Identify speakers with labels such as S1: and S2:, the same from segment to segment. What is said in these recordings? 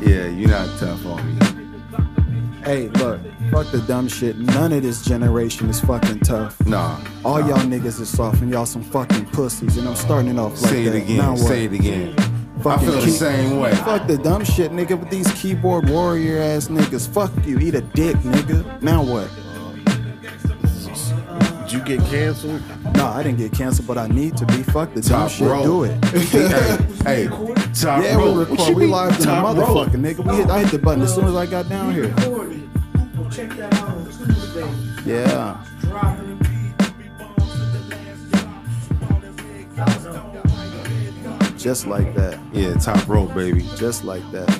S1: Yeah, you're not tough on me.
S2: Hey, look, fuck the dumb shit. None of this generation is fucking tough.
S1: Nah.
S2: All
S1: nah.
S2: y'all niggas is soft and y'all some fucking pussies. And I'm starting it off like
S1: Say
S2: that.
S1: it
S2: Now
S1: again.
S2: what?
S1: Say it again. I
S2: Fucking
S1: feel the
S2: key-
S1: same way.
S2: Fuck the dumb shit, nigga. With these keyboard warrior ass niggas. Fuck you. Eat a dick, nigga. Now what?
S3: Did you get canceled?
S2: No, I didn't get canceled, but I need to be. Fuck the dumb
S1: Top
S2: shit.
S1: rope.
S2: Do it.
S1: hey, hey, top
S2: Yeah,
S1: rope.
S2: we
S1: What
S2: record.
S1: you
S2: We
S1: mean,
S2: live in the
S1: top rope?
S2: motherfucker, nigga. We hit. I hit the button as soon as I got down here.
S4: Recorded. Check that out on Tuesday.
S2: Yeah.
S4: Dropping.
S2: Just like that.
S1: Yeah, top rope, baby.
S2: Just like that.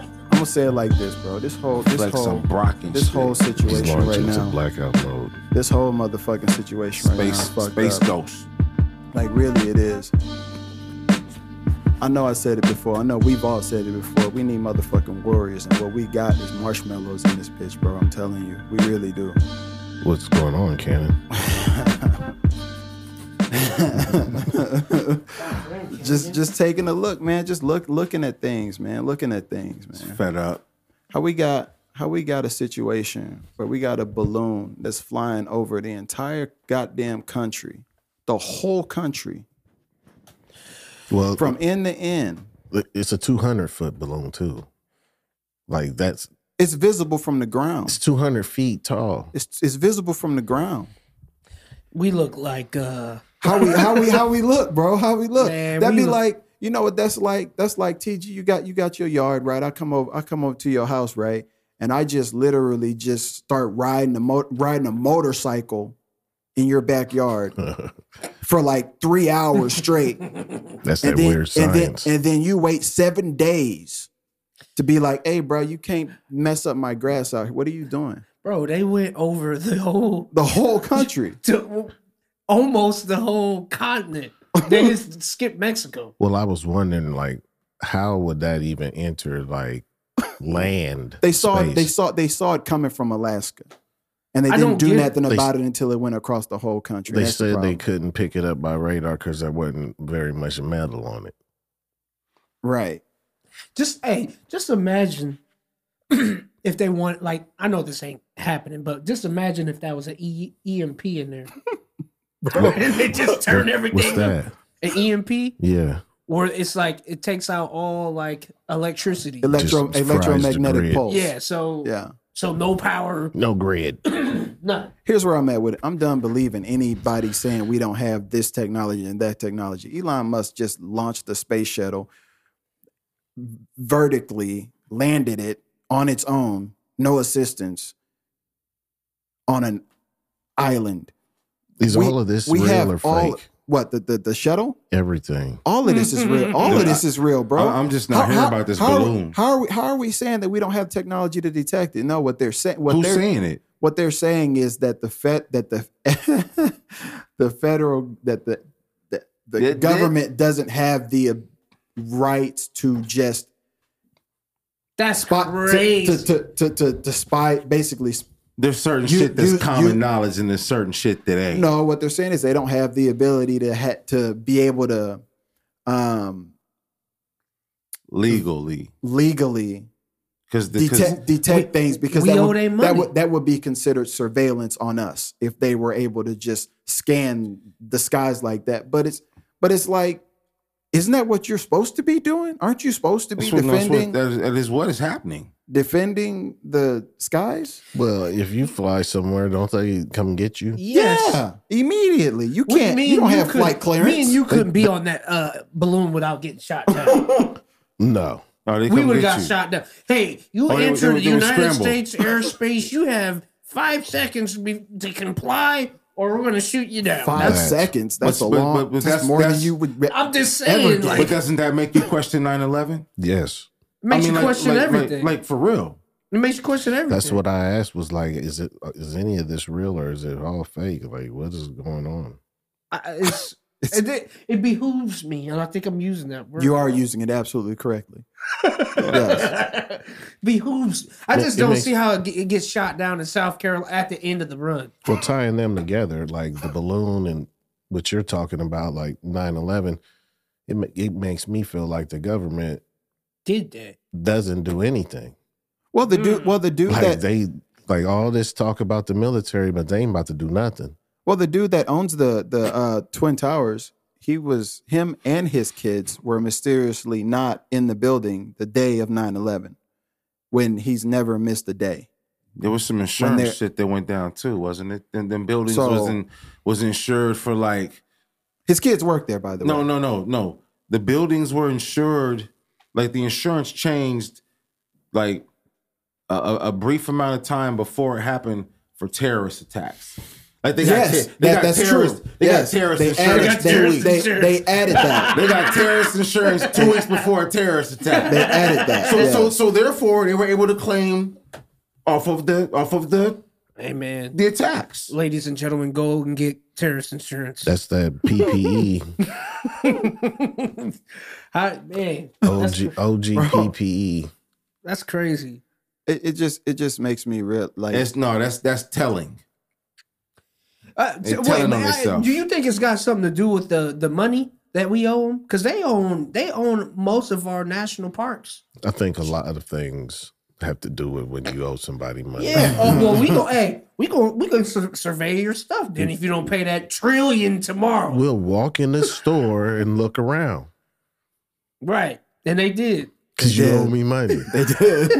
S2: I'm gonna say it like this, bro. This whole this
S1: Flex
S2: whole
S1: some Brock and
S2: this
S1: shit.
S2: whole
S3: He's
S2: situation right
S3: launching to
S2: now.
S3: blackout mode.
S2: This whole motherfucking situation right now. is
S1: Space,
S2: fucked
S1: space
S2: up.
S1: ghost.
S2: Like really, it is. I know I said it before. I know we've all said it before. We need motherfucking warriors, and what we got is marshmallows in this bitch, bro. I'm telling you, we really do.
S3: What's going on, Cannon?
S2: Just just taking a look, man. Just look looking at things, man. Looking at things, man.
S1: Fed up.
S2: How we got how we got a situation where we got a balloon that's flying over the entire goddamn country, the whole country,
S3: Well,
S2: from end to end.
S3: it's a 200 foot balloon too. Like that's
S2: It's visible from the
S3: it's
S2: ground.
S3: 200 feet tall.
S2: It's it's visible from the ground.
S5: We look like uh
S2: How we how we how we look, bro? How we look?
S5: Man,
S2: That'd
S5: we
S2: be
S5: look-
S2: like you know what that's like. That's like TG. You got you got your yard right. I come over. I come over to your house right, and I just literally just start riding a mo- riding a motorcycle in your backyard for like three hours straight.
S3: That's that
S2: and then,
S3: weird
S2: and then
S3: science.
S2: and then you wait seven days to be like, hey, bro, you can't mess up my grass out here. What are you doing?
S5: bro, they went over the whole
S2: The whole country.
S5: to almost the whole continent. They just skipped Mexico.
S3: well, I was wondering like how would that even enter like land?
S2: They saw it, they
S3: space?
S2: saw they saw it coming from Alaska. And they
S5: I
S2: didn't
S5: don't
S2: do
S5: get it.
S2: nothing
S3: They-
S2: about it until it went across the whole country.
S3: They
S2: That's the
S3: said they
S2: problem.
S3: couldn't pick it up by radar because there wasn't very much metal on it.
S2: Right.
S5: Just hey, just imagine if they want like I know this ain't happening, but just imagine if that was an e- EMP in there. Bro, and they just turn
S3: What-
S5: everything
S3: What's
S5: up.
S3: that?
S5: An EMP
S3: Yeah.
S5: where it's like it takes out all like electricity.
S2: Electro
S3: fries the
S2: electromagnetic
S3: grid.
S2: pulse.
S5: yeah, so
S2: Yeah.
S5: so no power,
S3: No grid.
S5: none.
S2: Here's where I'm at with it. I'm done believing anybody saying we don't have this technology and that technology. Elon Musk just launched the space shuttle vertically, landed it on its own, no assistance, on an island.
S3: Is
S2: We-
S3: all of this
S2: we
S3: real
S2: have
S3: or fake?
S2: all- What the, the the shuttle?
S3: Everything.
S2: All of this is real. All of
S1: Dude,
S2: this is real, bro.
S1: I- I'm just not hearing about this
S2: how,
S1: balloon.
S2: How are we? How are we saying that we don't have technology to detect it? No, what they're saying. What
S1: Who's
S2: they're
S1: saying it?
S2: what they're saying is that the fed that the the federal that the the, the
S1: That- that-
S2: government doesn't have the uh, rights to just
S5: That's
S2: spot to,
S5: crazy.
S2: to, to, to, to, to spy basically sp-
S1: There's certain
S2: You-
S1: shit that's
S2: you-
S1: common
S2: you-
S1: knowledge, and there's certain shit that ain't.
S2: No, what they're saying is they don't have the ability to ha- to be able to um,
S1: legally.
S2: legally
S1: Because the 'cause
S2: detect detect things because
S5: we
S2: that
S5: owe
S2: would,
S5: they
S2: that
S5: money.
S2: would that would be considered surveillance on us if they were able to just scan the skies like that. But it's but it's like, isn't that what you're supposed to be doing? Aren't you supposed to be
S1: that's what- that's what-
S2: defending
S1: that is- that is what is happening.
S2: defending the skies?
S3: Well, if you fly somewhere, don't they come get you?
S5: yes.
S2: Yeah, immediately. You
S5: We-
S2: can't.
S5: me
S2: You
S5: and
S2: don't have
S5: could-
S2: flight clearance.
S5: Me and you couldn't be on that uh, balloon without getting shot down.
S3: No.
S1: Oh, they
S5: we
S1: come
S5: would have
S1: get
S5: got
S1: you.
S5: shot down. Hey, you
S1: Oh, they-
S5: enter the
S1: they- they would
S5: United
S1: scramble.
S5: States airspace. You have five seconds be- to comply, or we're going to shoot you down.
S2: Five
S3: That's-
S2: seconds. That's
S1: but-
S2: a
S1: but-
S2: long.
S1: but- but
S2: that's,
S1: that's-
S2: more
S1: that's-
S2: than you would.
S5: I'm just
S2: Ever
S5: saying,
S2: again.
S5: like,
S1: But doesn't that make you question 9 11?
S3: Yes.
S5: makes you question everything.
S1: Like, for real.
S5: it makes you question everything.
S3: That's what I asked was like, is it uh, is any of this real or is it all fake? Like what is going on?
S5: I, it's, it, it, behooves me, and I think I'm using that word.
S2: you are using it absolutely correctly. yes.
S5: behooves. I
S3: It-
S5: just
S3: it
S5: don't
S3: makes-
S5: see how it, ge- it gets shot down in South Carolina at the end of the run.
S3: Well, tying them together, like the balloon and what you're talking about, like 9-11, it, ma- it makes me feel like the government
S5: did that.
S3: doesn't do anything.
S2: Well, the
S5: Mm.
S2: dude. Well, the dude
S3: Like
S2: that.
S3: they like all this talk about the military, but they ain't about to do nothing.
S2: Well, the dude that owns the the uh, twin towers. He was him and his kids were mysteriously not in the building the day of 9-11 when he's never missed a day.
S1: There was some
S2: they're-
S1: insurance shit that went down too, wasn't it? And then buildings
S2: So-
S1: was in, was insured for like
S2: His kids work there, by the
S1: no
S2: way.
S1: no no no. The buildings were insured, like the insurance changed, like a, a, a brief amount of time before it happened for terrorist attacks. Like they got
S2: yes,
S1: te- they
S2: that-
S1: got
S2: that's
S1: terrorist
S2: true.
S1: they
S2: yes,
S1: got terrorist
S2: they
S1: insurance.
S2: added,
S1: two
S2: they-
S1: weeks.
S2: they,
S5: insurance.
S2: they added that.
S1: They got terrorist insurance two weeks before a terrorist attack.
S2: They added that.
S1: so
S2: yeah.
S1: so so therefore they were able to claim off of the off of the
S5: Hey man,
S1: the attacks.
S5: ladies and gentlemen, go and get terrorist insurance.
S3: That's that
S2: E,
S3: PPE,
S5: I, man,
S3: OG, OG
S2: E.
S3: PPE.
S5: that's crazy.
S2: it, it just it just makes me real like
S1: It's no, that's that's telling.
S5: Uh,
S1: They
S5: t- wait,
S1: telling on
S5: man, I-
S1: themselves.
S5: do you think it's got something to do with the the money that we owe them? Because they own they own most of our national parks.
S3: I think a lot of things have to do with when you owe somebody money.
S5: Yeah. oh well, we go. Hey, we go. We can sur- survey your stuff. Then if you don't pay that trillion tomorrow,
S3: We'll walk in the store and look around
S5: right? And they did.
S3: because you
S2: Yeah.
S3: owe me money.
S2: they did.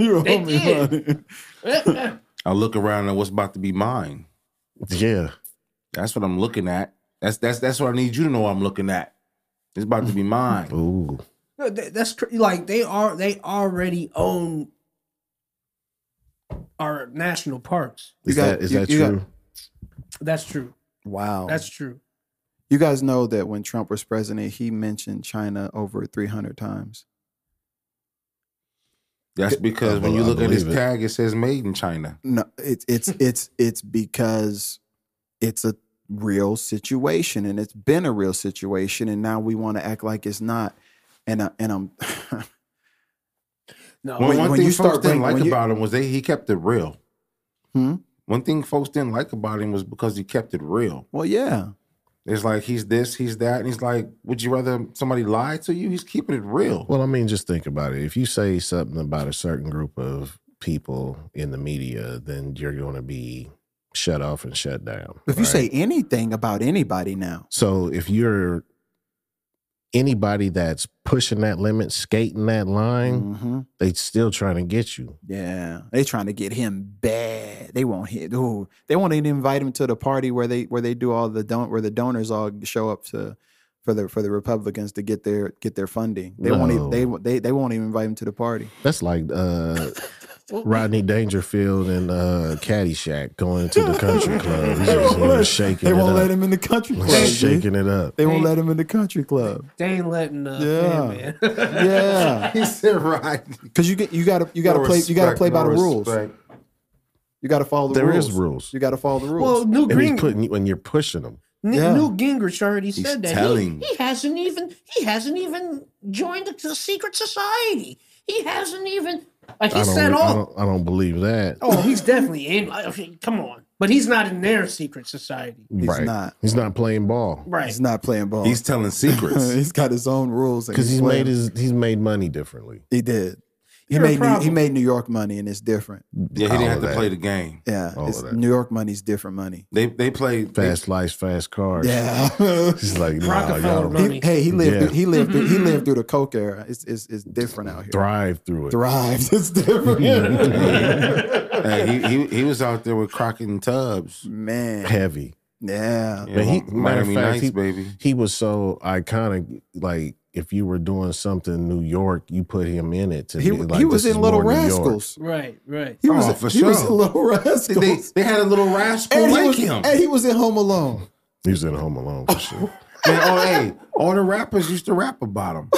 S2: you owe
S5: They
S2: me
S1: Oh,
S5: did.
S2: money.
S1: I look around at what's about to be mine.
S3: Yeah.
S1: That's what I'm looking at. That's that's that's what I need you to know I'm looking at. It's about to be mine.
S3: Ooh.
S5: No, that- that's cr- like they are. They already own our national parks.
S2: You
S3: Is
S2: got-
S3: that is
S2: you-
S3: that
S2: you got-
S3: true?
S5: That's true.
S2: Wow.
S5: That's true.
S2: you guys know that when Trump was president, he mentioned China over 300 times.
S1: That's
S3: I
S1: because when you
S3: bel- I
S1: look at his
S3: believe it.
S1: tag, it says made in China.
S2: No, it's it's it's it's because it's a real situation and it's been a real situation and now we want to act like it's not. And I, and I'm
S5: No,
S1: One,
S2: When-
S1: one
S2: when
S1: thing
S2: you
S1: folks
S2: start
S1: didn't
S2: bring-
S1: like
S2: when you-
S1: about him was they he kept it real.
S2: Hmm?
S1: One thing folks didn't like about him was because he kept it real.
S2: well, yeah.
S1: It's like he's this, he's that, and he's like, would you rather somebody lie to you? He's keeping it real.
S3: Well, I mean, just think about it. If you say something about a certain group of people in the media, then you're going to be shut off and shut down.
S2: If you
S3: right?
S2: say anything about anybody now,
S3: so, if you're anybody that's pushing that limit, skating that line,
S2: mhm,
S3: they still trying to get you.
S2: yeah, they trying to get him bad. They won't hit. Ooh, they won't even invite him to the party where they where they do all the don't where the donors all show up to for the for the Republicans to get their get their funding. They won't even they
S3: No.
S2: they they won't even invite him to the party.
S3: That's like uh,
S5: Well-
S3: Rodney Dangerfield and uh, Caddyshack going to the country club. He's just in there shaking
S2: They won't
S3: it
S2: let
S3: up.
S2: him in the country club.
S3: Just
S2: dude.
S3: shaking it up.
S2: They won't let him in the country club.
S5: they ain't letting uh,
S2: Yeah.
S5: yeah. man.
S2: Yeah,
S1: he said right.
S2: because you get you gotta you gotta
S1: No
S2: play you gotta
S1: respect,
S2: play by
S1: no
S2: the rules.
S1: respect.
S2: You gotta follow the
S3: There
S2: rules.
S3: is rules.
S2: You gotta follow the rules.
S5: well, New
S3: And he's
S5: Green,
S3: putting when you're pushing them.
S5: N-
S2: Yeah.
S5: Newt Gingrich already
S1: He's
S5: said that. He-
S1: telling.
S5: He, hasn't even he hasn't even joined the, the secret society. He hasn't even like he
S3: I, don't,
S5: said
S3: I,
S5: all.
S3: don't, I don't believe that.
S5: Oh, he's definitely in. I- okay, Come on, but he's not in their secret society,
S2: he's
S3: right.
S2: not.
S3: He's not playing ball
S5: right?
S2: He's not playing ball.
S1: He's telling secrets.
S2: he's got his own rules and
S3: because he's
S2: playing-
S3: made his he's made money differently.
S2: He did. He
S5: You're a
S2: made New, he
S5: problem.
S2: made New York money, and it's different.
S1: Yeah, he
S3: All
S1: didn't have
S3: of
S1: to
S3: that.
S1: play the game.
S2: Yeah,
S3: All
S2: it's,
S3: of that.
S2: New York money's different money.
S1: They they played they-
S3: fast lives, fast cars.
S2: Yeah.
S3: he's like nah,
S5: Rockefeller
S3: y'all
S5: money.
S2: He- hey, he lived.
S3: Yeah.
S2: Through, he lived. Through, he lived through the Coke era. It's it's, it's different out here.
S3: thrive through it.
S2: Thrived. It's different.
S1: Hey, he, he he was out there with Crockett and Tubbs.
S2: Man.
S3: Heavy.
S2: Yeah.
S1: Yeah,
S3: Man, he- matter of
S1: Miami
S3: fact,
S1: Nice,
S3: he-
S1: baby.
S3: He was so iconic. Like if you were doing something in New York, you put him in it. To
S2: He,
S3: be like,
S2: he was
S3: this is
S2: in Little
S3: more New York.
S2: Rascals.
S5: Right, right.
S2: He was,
S1: Oh, for
S2: he was
S1: sure.
S2: in Little
S1: They, they,
S2: Rascals.
S1: they had a little rascal
S2: and, he
S1: like
S2: was,
S1: him.
S2: and he was in Home Alone.
S3: He was in Home Alone for sure.
S1: Man, oh, hey, all the rappers used to rap about him.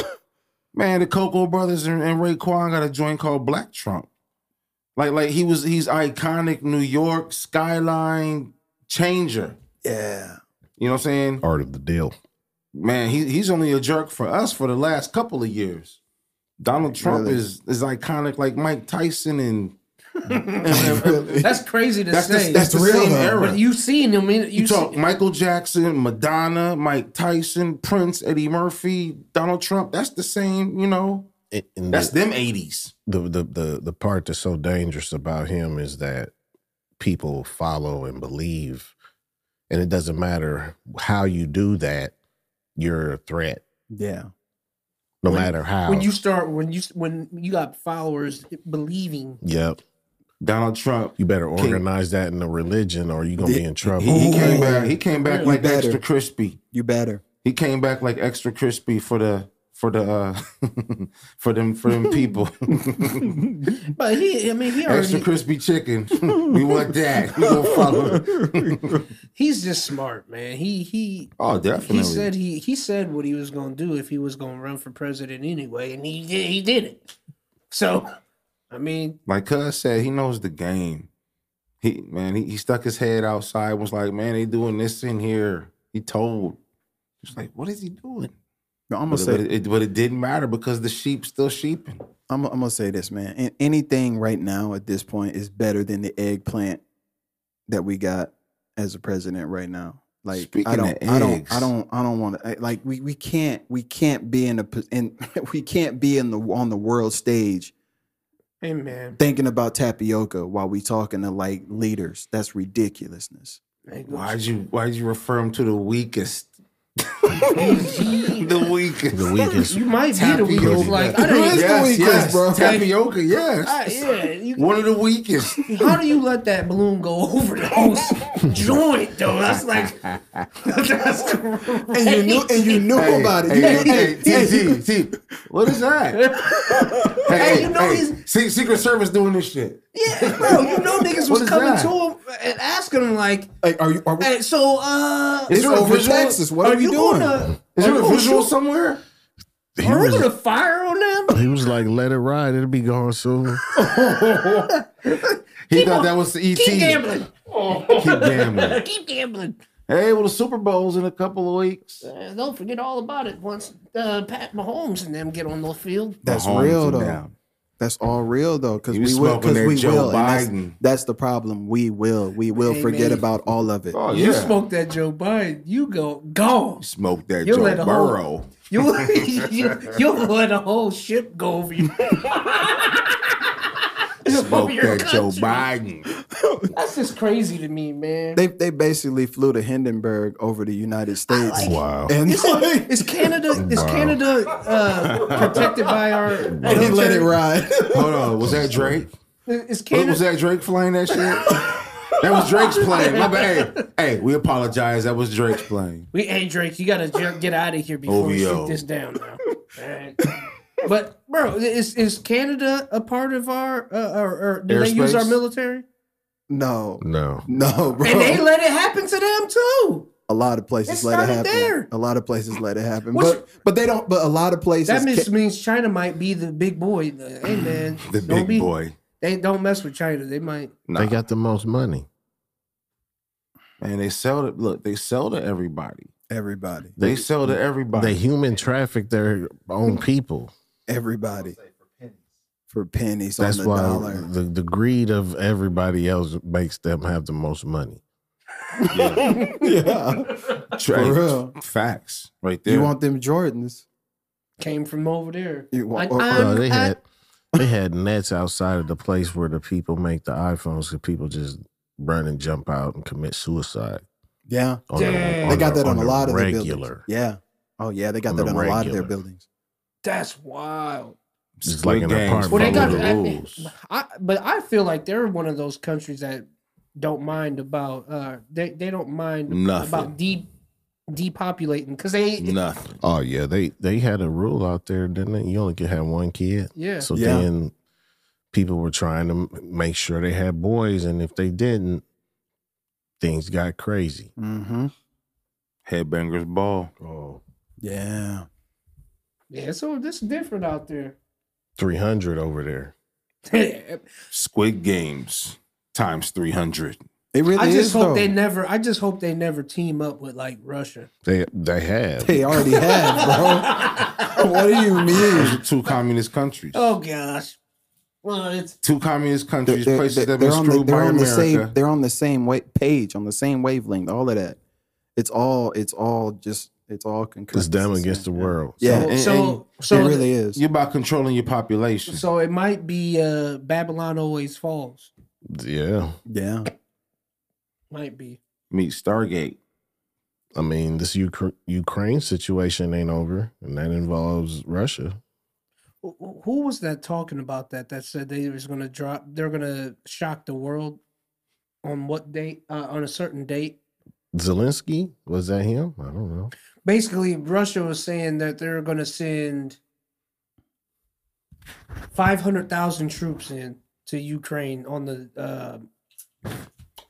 S1: Man, the Coco Brothers and, and Raekwon got a joint called Black Trump. Like like he was he's iconic New York skyline changer.
S2: Yeah.
S1: You know what I'm saying?
S3: Art of the deal.
S1: Man, he, he's only a jerk for us for the last couple of years. Donald Trump
S2: Really?
S1: is is iconic like Mike Tyson and
S2: Really.
S5: That's crazy to
S1: That's the,
S5: say.
S1: that's the
S2: real,
S1: same
S2: though.
S1: era.
S5: but you seen him. You,
S1: You
S5: you
S1: talk
S5: see-
S1: Michael Jackson, Madonna, Mike Tyson, Prince, Eddie Murphy, Donald Trump. That's the same, you know.
S3: And- and
S1: That's
S3: the-
S1: them eighties.
S3: the the the the part that's so dangerous about him is that people follow and believe, and it doesn't matter how you do that, you're a threat,
S2: yeah.
S3: no
S5: When-
S3: matter how.
S5: when you start when you when you got followers believing
S3: yep,
S1: Donald Trump.
S3: you better
S1: King-
S3: organize that in a religion, or you're gonna be in trouble.
S1: He, he came
S2: Ooh.
S1: back. He came back
S5: Yeah.
S1: like
S2: Better.
S1: extra crispy.
S2: You better.
S1: He came back like extra crispy for the for the uh for them for them people.
S5: but he i mean he already,
S1: extra crispy chicken. we want that. We gonna follow.
S5: he's just smart man he he
S1: oh, definitely.
S5: he said he he said what he was going to do if he was going to run for president anyway and he did he did it so i mean
S1: like Cuz said, he knows the game. He man, he, he stuck his head outside. Was like, man, they doing this in here. He told. It's like, what is he doing?
S2: No, I'm gonna
S1: But, it- but
S2: say.
S1: it, but it didn't matter because the sheep still sheeping.
S2: I'm, I'm gonna say this, man. And anything right now at this point is better than the eggplant that we got as a president right now. Like
S1: Speaking
S2: I don't,
S1: of
S2: I don't,
S1: eggs.
S2: I don't, I don't want to. Like we, we can't, we can't be in a, pos- in, we can't be in the on the world stage
S5: hey man
S2: thinking about tapioca while we talking to like leaders. That's ridiculousness.
S5: Hey, go-
S1: Why'd you why'd you refer him to the weakest?
S5: He-
S1: the weakest.
S3: the weakest.
S5: you might be the
S1: Tapioca.
S5: weakest like
S2: Who
S5: i didn't
S2: is the
S1: Yes,
S2: weakest,
S1: yes.
S2: bro?
S1: Tapioca, yes.
S5: I, Ah, yeah, you,
S1: One of the weakest.
S5: how do you let that balloon go over the host joint though? That's like that's
S2: And you knew, and you knew
S1: Hey,
S2: about it.
S1: Hey,
S2: You
S1: hey,
S2: knew-
S1: hey, T, T, T. What is that? hey,
S5: you know he's-
S1: Se- Secret Service doing this shit.
S5: Yeah, bro, you know niggas
S1: What
S5: was
S1: is
S5: coming
S1: that?
S5: to him and asking him like,
S2: Like, are you? Are we,
S5: "Hey, so uh,
S1: Is
S2: it's
S1: there a
S2: over
S1: visual?
S2: Texas. What are, you doing?
S5: Gonna,
S1: Is
S5: are
S1: there a
S5: you gonna
S1: visual
S5: Oh, shoot-
S1: somewhere?
S3: He
S5: Are we
S3: was,
S5: gonna fire on them?
S3: he was like, "Let it ride. It'll be gone soon."
S1: He
S5: Keep
S1: thought
S5: on-
S1: that was the E ET.
S5: Keep gambling.
S1: Keep gambling.
S5: Keep gambling.
S1: Hey, well, the Super Bowl's in a couple of weeks.
S5: Uh, don't forget all about it once uh, Pat Mahomes and them get on the field.
S2: That's
S1: Mahomes
S2: real
S1: and
S2: though.
S1: them.
S2: That's all real though, because
S1: You
S2: we will.
S1: smoking
S2: Because
S1: that
S2: we
S1: Joe
S2: will. and that's-
S1: Biden.
S2: That's, the problem. We will. We will
S5: Hey,
S2: forget
S5: man.
S2: about all of it.
S1: Oh,
S5: You
S1: yeah.
S5: smoke that Joe Biden, you go gone.
S1: Smoke that
S5: You'll
S1: Joe
S5: let a whole-
S1: Burrow.
S5: You you you'll let a whole ship go over you.
S1: Smoke
S5: Over your
S1: that Joe
S5: country.
S1: Biden.
S5: That's just crazy to me, man.
S2: They they basically flew to Hindenburg over the United States.
S3: wow.
S2: And
S5: Is, is Canada is Canada uh, protected by our?
S2: he let it
S5: military?
S2: ride.
S1: Hold on, was that Drake?
S5: Is
S1: What was
S5: Canada?
S1: that Drake playing that shit? that was Drake's playing. My bad. Hey, we apologize. That was Drake's playing.
S5: We, hey Drake, you gotta ju- get out of here before we
S1: OVO.
S5: shoot this down. Now. All right. But bro, is is Canada a part of our? Uh, or, or do they use
S1: Airspace?
S5: our military?
S2: no,
S3: No,
S2: no, bro.
S5: And they let it happen to them too.
S2: a lot of places
S5: It
S2: let it
S5: started
S2: happen.
S5: there.
S2: A lot of places let it happen.
S5: What's-
S2: but but they don't. But a lot of places.
S5: That means,
S2: ca-
S5: means China might be the big boy. Hey man,
S1: The
S5: don't
S1: big
S5: be-
S1: boy.
S5: They don't mess with China. They might.
S1: Nah.
S3: they got the most money.
S1: and they sell to look, they sell to everybody.
S2: everybody.
S1: They sell to everybody.
S3: They human traffic their own people.
S2: Everybody for pennies
S3: That's
S2: on the
S3: why
S2: dollar.
S3: the, the greed of everybody else makes them have the most money.
S2: yeah,
S1: Tra-
S2: for real.
S1: Facts right there.
S2: You want them Jordans?
S5: Came from over there.
S2: You oh, want,
S5: Like,
S2: or-
S5: I'm-
S3: Bro, they
S5: I-
S3: had they had nets outside of the place where the people make the iPhones because people just run and jump out and commit suicide.
S2: yeah.
S3: On
S5: Dang.
S2: They got that on, a
S3: the
S2: lot of their buildings.
S3: regular.
S2: Yeah. Oh yeah, they got
S3: On
S2: that
S3: the
S2: on a lot of their
S3: regular.
S2: buildings.
S5: That's wild.
S3: It's like an
S1: Good games.
S3: apartment.
S5: Well, they got.
S3: Follow
S5: I,
S1: the rules.
S5: I, but I feel like they're one of those countries that don't mind about. Uh, they they don't mind
S1: Nothing.
S5: about de depopulating because they.
S1: Nothing.
S3: Oh yeah, they they had a rule out there, didn't they? You only could have one kid.
S5: Yeah.
S3: So
S2: Yeah.
S3: then people were trying to m- make sure they had boys, and if they didn't, things got crazy.
S2: Mm-hmm.
S1: Headbangers ball.
S3: Oh.
S2: Yeah.
S5: Yeah. So this is different out there.
S3: 300 over there.
S5: I
S1: Squid games times three hundred.
S2: It really is.
S5: just hope
S2: though.
S5: they never. I just hope they never team up with like Russia.
S3: They they have.
S2: They already have, bro. what do you mean?
S1: Those are two communist countries.
S5: Oh gosh. Well, it's
S1: Two communist countries,
S2: they're,
S1: places
S2: they're-
S1: that
S2: they're on the,
S1: misruled
S2: they're
S1: by
S2: on the
S1: America.
S2: same they're on the same wa- page on the same wavelength all of that it's all it's all just it's all concurrent
S3: It's them against the world.
S2: yeah
S1: and-
S5: so so
S2: it really is
S1: You're about controlling your population.
S5: so it might be uh Babylon always falls.
S3: Yeah.
S2: yeah
S5: Might be.
S1: Meet Stargate.
S3: I mean, this Ukra- Ukraine situation ain't over, and that involves Russia.
S5: Wh- wh- Who was that talking about that? That said they was going to drop. They're going to shock the world on what date? Uh, on a certain date.
S3: Zelensky was that him? I don't know.
S5: basically Russia was saying that they're going to send 500,000 troops in to Ukraine on the uh,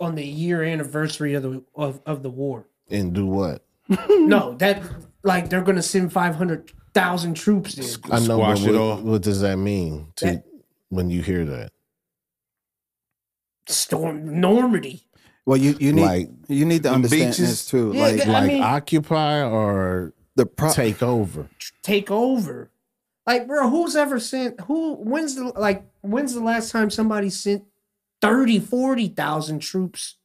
S5: on the year anniversary of the of, of the war.
S3: And do what?
S5: No, that like they're going to send 500,000 troops in.
S3: I know. but
S1: Squash it
S3: what,
S1: all.
S3: what does that mean to
S5: That-
S3: when you hear that?
S5: Storm Normandy.
S2: well you you need
S3: Like-
S2: you need to
S1: The
S2: understand
S1: beaches-
S2: this too
S5: Yeah,
S2: like
S5: I
S3: Like
S5: mean-
S3: occupy or
S2: the
S1: Uh,
S2: pro-
S3: take over?
S5: take over. Like, bro, who's ever sent who when's the like when's the last time somebody sent 30, 40,000 troops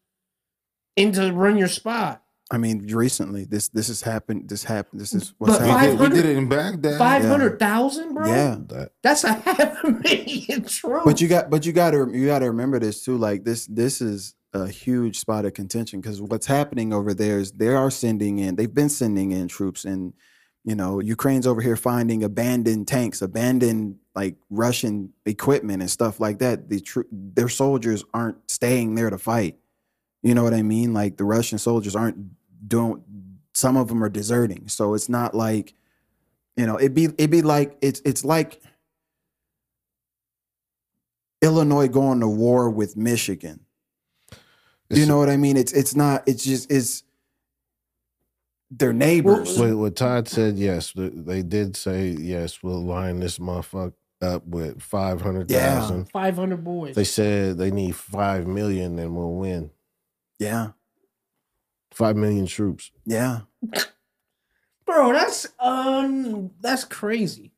S5: in to run your spot?
S2: i mean recently this this has happened this happened this is what's
S5: But
S1: We did,
S2: happening
S1: we
S5: 500
S1: did it in Baghdad.
S5: 500,000, bro?
S2: yeah
S3: That
S5: That's a half a million troops.
S2: But you got, but you got to, you got to remember this too. Like this, this is a huge spot of contention because what's happening over there is they are sending in, they've been sending in troops, and you know Ukraine's over here finding abandoned tanks, abandoned like Russian equipment and stuff like that. The tr- their soldiers aren't staying there to fight. You know what I mean? Like the Russian soldiers aren't don't. Some of them are deserting, so it's not like, you know, it'd be it'd be like it's it's like Illinois going to war with Michigan. you
S3: It's-
S2: know what I mean? It's it's not. It's just it's their neighbors.
S3: Wait, what Todd said, yes, th- they did say, yes, we'll line this motherfucker up with 500,000.
S5: 500 boys.
S3: They said they need 5 million and we'll win.
S2: yeah,
S3: 5 million troops.
S2: yeah,
S5: bro, that's um that's crazy.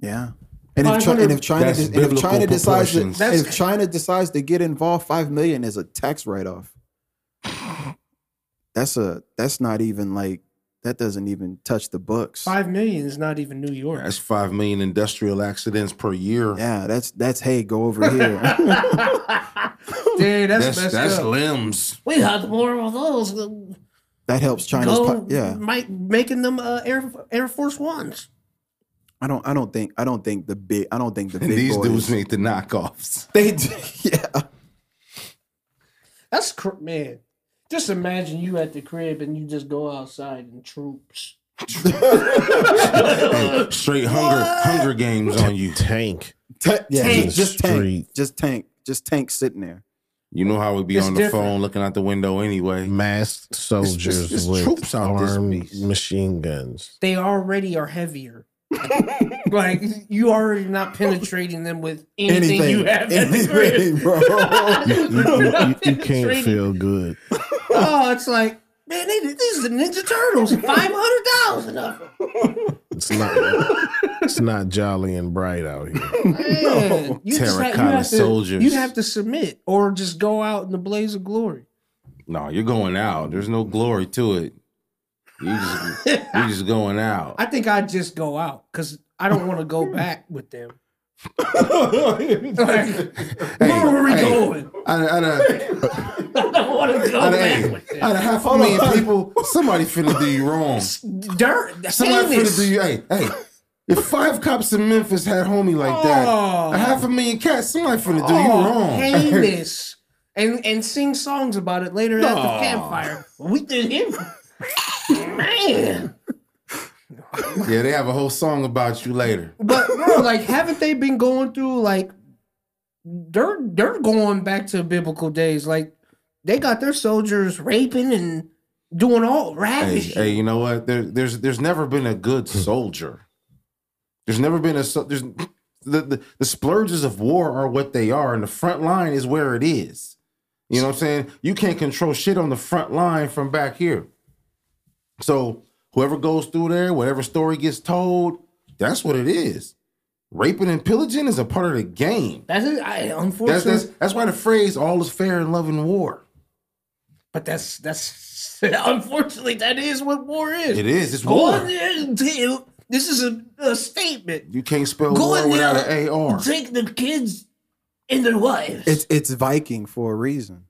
S2: yeah. And if, Chi-
S5: 500
S2: and if China
S1: That's
S2: de- and if
S1: biblical
S2: China decides to,
S1: proportions.
S2: and if
S5: That's-
S2: China decides to get involved, five million is a tax write off. That's a that's not even like that doesn't even touch the books.
S5: 5 million is not even New York.
S1: That's five million industrial accidents per year.
S2: Yeah, that's that's hey go over here.
S5: Dude, that's,
S1: that's
S5: messed
S1: that's
S5: up.
S1: limbs.
S5: we had more of those.
S2: that helps China's
S5: go,
S2: po- yeah.
S5: might, making them uh, Air Air Force Ones.
S2: I don't. I don't think. I don't think the big. I don't think the big
S1: And these
S2: boys.
S1: dudes make the knockoffs.
S2: they. d- Yeah.
S5: That's cr- man. Just imagine you at the crib and you just go outside and troops.
S1: Hey, straight hunger hunger games on you.
S3: Tank.
S2: Ta- yeah.
S5: Tank.
S2: Just, just tank.
S3: Street.
S2: Just tank. Just tank sitting there.
S1: You know how we be
S5: It's
S1: on the
S5: different.
S1: phone looking out the window anyway.
S3: Masked soldiers
S1: it's- it's
S3: with
S1: troops out this
S3: armed
S1: piece.
S3: machine guns.
S5: They already are heavier. like you already not penetrating them with anything,
S2: Anything.
S5: you have. at the
S2: Anything,
S5: crib.
S2: bro.
S3: You, you- you-
S5: Not
S3: you- you
S5: penetrating.
S3: can't feel good.
S5: Oh, it's like man, they, this is the Ninja Turtles. Five hundred thousand of them.
S3: It's not, it's not jolly and bright out here.
S5: Man, you just ha- you
S1: Terracotta
S5: have to-
S1: soldiers.
S5: You have to submit or just go out in the blaze of glory.
S1: No, you're going out. There's no glory to it. You just you just going out.
S5: I think I just go out because I don't want to go back with them. Like, where were we
S1: hey.
S5: going?
S1: I, I, done-
S5: I don't want to go
S1: I,
S5: back
S1: done-
S5: with
S1: hey,
S5: them.
S1: out of half a million people, somebody finna do you wrong.
S5: Dirt.
S1: Somebody
S5: heinous.
S1: finna do you. Hey, hey. If five cops in Memphis had homie like that,
S5: Oh.
S1: a half a million cats, somebody finna do
S5: Oh,
S1: you wrong.
S5: heinous. and and sing songs about it later at the
S1: No.
S5: campfire. We did him. Man.
S1: yeah, they have a whole song about you later.
S5: But bro, like, haven't they been going through like they're they're going back to biblical days? Like they got their soldiers raping and doing all
S1: Hey,
S5: ravish.
S1: hey, you know what? There, there's there's never been a good soldier. There's never been a so- there's the, the the splurges of war are what they are, and the front line is where it is. You know what I'm saying? You can't control shit on the front line from back here. So whoever goes through there, whatever story gets told, that's what it is. raping and pillaging is a part of the game.
S5: That's it. I,
S1: That's
S5: unfortunately,
S1: that's that's why the phrase "all is fair in love and war."
S5: but that's that's unfortunately that is what war is.
S1: It is. It's
S5: Go
S1: war.
S5: in there and take- This is a, a statement.
S1: You can't spell
S5: Go
S1: war
S5: in there
S1: without an AR.
S5: Take the kids and their wives.
S2: It's it's Viking for a reason.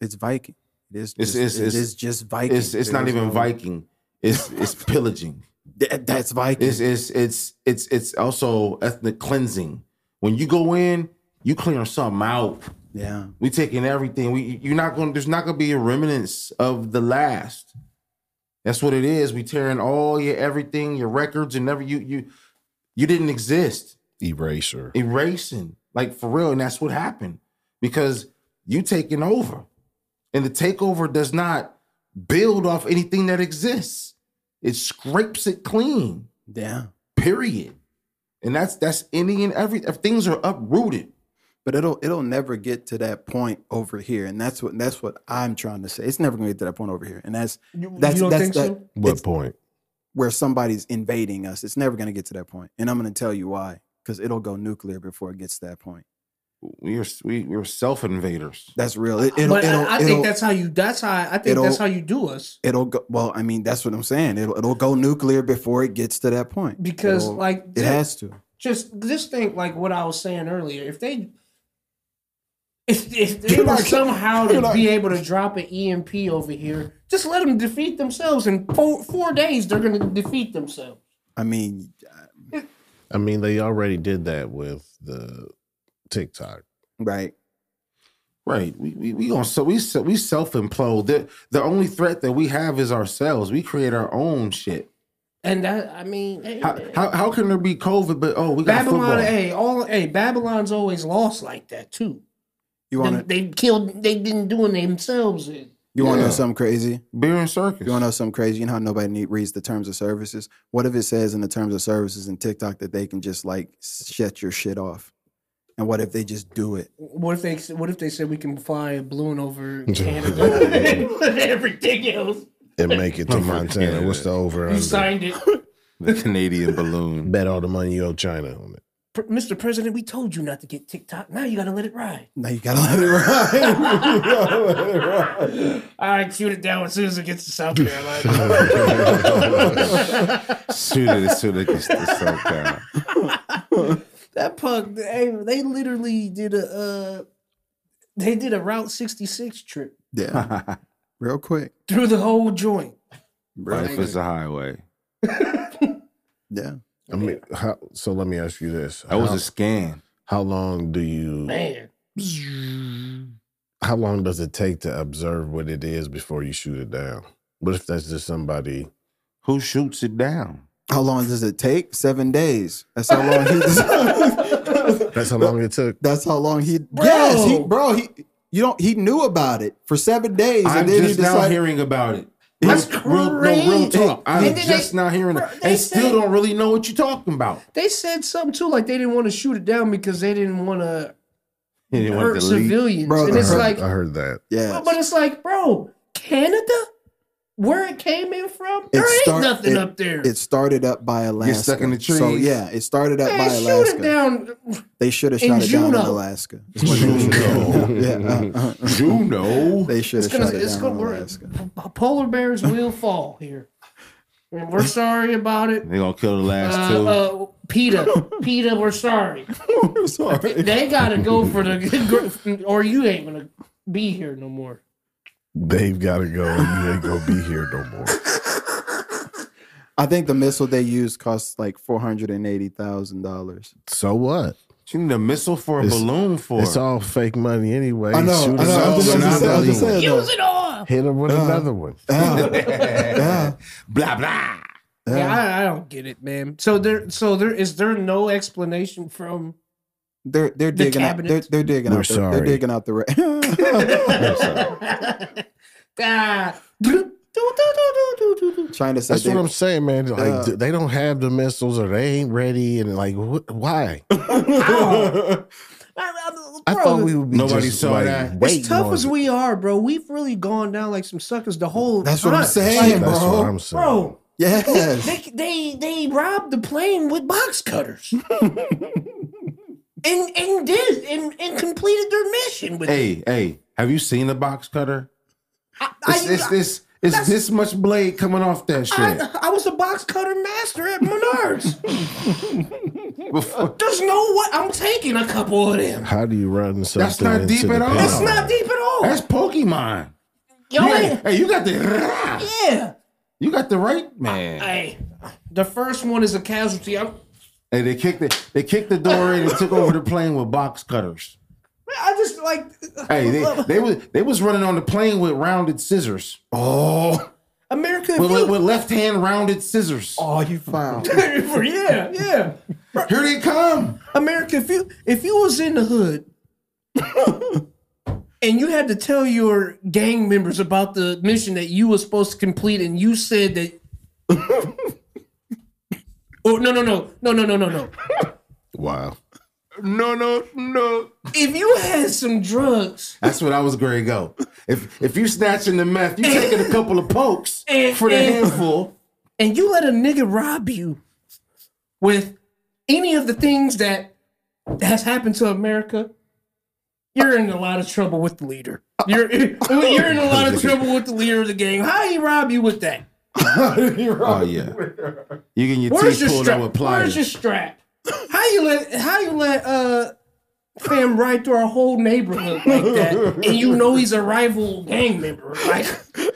S2: It's Viking. It is
S1: It's-
S2: just,
S1: it's-
S2: it
S1: it's-
S2: is just Viking.
S1: It's it's not
S2: There's
S1: even
S2: no-
S1: Viking. It's it's pillaging.
S2: That- that's Viking.
S1: It's it's it's it's it's also ethnic cleansing. When you go in, you clearing something out.
S2: yeah.
S1: We taking everything. We you're not going. to There's not going to be a remnants of the last. That's what it is. We tearing all your everything, your records, and never you you you didn't exist.
S3: Eraser.
S1: Erasing like for real, and that's what happened because you taking over, and the takeover does not build off anything that exists. It scrapes it clean
S2: Yeah.
S1: period. And that's that's any and every if things are uprooted.
S2: But it'll it'll never get to that point over here. And that's what that's what I'm trying to say. It's never gonna get to that point over here. And that's
S5: you,
S2: that's
S5: you don't
S2: that's
S5: think
S2: that,
S5: so?
S3: What
S2: it's-
S3: point?
S2: where somebody's invading us. It's never gonna get to that point. And I'm gonna tell you why. Because it'll go nuclear before it gets to that point.
S1: We are we, we're self invaders.
S2: That's real. It, it'll,
S5: but I-
S2: it'll,
S5: I,
S2: it'll-
S5: think that's how you. That's how I think
S2: it'll-
S5: that's how you do us.
S2: it'll go. Well, I mean, that's what I'm saying. It'll it'll go nuclear before it gets to that point.
S5: Because
S2: It'll-
S5: like
S2: it
S5: ju-
S2: has to.
S5: just this thing, like what I was saying earlier, if they if, if they
S2: You're
S5: were
S2: like-
S5: somehow to
S2: you're like-
S5: be able to drop an EMP over here, just let them defeat themselves in four four days. They're going to defeat themselves.
S2: I mean,
S3: I mean, they already did that with the TikTok.
S2: right?
S1: Right. We we, we gonna so we se- we self implode. The the only threat that we have is ourselves. We create our own shit.
S5: And that I mean, hey,
S1: How how, how can there be COVID? But oh, we got
S5: Babylon,
S1: football.
S5: hey, all hey, Babylon's always lost like that too.
S2: You
S5: They,
S2: want to
S5: they killed. They didn't do it themselves. in.
S2: you want to
S1: Yeah.
S2: know something crazy?
S1: Beer and circus.
S2: You want to know something crazy? You know how nobody need, reads the terms of services. What if it says in the terms of services in TikTok that they can just like shut your shit off? And what if they just do it?
S5: What if they What if they said we can fly a balloon over Canada and everything else?
S3: And make it to Montana. What's the over?
S5: You
S3: under?
S5: signed it.
S1: the Canadian balloon.
S3: Bet all the money you owe China on it.
S5: Pr- Mr. President, we told you not to get TikTok. Now you got to let it ride.
S2: Now you gotta let it ride.
S5: I shoot it down as soon as it gets to South Carolina.
S1: Shoot it as soon as it gets to South Carolina.
S5: that punk, they, they literally did a uh, they did a Route 66 trip
S2: yeah, real quick.
S5: through the whole joint.
S1: Life is a highway.
S2: Yeah,
S3: I mean, how, so let me ask you this:
S1: That was
S3: how,
S1: a scan.
S3: how long do you?
S5: Man,
S3: How long does it take to observe what it is before you shoot it down? What if that's just somebody?
S1: Who shoots it down?
S2: how long does it take? Seven days. That's how long he.
S3: That's how long it took.
S2: that's how long he. Yes, he,
S5: Bro.
S2: bro. He, you don't. He knew about it for seven days,
S1: I'm
S2: and then he
S1: just now
S2: decided.
S1: hearing about it.
S5: That's
S1: no, real
S5: crazy.
S1: talk. I'm
S5: And then
S1: just
S5: they-
S1: now hearing
S5: bro,
S1: it.
S5: they
S1: And still
S5: said-
S1: don't really know what you're talking about.
S5: they said something too, like they didn't want to shoot it down because they didn't want to hurt civilians.
S2: Bro,
S5: and
S3: I
S5: it's
S3: heard,
S5: like,
S3: I heard that.
S2: yeah,
S5: but it's like, bro, Canada, where it came in from, there ain't
S2: start-
S5: nothing
S2: it-
S5: up there.
S2: it started up by Alaska.
S1: stuck in the
S2: So
S1: trees.
S2: yeah, it started up by
S5: Man, shoot
S2: Alaska.
S5: it down.
S2: They should have
S5: in
S2: shot it down in
S5: Juneau.
S2: Alaska. is what they should've done. yeah, uh, uh, uh.
S1: Juno.
S2: They should
S5: It's
S2: have
S5: gonna,
S2: shot it
S5: it's
S2: down
S5: gonna
S2: in
S5: work.
S2: Alaska.
S5: P- Polar bears will fall here. And we're sorry about it.
S1: They gonna kill the
S5: Uh,
S1: last two.
S5: uh, PETA, PETA, we're sorry. They gotta go for the, or you ain't gonna be here no more.
S3: They've got to go. You ain't gonna be here no more.
S2: I think the missile they used cost like four hundred and eighty thousand dollars.
S3: So what?
S1: you need a missile for a
S3: It's-
S1: balloon for.
S3: It's all fake money anyway.
S2: I know,
S3: Shoot
S2: I know,
S1: I'm
S3: another
S1: just- I'm
S3: one.
S1: just saying- I'm just
S2: saying.
S5: Use it all.
S3: Hit him with
S2: Uh,
S3: another one.
S2: Oh, Yeah,
S1: blah blah.
S2: yeah.
S5: Yeah, I, I don't get it, man. So there, so there is there no explanation from
S2: They're they're
S5: The
S2: digging out.
S5: cabinet.
S2: They're, they're digging
S3: We're
S2: out. The, they're
S3: sorry.
S2: digging out the. Ra-
S5: ah, do, do, do, do, do, do.
S2: China said
S3: That's
S2: they,
S3: what I'm saying, man. Like
S2: Yeah.
S3: th- they don't have the missiles or they ain't ready, and like wh- why?
S5: Ow. I- I-
S3: I
S5: bro,
S3: thought we would be
S1: Nobody
S3: just,
S1: saw
S3: like,
S1: that.
S3: waiting
S5: As tough
S3: on
S5: as
S3: it.
S5: we are, bro, we've really gone down like some suckers the whole
S2: That's what I'm
S5: time.
S2: saying,
S5: Like,
S3: That's
S2: bro.
S3: what I'm saying.
S5: bro,
S2: Yes.
S5: They they they robbed the plane with box cutters. and and did and, and completed their mission with it.
S1: Hey, hey, have you seen the box cutter?
S5: I, I,
S1: It's, it's this it's
S5: that's-
S1: this much blade coming off that shit.
S5: I, I was a box cutter master at Menards.
S1: Before-
S5: Just know what I'm taking a couple of them.
S3: How do you run something?
S1: That's not deep
S3: into
S1: at
S3: the
S1: all.
S3: pit?
S5: It's not deep at all.
S1: that's Pokemon.
S5: Yo,
S1: You got-
S5: ain't-
S1: hey, you got the
S5: yeah.
S1: you got the right man.
S5: Hey, the first one is a casualty. I'm,
S1: Hey, they kicked the they kicked the door in and took over the plane with box cutters.
S5: I just like.
S1: Hey, they, they was they was running on the plane with rounded scissors.
S2: Oh.
S5: America. if
S1: With,
S5: you-
S1: with, left hand rounded scissors.
S2: Oh, you found.
S5: yeah, yeah.
S1: Here they come.
S5: America, if you if you was in the hood and you had to tell your gang members about the mission that you was supposed to complete, and you said that. oh no no no no no no no no!
S3: Wow.
S1: No, no, no.
S5: If you had some drugs
S1: That's what I was going to go. If if you snatching the meth, you taking a couple of pokes
S5: And-
S1: for the
S5: and-
S1: handful.
S5: and you let a nigga rob you with any of the things that has happened to America, you're in a lot of trouble with the leader. You're you're in a lot of trouble with the leader of the gang. How he rob you with that?
S1: Oh yeah. You getting your
S5: Where's your
S1: teeth pulled out
S5: strap?
S1: with
S5: Where's
S1: pliers.
S5: your strap? How you let how you let uh fam ride through our whole neighborhood like that, and you know he's a rival gang member? Like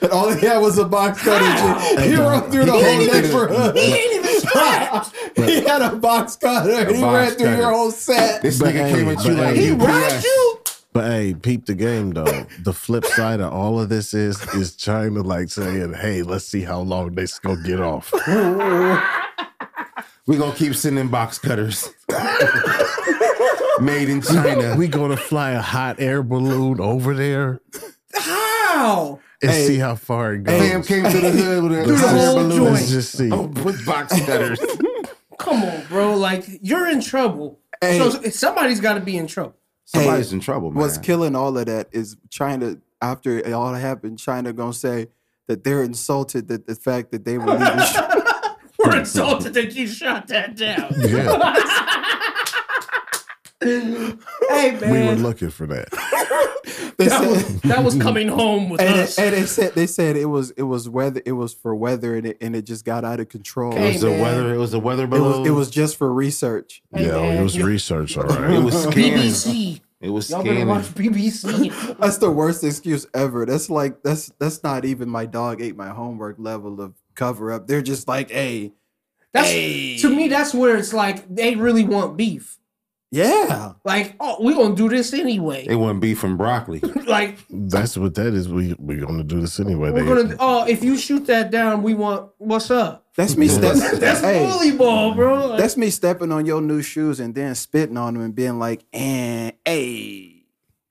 S2: And all he had was a box cutter.
S5: Ah!
S2: just- He ran through the whole
S1: He didn't even-
S5: he
S2: neighborhood.
S5: ain't even strapped.
S2: He had a box cutter. and he
S1: box
S2: ran through
S1: cutter.
S2: your whole set.
S1: This
S3: But
S1: nigga
S3: hey,
S1: came at you
S3: but
S1: like
S3: hey.
S5: He
S1: you
S5: robbed you.
S3: But hey, peep the game though. The flip side of all of this is is China like saying, "Hey, let's see how long they gonna get off."
S1: We gonna keep sending box cutters. Made in China.
S3: we gonna fly a hot air balloon over there
S5: How?
S3: and
S2: Hey.
S3: see how far it goes.
S1: Fam came to the hood with a
S5: Through the
S1: hot air
S5: whole
S1: balloon.
S5: joint.
S3: Let's just see.
S1: Oh, with box cutters.
S5: Come on, bro. Like you're in trouble.
S2: Hey.
S5: So somebody's got to be in trouble.
S1: Somebody's in trouble, man.
S2: What's killing all of that is China. After it all happened, China gonna say that they're insulted that the fact that they were leaving.
S5: We're insulted that you shot that down.
S3: yeah,
S5: hey man,
S3: we were looking for that.
S2: They
S5: that
S2: said,
S5: was that was coming home with
S2: and,
S5: us.
S2: and they said they said it was it was weather it was for weather and it, and it just got out of control.
S1: it was
S5: Hey,
S1: a
S5: man.
S1: weather. It was a weather
S2: It
S1: balloon.
S2: was it was just for research.
S5: Hey,
S3: yeah,
S5: man,
S3: it was
S5: you-
S3: research, all
S1: It
S3: right.
S1: was scanning.
S5: BBC.
S1: It was
S5: Y'all better watch
S1: scanning.
S5: BBC.
S2: That's the worst excuse ever. That's like that's that's not even my dog ate my homework level of cover up. They're just like, hey,
S5: That's to me. That's where it's like they really want beef.
S2: yeah,
S5: Like, oh, we're gonna do this anyway.
S1: It wasn't beef and broccoli.
S5: Like,
S3: That's what that is. We we're gonna do this anyway.
S5: we're
S3: They-
S5: gonna. Oh, if you shoot that down, we want. What's up?
S2: that's me. That's,
S5: That's
S2: hey,
S5: bully ball, bro. Like,
S2: that's me stepping on your new shoes and then spitting on them and being like, and hey,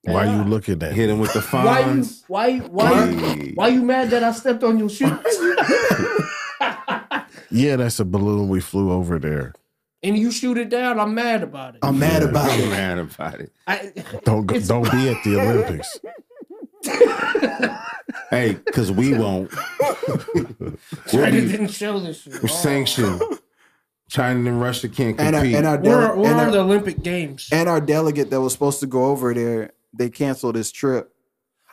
S3: why you looking at?
S1: Hit him with the
S5: why you?
S1: fines.
S5: Why? you- Why? you-
S1: Hey.
S5: Why you mad that I stepped on your shoes?
S3: Yeah, that's a balloon we flew over there.
S5: and you shoot it down. I'm mad about it.
S2: I'm mad about
S1: I'm
S2: it.
S1: mad about it.
S5: I,
S3: Don't go,
S5: It's-
S3: don't be at the Olympics.
S1: Hey, because we won't. we'll
S5: I
S1: be
S5: didn't show this. Shit.
S1: we're sanctioned. China and Russia can't compete.
S2: And our, and uh, our,
S5: Where,
S2: dele-
S5: where
S2: and,
S5: are the
S2: our,
S5: Olympic Games?
S2: and our delegate that was supposed to go over there, they canceled his trip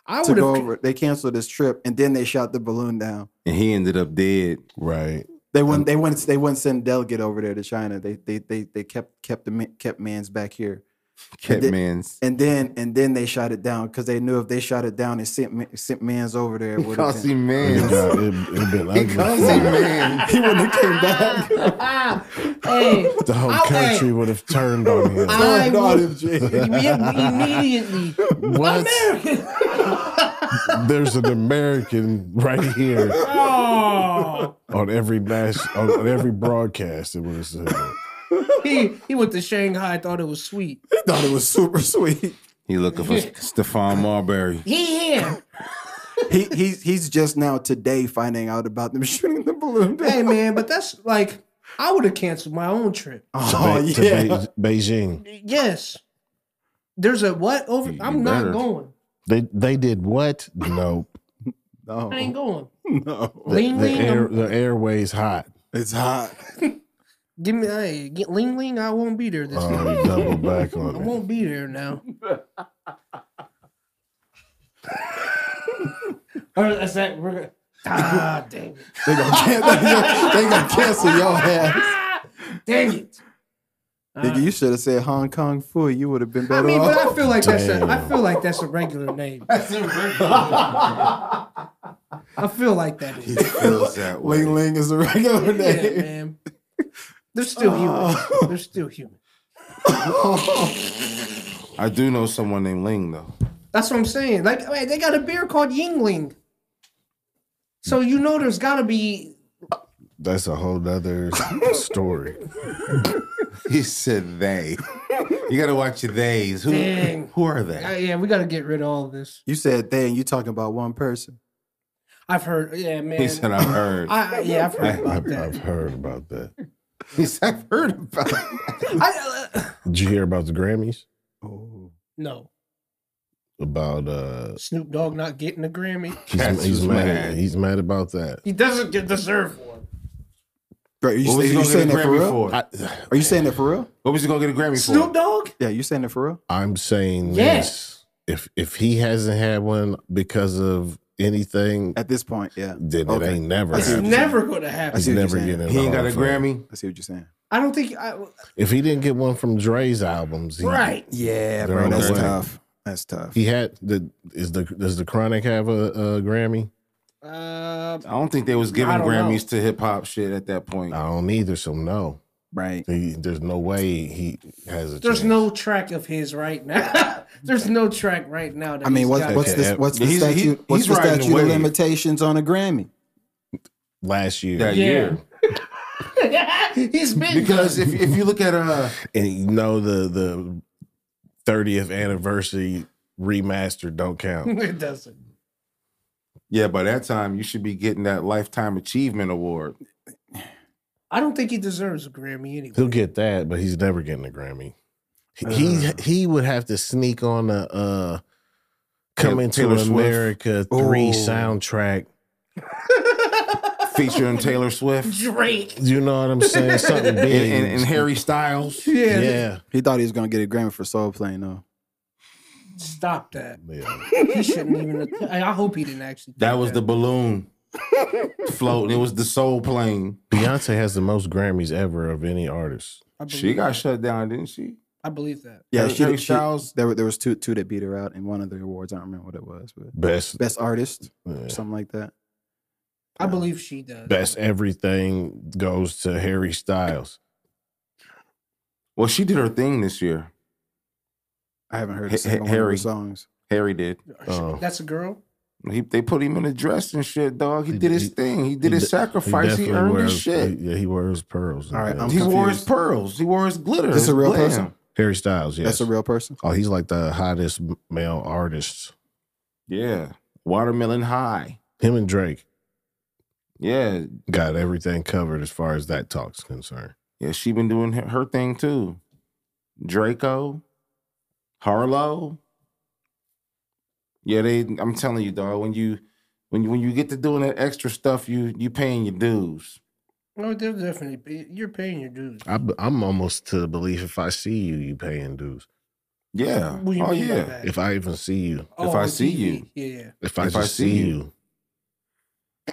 S5: I
S2: to
S5: would
S2: go
S5: have.
S2: over. They canceled his trip and then they shot the balloon down.
S1: and he ended up dead.
S3: Right.
S2: They wouldn't. They wouldn't. They wouldn't send a delegate over there to China. They they they they kept kept the ma- kept man's back here,
S1: Kept
S2: did-
S1: man's.
S2: and then and then they shot it down because they knew if they shot it down and sent ma- sent man's over there, it
S1: He
S2: would
S1: calls
S2: have been.
S1: him
S3: It,
S1: man.
S3: got- it, it been
S1: He calls him
S3: ugly.
S1: man.
S2: He wouldn't have came back.
S5: Ah, hey,
S3: The whole
S5: Okay.
S3: country would have turned on him.
S5: I
S2: Not
S5: would
S2: if Jay-
S5: immediately.
S3: What?
S5: America.
S3: There's an American right here
S5: Oh,
S3: on every nas- on, on every broadcast. It was uh,
S5: he he went to Shanghai. Thought it was sweet.
S2: thought it was super sweet.
S1: He looking for Stefan Marbury.
S5: He here.
S2: He he's he's just now today finding out about them shooting the balloon. down.
S5: hey man, but that's like I would have canceled my own trip.
S2: Oh
S3: Be- to
S2: yeah.
S3: Be- Beijing.
S5: Yes. There's a what over?
S1: You- you
S5: I'm not
S1: better.
S5: going.
S3: They they did what? Nope.
S2: No,
S5: I ain't going. um,
S2: no,
S5: Lean,
S3: The,
S5: lean.
S3: air,
S5: I'm-
S3: the airways hot.
S2: it's hot.
S5: give me, hey, get lean, lean. I won't be there this
S3: Oh,
S5: time.
S3: you double back
S5: I
S3: on it.
S5: won't be there now. or is that we're gonna? Ah, dang it!
S2: They gonna, can- they gonna, they gonna cancel your ass.
S5: Ah, dang it!
S2: Nigga, you should have said Hong Kong fool. You would have been
S5: Uh. I
S2: better
S5: mean, but
S2: off.
S5: I feel like that's a, I
S3: Damn.
S5: feel like that's a regular name. I feel like that
S1: He
S5: is.
S1: feels that way.
S2: Ling Ling is a regular
S5: Yeah,
S2: name.
S5: man. They're still human. They're still human.
S1: I do know someone named Ling though.
S5: That's what I'm saying. Like, man, they got a beer called Yingling. So you know there's got to be
S3: That's a whole nother story.
S1: He said they. You gotta watch your theys. Who
S5: Dang.
S1: who are
S5: Uh,
S1: they?
S5: yeah, we got to get rid of all this.
S2: You said they, and you talking about one person.
S5: I've heard. Yeah, man.
S1: He said I've heard.
S5: I, I- yeah, I've heard about
S3: I've,
S5: that.
S3: I've heard about that.
S1: He said I've heard about it.
S5: I, uh,
S3: Did you hear about the Grammys?
S2: Oh,
S5: no,
S3: About uh,
S5: Snoop Dogg not getting a Grammy.
S1: Cats
S3: he's, he's
S1: was
S3: mad.
S1: mad.
S3: He's mad about that.
S5: He doesn't get deserve one.
S2: Great. Are you,
S1: What was
S2: say-
S1: he
S2: you
S1: gonna
S2: saying
S1: get a
S2: that for
S1: Grammy
S2: real?
S1: for?
S3: I,
S2: Are you saying that for real?
S1: What was he gonna get a Grammy
S5: Snoop
S1: for?
S5: Dogg?
S2: Yeah, you saying that for real?
S3: I'm saying
S5: Yes.
S3: this. If if he hasn't had one because of anything,
S2: At this point, yeah.
S3: then it
S2: Okay.
S3: ain't never.
S2: I
S5: It's
S2: see what
S3: happened.
S2: you're saying.
S5: never going to
S2: I
S5: happen.
S3: He's
S2: see what you're
S3: never
S2: saying.
S3: getting. in
S1: He
S3: the
S1: ain't got
S3: Hall
S1: a
S3: of Fame.
S1: Grammy.
S2: I see what you're saying.
S5: I don't think. I,
S3: If he didn't get one from Dre's albums, he,
S5: right.
S2: Yeah,
S3: They're
S2: bro,
S3: on
S2: that's
S3: the way.
S2: tough. That's tough.
S3: He had the is the does the Chronic have a, a Grammy?
S5: Uh,
S1: I don't think they was giving
S5: I don't
S1: Grammys
S5: know.
S1: to hip hop shit at that point.
S3: I don't either, so no.
S2: Right.
S3: He, there's no way he has a.
S5: there's
S3: chance.
S5: no track of his right now. there's no track right now. That
S2: I mean,
S5: he's
S2: what,
S5: got.
S2: what's
S3: Okay,
S2: this?
S3: uh,
S2: What's the
S1: he's- he-
S2: statute? what's
S1: he's
S2: the
S1: riding the
S2: statute of
S1: wave.
S2: limitations on a Grammy?
S3: last year,
S1: that
S5: Yeah.
S1: year.
S5: he's been
S1: Because
S5: done.
S1: if if you look at uh
S3: and you know the the 30th anniversary remastered don't count.
S5: it doesn't.
S1: yeah, by that time you should be getting that lifetime achievement award.
S5: I don't think he deserves a Grammy anyway.
S3: He'll get that, but he's never getting a Grammy. He-
S5: Uh.
S3: He he would have to sneak on a uh, coming
S1: Taylor
S3: to
S1: Swift.
S3: America three
S2: Ooh.
S3: soundtrack.
S1: Featuring Taylor Swift
S5: Drake.
S3: You know what I'm saying? Something
S1: and,
S3: big
S1: and, and Harry Styles.
S5: Yeah.
S3: Yeah,
S2: He thought he was gonna get a Grammy for Soul Plane, though.
S5: Stop that.
S3: yeah.
S5: He shouldn't even. I hope he didn't actually.
S1: That was the balloon floating. It was the soul plane.
S3: Beyonce has the most Grammys ever of any artist.
S5: I believe,
S1: She got shut down, didn't she?
S5: I believe that.
S2: Yeah,
S1: Harry-
S2: she,
S1: Harry
S2: she-
S1: Styles.
S2: there, were- there was two two that beat her out in one of the awards. I don't remember what it was, but
S3: Best,
S2: best artist,
S3: yeah.
S2: or something like that.
S5: I believe she does.
S3: best everything goes to Harry Styles.
S1: Well, she did her thing this year.
S2: I haven't heard
S1: Ha-
S2: a single one of her
S1: Harry.
S2: songs.
S1: Harry did.
S3: Oh.
S5: That's a girl.
S1: He, they put him in a dress and shit, dog. He
S3: He-
S1: did his
S3: he-
S1: thing. He did
S3: he
S1: his
S3: de-
S1: sacrifice. He,
S3: definitely
S1: earned
S3: wears,
S1: his shit. um,
S3: Yeah, he wears pearls.
S2: All right,
S3: Yeah.
S2: I'm
S1: He, wore his
S2: confused.
S1: pearls. He wore his glitter.
S2: This a
S1: his
S2: real
S1: glam.
S2: person?
S3: Harry Styles. Yes,
S2: That's a real person.
S3: Oh, he's like the hottest male artist.
S1: Yeah. Watermelon High.
S3: Him and Drake
S1: Yeah.
S3: got everything covered as far as that talk's concerned.
S1: Yeah, she been doing her, her thing too. Draco, Harlow. Yeah, they. I'm telling you, dog. When you, when you, when you get to doing that extra stuff, you you paying your dues.
S5: No, Oh, they're definitely. be- You're paying your dues.
S3: I, am almost to the belief if I see you, you paying dues.
S1: Yeah.
S5: What do you
S1: oh
S5: mean by
S1: yeah.
S5: that?
S3: If I even see you,
S5: Oh,
S1: I
S5: on
S1: see
S5: TV.
S1: you.
S5: Yeah, yeah.
S3: if I
S1: If I
S3: just
S1: see
S3: see
S1: you.
S3: you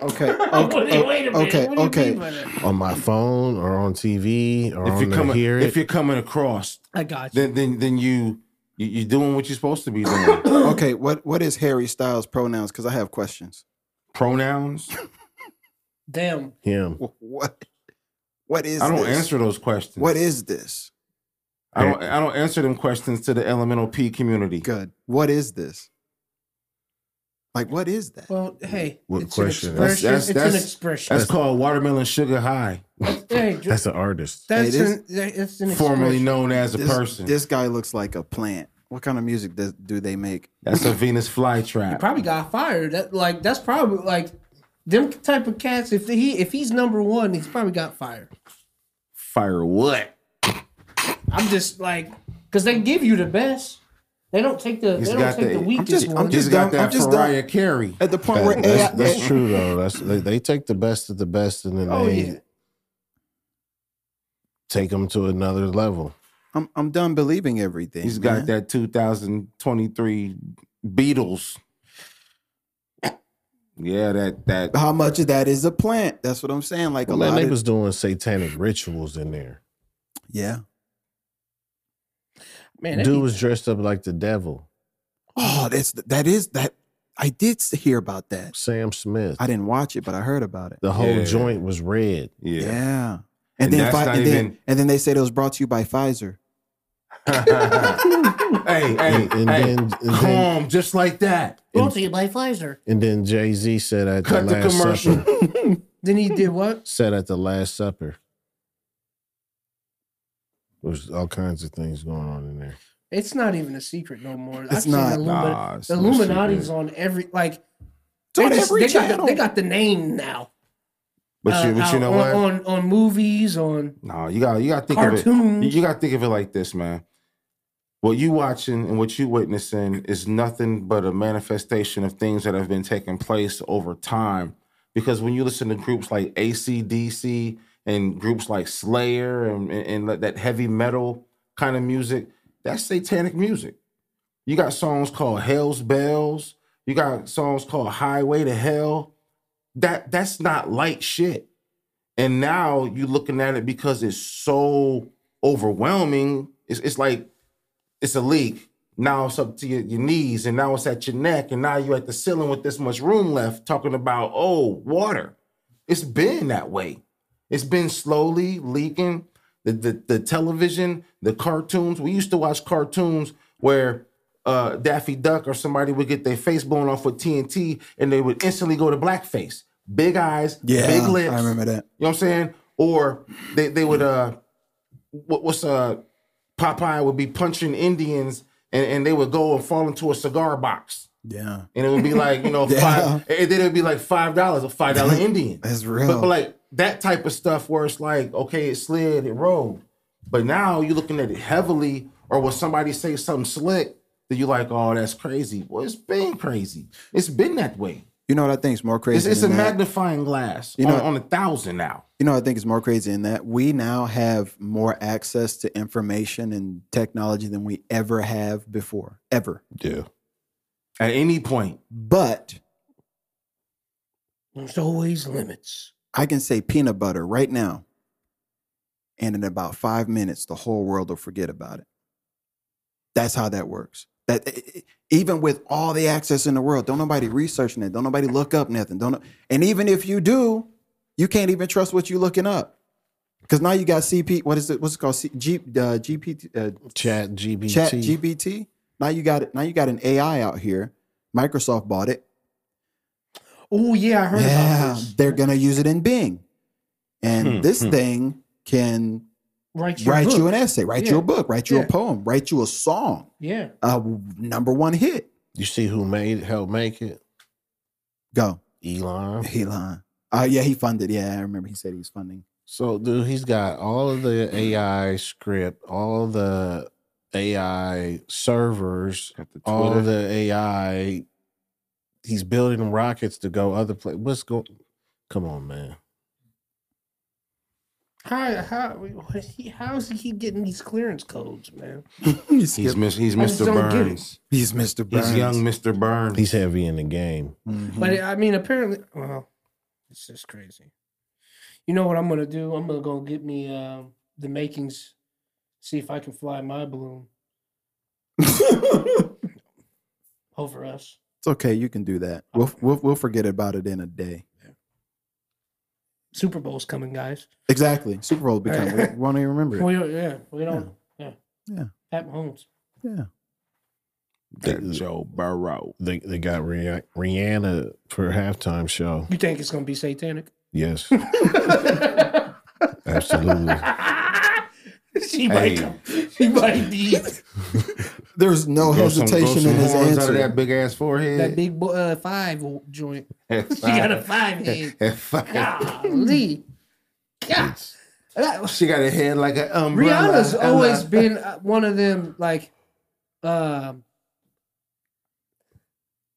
S2: Okay,
S5: What do you-
S2: okay,
S5: wait a minute.
S2: okay,
S5: What do you
S2: okay.
S5: mean by that?
S3: on my phone or on TV or
S1: If
S3: on
S1: you're
S3: the
S1: coming,
S3: hear it,
S1: if you're coming across,
S5: I got you.
S1: then then then you, you you're doing what you're supposed to be doing.
S2: okay. What what is Harry Styles' pronouns? Because I have questions.
S1: Pronouns.
S5: Damn.
S3: him.
S2: Wh- What what is?
S1: I don't
S2: this?
S1: answer those questions.
S2: What is this?
S1: I don't I don't answer them questions to the elemental P community.
S2: Good. What is this? Like, what is that?
S5: Well, hey.
S3: What
S5: it's
S3: question?
S5: An
S1: That's-
S5: expression.
S1: that's-
S5: it's an
S1: that's-
S5: expression.
S1: That's called watermelon sugar high,
S5: hey, ju-
S3: That's an artist.
S5: that's
S2: It is-
S5: an, that- it's an
S1: formerly
S5: expression.
S1: known as a
S2: this,
S1: person.
S2: This guy looks like a plant. What kind of music does, do they make?
S1: That's a Venus flytrap.
S5: Probably got fired. That like that's probably like them type of cats. If he if he's number one, he's probably got fired.
S1: Fire what?
S5: I'm just like, cause they give you the best. They don't take the.
S1: He's
S5: They don't
S1: got
S5: take
S1: the-
S5: the
S1: I'm
S5: weakest
S2: just- I'm
S5: one.
S1: He's
S2: just
S1: got
S2: dumb- I'm
S1: that
S2: just dumb.
S1: Mariah Carey.
S2: At the point where
S3: That-
S2: AI,
S3: that's, that's true though. That's they, they take the best of the best and then
S5: Oh,
S3: they
S5: yeah.
S3: take them to another level.
S2: I'm I'm done believing everything.
S1: He's
S2: man.
S1: got that 2023 Beatles. Yeah, that that
S2: How much of that is a plant? That's what I'm saying. Like
S3: Well,
S2: a
S3: man,
S2: lot
S3: they
S2: of,
S3: was doing satanic rituals in there.
S2: yeah.
S5: Man, that'd
S3: Dude
S5: be-
S3: was dressed up like the devil.
S2: Oh, that's that is that. I did s- hear about that.
S3: Sam Smith.
S2: I didn't watch it, but I heard about it.
S3: the whole
S1: Yeah.
S3: joint was red.
S2: Yeah.
S1: yeah.
S2: And,
S1: And
S2: then,
S1: that's
S2: Fi-
S1: not
S2: and, then
S1: even-
S2: and then they said it was brought to you by Pfizer.
S1: hey, hey,
S3: And- and
S1: hey,
S3: then- and then-
S1: calm, just like that.
S5: Both of you by Pfizer.
S3: And then Jay Z said at
S1: Cut
S3: the
S1: the
S3: last
S1: commercial.
S3: supper.
S5: Then he did what?
S3: Said at the last supper. There's all kinds of things going on in there.
S5: It's not even a secret no more.
S2: It's
S5: seen
S2: not.
S5: Illumi-
S1: Nah, it's
S5: the
S1: no secret.
S5: Illuminati's on every like.
S2: It's
S5: They,
S2: on
S5: just,
S2: every
S5: they, got the,
S2: channel.
S5: they got the name now.
S1: But
S5: uh,
S1: you, but you
S5: out
S1: know
S5: on,
S1: what?
S5: On on movies on
S1: No, you got you got to think of it. You-
S5: cartoons.
S1: You got to think of it like this, man. What you watching and what you witnessing is nothing but a manifestation of things that have been taking place over time. Because when you listen to groups like ACDC and groups like Slayer and, and, and like that heavy metal kind of music, that's satanic music. You got songs called Hell's Bells. You got songs called Highway to Hell. That that's not light shit. And now you're looking at it because it's so overwhelming. It's, it's like it's a leak. Now it's up to your, your knees, and now it's at your neck, and now you're at the ceiling with this much room left. Talking about oh water, it's been that way. It's been slowly leaking. The the, the television, the cartoons. We used to watch cartoons where. Uh, Daffy Duck or somebody would get their face blown off with TNT and they would instantly go to blackface. Big eyes,
S2: yeah,
S1: big lips.
S2: I remember that.
S1: You know what I'm saying? Or they, they would uh what, what's uh Popeye would be punching Indians and, and they would go and fall into a cigar box.
S2: Yeah,
S1: And it would be like, you know,
S2: Yeah.
S1: five and then it'd be like five dollars, a five dollar Indian.
S2: that's real.
S1: But, but like that type of stuff where it's like, okay, it slid, it rolled. But now you're looking at it heavily, or when somebody say something slick, that you're like, oh, that's crazy. Well, it's been crazy. It's been that way.
S2: you know what I think is more crazy.
S1: It's, it's a
S2: than that?
S1: magnifying glass
S2: You
S1: on-
S2: know-
S1: on a thousand now.
S2: You know, I think it's more crazy in that we now have more access to information and technology than we ever have before, ever.
S3: Yeah.
S1: At any point,
S2: But
S5: There's always limits.
S2: I can say peanut butter right now, and in about five minutes, the whole world will forget about it. That's how that works. That e- e- even with all the access in the world, don't nobody research it. Don't nobody look up nothing. Don't. no- And even if you do, you can't even trust what you're looking up, because now you got CP. What is it? What's it called? C, G, uh, GPT. Uh,
S3: Chat GPT.
S2: Chat GBT. Now you got it. Now you got an AI out here. Microsoft bought it.
S5: Oh yeah, I heard about
S2: Yeah,
S5: this.
S2: they're gonna use it in Bing, and
S1: Hmm,
S2: this
S1: hmm.
S2: thing can
S5: Write your
S2: write
S5: book.
S2: you an essay, write you
S5: Yeah.
S2: a book, write you a
S5: Yeah.
S2: poem, write you a song,
S5: yeah.
S2: a w- number one hit.
S3: You see who made helped make it?
S2: Go,
S3: Elon.
S2: Elon. Oh yeah, he funded. Yeah, I remember he said he was funding.
S3: So, dude, he's got all of the AI script, all the AI servers,
S1: Got the
S3: all
S1: Twitter.
S3: the AI. He's building rockets to go other place. What's going? Come on, man.
S5: How how what is he- how is he getting these clearance codes, man?
S2: he's,
S1: he's mis- he's
S5: I just
S1: Mr.
S5: don't get it.
S1: Burns.
S2: he's Mr. Burns.
S1: He's young Mr. Burns.
S3: He's heavy in the game.
S2: Mhm.
S5: But I mean, apparently, well, it's just crazy. You know what I'm gonna do? I'm gonna go get me uh, the makings, see if I can fly my balloon
S2: it's
S5: over us.
S2: okay. You can do that. We'll, we'll we'll forget about it in a day.
S5: Super Bowl's coming, guys.
S2: Exactly. Super Bowl become. we won't even remember it.
S5: We don't, yeah, we don't. Yeah.
S2: Yeah.
S5: Pat Mahomes.
S2: Yeah.
S1: that Joe Burrow.
S3: They they got Rih- Rihanna for a halftime show.
S5: You think it's gonna be satanic?
S3: Yes, absolutely.
S5: she might.
S1: Hey.
S5: Come, she might be
S2: There's no
S1: Grow some- grow
S2: hesitation
S1: some
S2: in his
S1: horns Out of
S2: answer.
S1: that big ass
S5: that
S1: forehead.
S5: big bo- uh, five joint.
S1: That
S5: She got a five head. Golly. God.
S3: It's-
S5: That was-
S1: She got a head like an umbrella.
S5: Rihanna's uh,
S1: Ella.
S5: always been uh, one of them, like, um,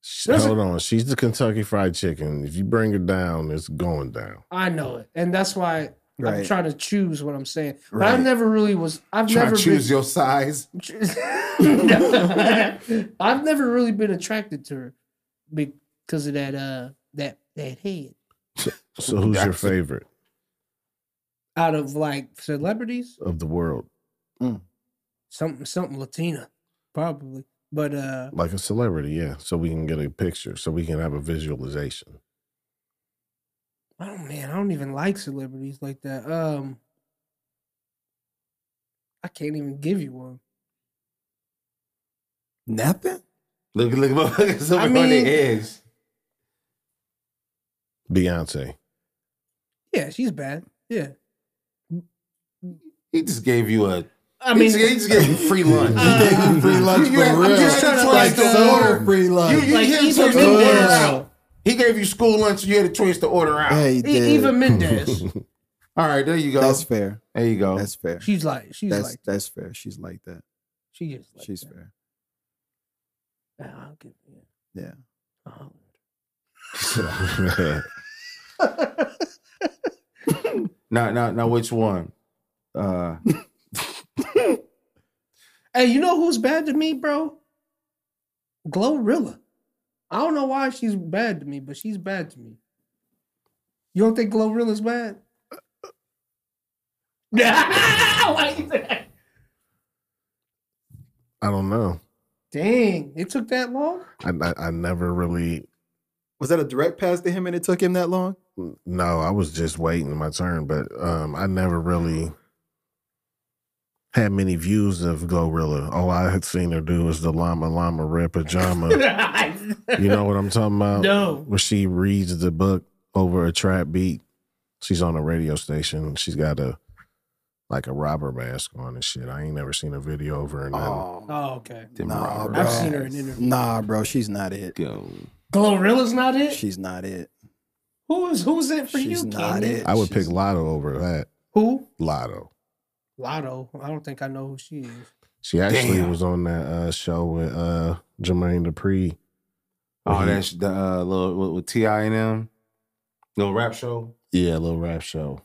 S3: She- Hold on, she's the Kentucky Fried Chicken. If you bring her down, it's going down.
S5: I know it, and that's why I'm
S2: Right.
S5: trying to choose what I'm saying. But I
S1: Right.
S5: never really was. I've
S1: Try
S5: never
S1: to choose
S5: been.
S1: your size.
S5: I've never really been attracted to her because of that uh that that head.
S3: So who's your
S1: That's-
S3: favorite
S5: Out of like celebrities,
S3: of the world?
S5: something something Latina, probably. But uh,
S3: Like a celebrity, yeah. So we can get a picture, so we can have a visualization.
S5: I don't Oh, man, I don't even like celebrities like that. Um, I can't even give you one.
S2: Nothing.
S1: Look, look, look, look at somebody on
S5: mean-
S1: the edge.
S3: Beyonce.
S5: Yeah, she's bad. Yeah,
S1: He just gave you a.
S5: I mean,
S1: he just, he just gave you free lunch.
S5: Uh,
S2: Taking free lunch
S1: You- you-
S2: for
S1: I'm
S2: real.
S1: just
S5: trying to,
S2: like
S5: like,
S2: the
S5: uh,
S2: order free lunch.
S1: you-
S5: like
S1: hit
S5: Eva
S1: to the
S5: Mendes.
S1: world. he gave you school lunch. You had a choice to order out.
S2: Hey, dude,
S5: E- Eva Mendes.
S1: All right, there you go.
S2: that's fair.
S1: there you go.
S2: That's fair.
S5: She's like, she's
S2: That's
S5: like,
S2: that's fair. She's like that.
S5: she is. Like
S2: She's
S5: that.
S2: fair.
S5: Nah, I'll give you that.
S2: Yeah.
S5: Uh-huh.
S1: Now, now, now, which one? Uh,
S5: Hey, you know who's bad to me, bro? Glorilla. I don't know why she's bad to me, but she's bad to me. You don't think Glorilla's bad? Why you say that?
S3: I don't know.
S5: Dang, it took that long?
S3: I, I I never really.
S2: Was that a direct pass to him and it took him that long?
S3: No, I was just waiting my turn, but um, I never really had many views of Glorilla. All I had seen her do was the llama llama red pajama. you know what I'm talking
S2: uh,
S3: about?
S5: no.
S3: where she reads the book over a trap beat. She's on a radio station. She's got a like a robber mask on and shit. I ain't never seen a video of her. And
S5: Oh, okay.
S1: Tim
S2: Nah,
S1: Roberts.
S2: bro.
S5: I've seen her in interviews.
S2: Nah, bro, she's not it.
S1: Go.
S5: Glorilla's not it?
S2: She's not it.
S5: who's who's it for
S2: She's
S5: you?
S2: not
S5: Kenny?
S2: it.
S3: I would
S2: She's-
S3: pick Lotto over that.
S5: Who?
S3: Lotto.
S5: Lotto. I don't think I know who she is.
S3: She actually
S1: Damn.
S3: was on that uh, show with uh, Jermaine Dupri.
S1: Oh, that's the uh, little with, with Ti and them little rap show.
S3: yeah, little rap show.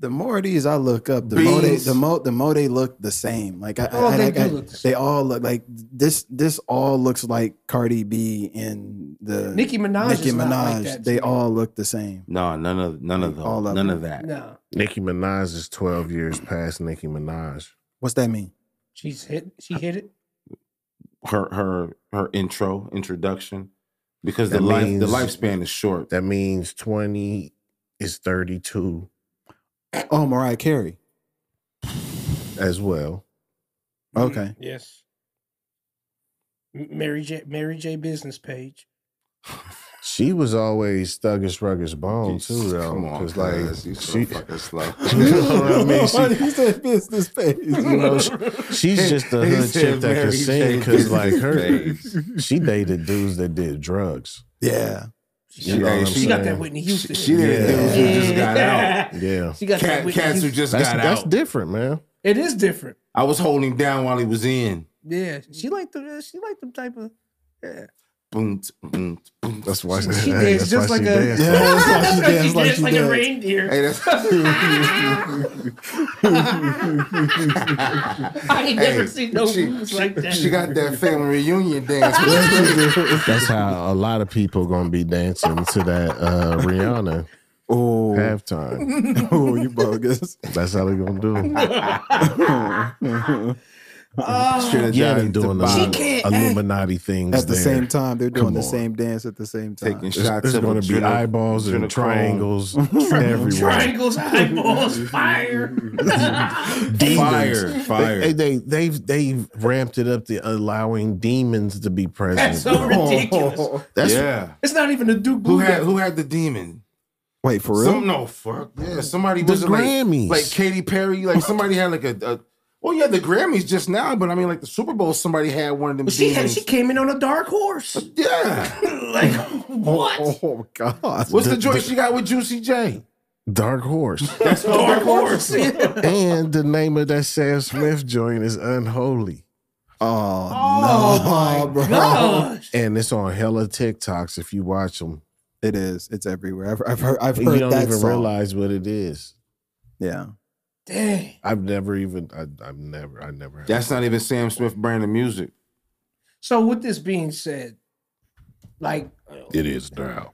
S2: The more of these I look up, the more they
S1: Beans.
S2: the more the more they look the same. Like I,
S5: Oh,
S2: I,
S5: they
S2: I-
S5: do
S2: I-
S5: look the same.
S2: they all look like this. This all looks like Cardi B and the
S5: Nicki Minaj
S2: uh, Nicki
S5: is not like
S2: Minaj.
S5: that to
S2: they
S5: me.
S2: all look the same.
S1: No, none of none of those.
S2: All of
S1: none
S2: them.
S1: of that.
S5: No.
S3: Nicki Minaj is 12 years past Nicki Minaj.
S2: What's that mean?
S5: She's hit she hit it.
S1: Her her her intro introduction because
S3: That
S1: the life the
S3: means-
S1: lifespan is short.
S3: That means 20 is 32
S2: Oh, Mariah Carey.
S3: as well.
S2: Okay.
S5: Mm-hmm. Yes. M- Mary J. Mary J. Business page.
S3: She was always thuggish, ruggish bone too,
S1: Jesus,
S3: though.
S1: come on,
S3: 'cause, like,
S1: cuz, you so
S3: she-
S1: fucking slow.
S3: You know what I mean? She-
S2: He said business page.
S3: you know, she, she's just a
S1: He
S3: hood
S1: said
S3: chick that
S1: Mary
S3: can sing
S1: J.
S3: because, like, her,
S1: Business
S3: she dated dudes that did drugs.
S2: yeah.
S1: She,
S3: You know
S1: hey,
S3: what I'm
S1: she
S5: She got that
S3: saying?
S5: Whitney
S1: She,
S5: Houston.
S1: she didn't do
S3: Yeah.
S1: who just got out.
S3: Yeah,
S5: She got that
S1: Cat,
S5: Whitney
S1: cats who
S5: Houston.
S1: just
S3: that's
S1: got
S3: that's
S1: out.
S3: different, man.
S5: It is different.
S1: I was holding down while he was in.
S5: Yeah. She liked the she liked the type of yeah.
S1: Boom, t- boom, t- boom. t-
S3: That's why
S5: She
S3: that's
S5: danced
S3: why
S5: just like
S3: she
S5: a-
S3: danced
S2: Yeah,
S3: like-
S2: that's why she danced like
S5: danced
S2: she danced.
S5: reindeer.
S1: Hey, that's
S5: I ain't
S1: Hey,
S5: never seen no
S1: she-
S5: moves like that.
S1: she got that family reunion dance.
S3: That's how a lot of people gonna be dancing to that uh, Rihanna
S2: Oh,
S3: halftime.
S2: oh, you bogus.
S3: That's how they gonna do. it.
S5: oh,
S1: Trinidad
S3: Yeah, they
S1: and
S3: doing the
S1: Tobago.
S5: She can't act.
S3: Illuminati things
S2: At the
S3: there.
S2: same time, they're doing
S3: Come
S2: the
S3: on.
S2: same dance at the same time.
S1: taking
S3: There's,
S1: shots.
S3: there's
S1: of
S3: gonna be
S1: adrenal-
S3: eyeballs and
S1: adrenochrome.
S3: triangles everywhere.
S5: triangles, eyeballs, fire.
S1: Fire,
S3: Demons.
S1: fire.
S3: They, they, they, have they've ramped it up to allowing demons to be present.
S5: That's so
S3: bro.
S5: ridiculous.
S3: That's-
S1: yeah.
S5: It's not even a Duke
S1: Who
S5: Blue.
S1: had
S5: Gang.
S1: who had the demon?
S2: Wait for real?
S1: Some no fuck. Yeah, somebody
S3: The
S1: was it like-
S3: Grammys.
S1: like Katy Perry. Like somebody had like a, a well, yeah, the Grammys just now, but I mean like the Super Bowl. Somebody had one of them.
S5: But she had,
S1: demons.
S5: she came in on a dark horse.
S1: yeah.
S5: like what?
S2: Oh God!
S1: What's the,
S3: The-
S1: joint she got with Juicy J?
S3: Dark Horse.
S5: Dark horse. oh,
S3: and the name of that Sam Smith joint is Unholy.
S2: Oh, Oh,
S5: my
S2: bro.
S5: gosh.
S3: and it's on hella TikToks if you watch them.
S2: It is. It's everywhere. I've, I've heard. I've
S3: You
S2: heard
S3: don't
S2: that
S3: even
S2: song.
S3: realize what it is.
S2: Yeah.
S5: Dang.
S3: I've never even. I, I've never. I never. Heard
S1: That's not even Sam Smith brand of music.
S5: So with this being said, like
S3: it is now.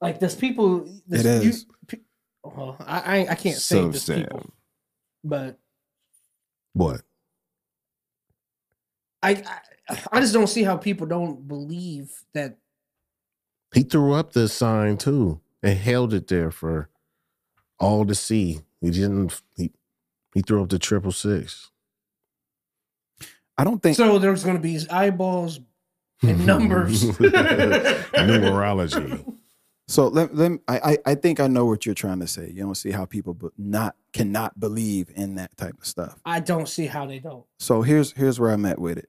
S5: like there's people there's
S2: It
S5: you-
S2: is.
S5: pe- well, I I- I can't say
S1: So
S5: this
S1: sad.
S5: people, but
S3: What?
S5: I, I I just don't see how people don't believe that
S3: He threw up the sign too and held it there for all to see. He didn't. He, he threw up the triple six.
S2: I don't think.
S5: so there's going to be eyeballs and numbers.
S3: Numerology.
S2: So let, let me- I, I I think I know what you're trying to say. You don't see how people be, not cannot believe in that type of stuff.
S5: I don't see how they don't.
S2: So here's here's where I'm at with it.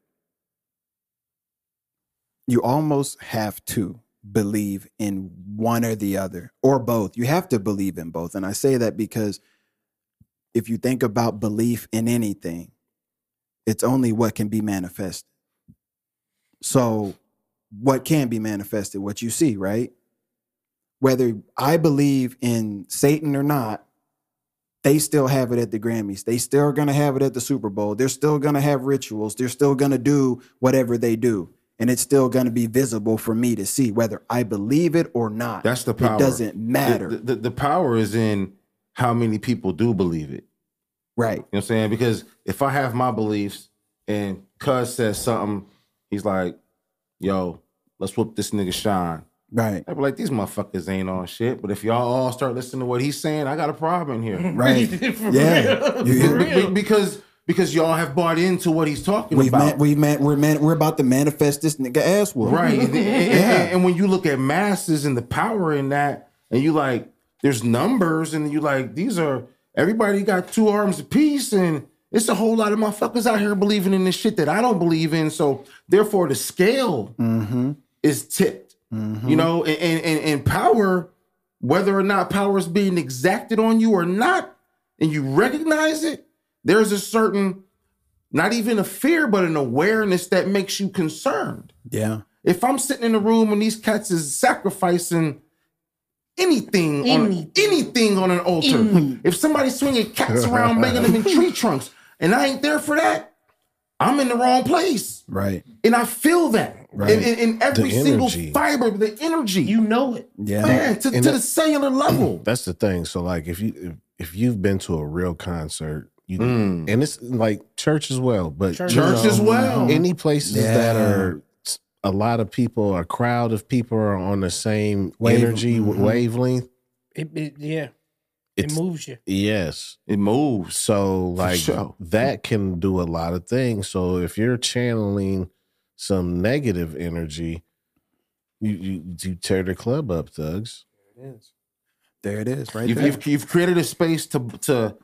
S2: You almost have to believe in one or the other or both. You have to believe in both. And I say that because if you think about belief in anything, it's only what can be manifested. So what can be manifested, what you see, right? Whether I believe in Satan or not, they still have it at the Grammys. They still are going to have it at the Super Bowl. They're still going to have rituals. They're still going to do whatever they do. And it's still going to be visible for me to see whether I believe it or not.
S1: That's the power.
S2: It doesn't matter.
S1: The, the, the power is in how many people do believe it.
S2: right.
S1: You know what I'm saying? Because if I have my beliefs and Cuz says something, he's like, yo, let's whoop this nigga shine.
S2: Right.
S1: I'd be like, these motherfuckers ain't on shit. But if y'all all start listening to what he's saying, I got a problem here.
S2: Right.
S5: For
S2: Yeah.
S5: real.
S2: You-
S5: For
S1: Be- be-
S5: real.
S1: because because y'all have bought into what he's talking
S2: We've
S1: about.
S2: man, we've man, we're man, we're about to manifest this nigga ass whoop.
S1: Right. And, and-
S2: Yeah.
S1: and- and when you look at masses and the power in that, and you like, there's numbers, and you like, these are everybody got two arms apiece, and it's a whole lot of motherfuckers out here believing in this shit that I don't believe in. So therefore the scale
S2: Mm-hmm.
S1: is tipped. You know, and, and and and power, whether or not power is being exacted on you or not, and you recognize it, there's a certain not even a fear, but an awareness that makes you concerned.
S2: Yeah.
S1: If I'm sitting in a room and these cats is sacrificing anything, on
S5: Anything.
S1: anything on an altar,
S5: Any-
S1: if somebody's swinging cats around, making them in tree trunks, and I ain't there for that, I'm in the wrong place,
S2: Right.
S1: and I feel that
S2: Right.
S1: in, in- in every single
S3: energy.
S1: fiber, the energy,
S5: You know it.
S2: Yeah.
S1: man, to,
S3: And
S1: to
S3: that-
S1: the cellular level.
S3: That's the thing. So like, if you if, if you've been to a real concert, you
S1: Mm.
S3: and it's like church as well, but
S5: Church.
S3: you know,
S1: Church as well.
S3: any places that
S2: Yeah.
S3: are a lot of people, a crowd of people are on the same
S2: Wave-
S3: energy w
S2: mhm.
S3: wavelength.
S5: It, it- yeah,
S3: It's
S5: it moves you.
S3: yes.
S1: It moves.
S3: So like
S1: sure.
S3: that can do a lot of things. So if you're channeling some negative energy, you you, you tear the club up, thugs.
S2: There it is. Right.
S1: You've,
S2: there.
S1: you've, you've created a space to to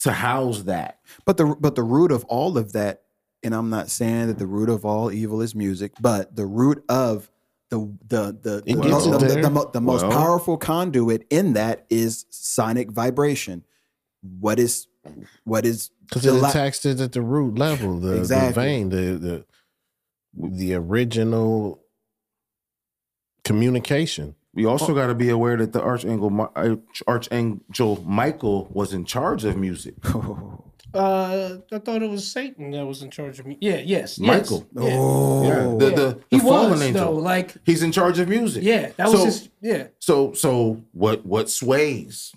S1: to house that.
S2: But the but the root of all of that, and I'm not saying that the root of all evil is music, but the root of the the the the,
S3: It gets
S2: mo-
S3: you
S2: the-
S3: there.
S2: the mo- the most
S1: Well.
S2: powerful conduit in that is sonic vibration. What is what is
S3: Because it
S2: The la-
S3: attacks it at the root level, the,
S2: Exactly.
S3: the vein, the, the the original communication.
S1: We also got to be aware that the archangel Mi- Arch- archangel Michael was in charge of music.
S2: oh,
S5: Uh, I thought it was Satan that was in charge of me. Yeah, yes, yes.
S1: Michael.
S5: Yeah.
S2: Oh.
S1: Yeah, the, the, the
S5: he
S1: fallen
S5: was
S1: angel.
S5: though. Like,
S1: He's in charge of music.
S5: yeah, that was
S1: So-
S5: just yeah.
S1: So so what what sways?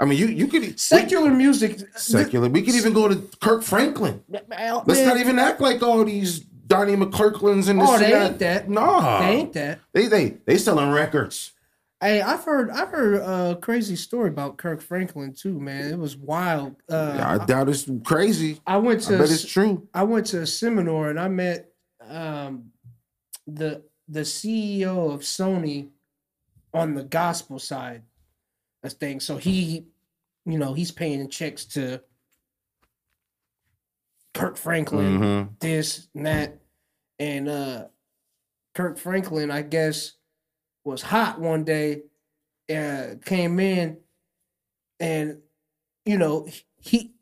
S1: I mean, you you could
S5: Secular music.
S1: we- secular. We could even go to Kirk Franklin. Let's not even act like all these Donnie McClurklins and this.
S5: Oh,
S1: and
S5: they
S1: that.
S5: ain't that.
S1: Nah,
S5: They ain't that.
S1: They they they selling records.
S5: Hey, I've heard I've heard a crazy story about Kirk Franklin too, man. It was wild. Uh,
S1: Yeah, I doubt it's crazy.
S5: I went
S1: I
S5: to a
S1: bet
S5: s-
S1: it's true.
S5: I went to a seminar and I met um, the the CEO of Sony on the gospel side of things. So he, you know, he's paying checks to Kirk Franklin,
S1: Mm-hmm.
S5: this and that, and uh, Kirk Franklin, I guess, was hot one day. Uh, came in, and you know he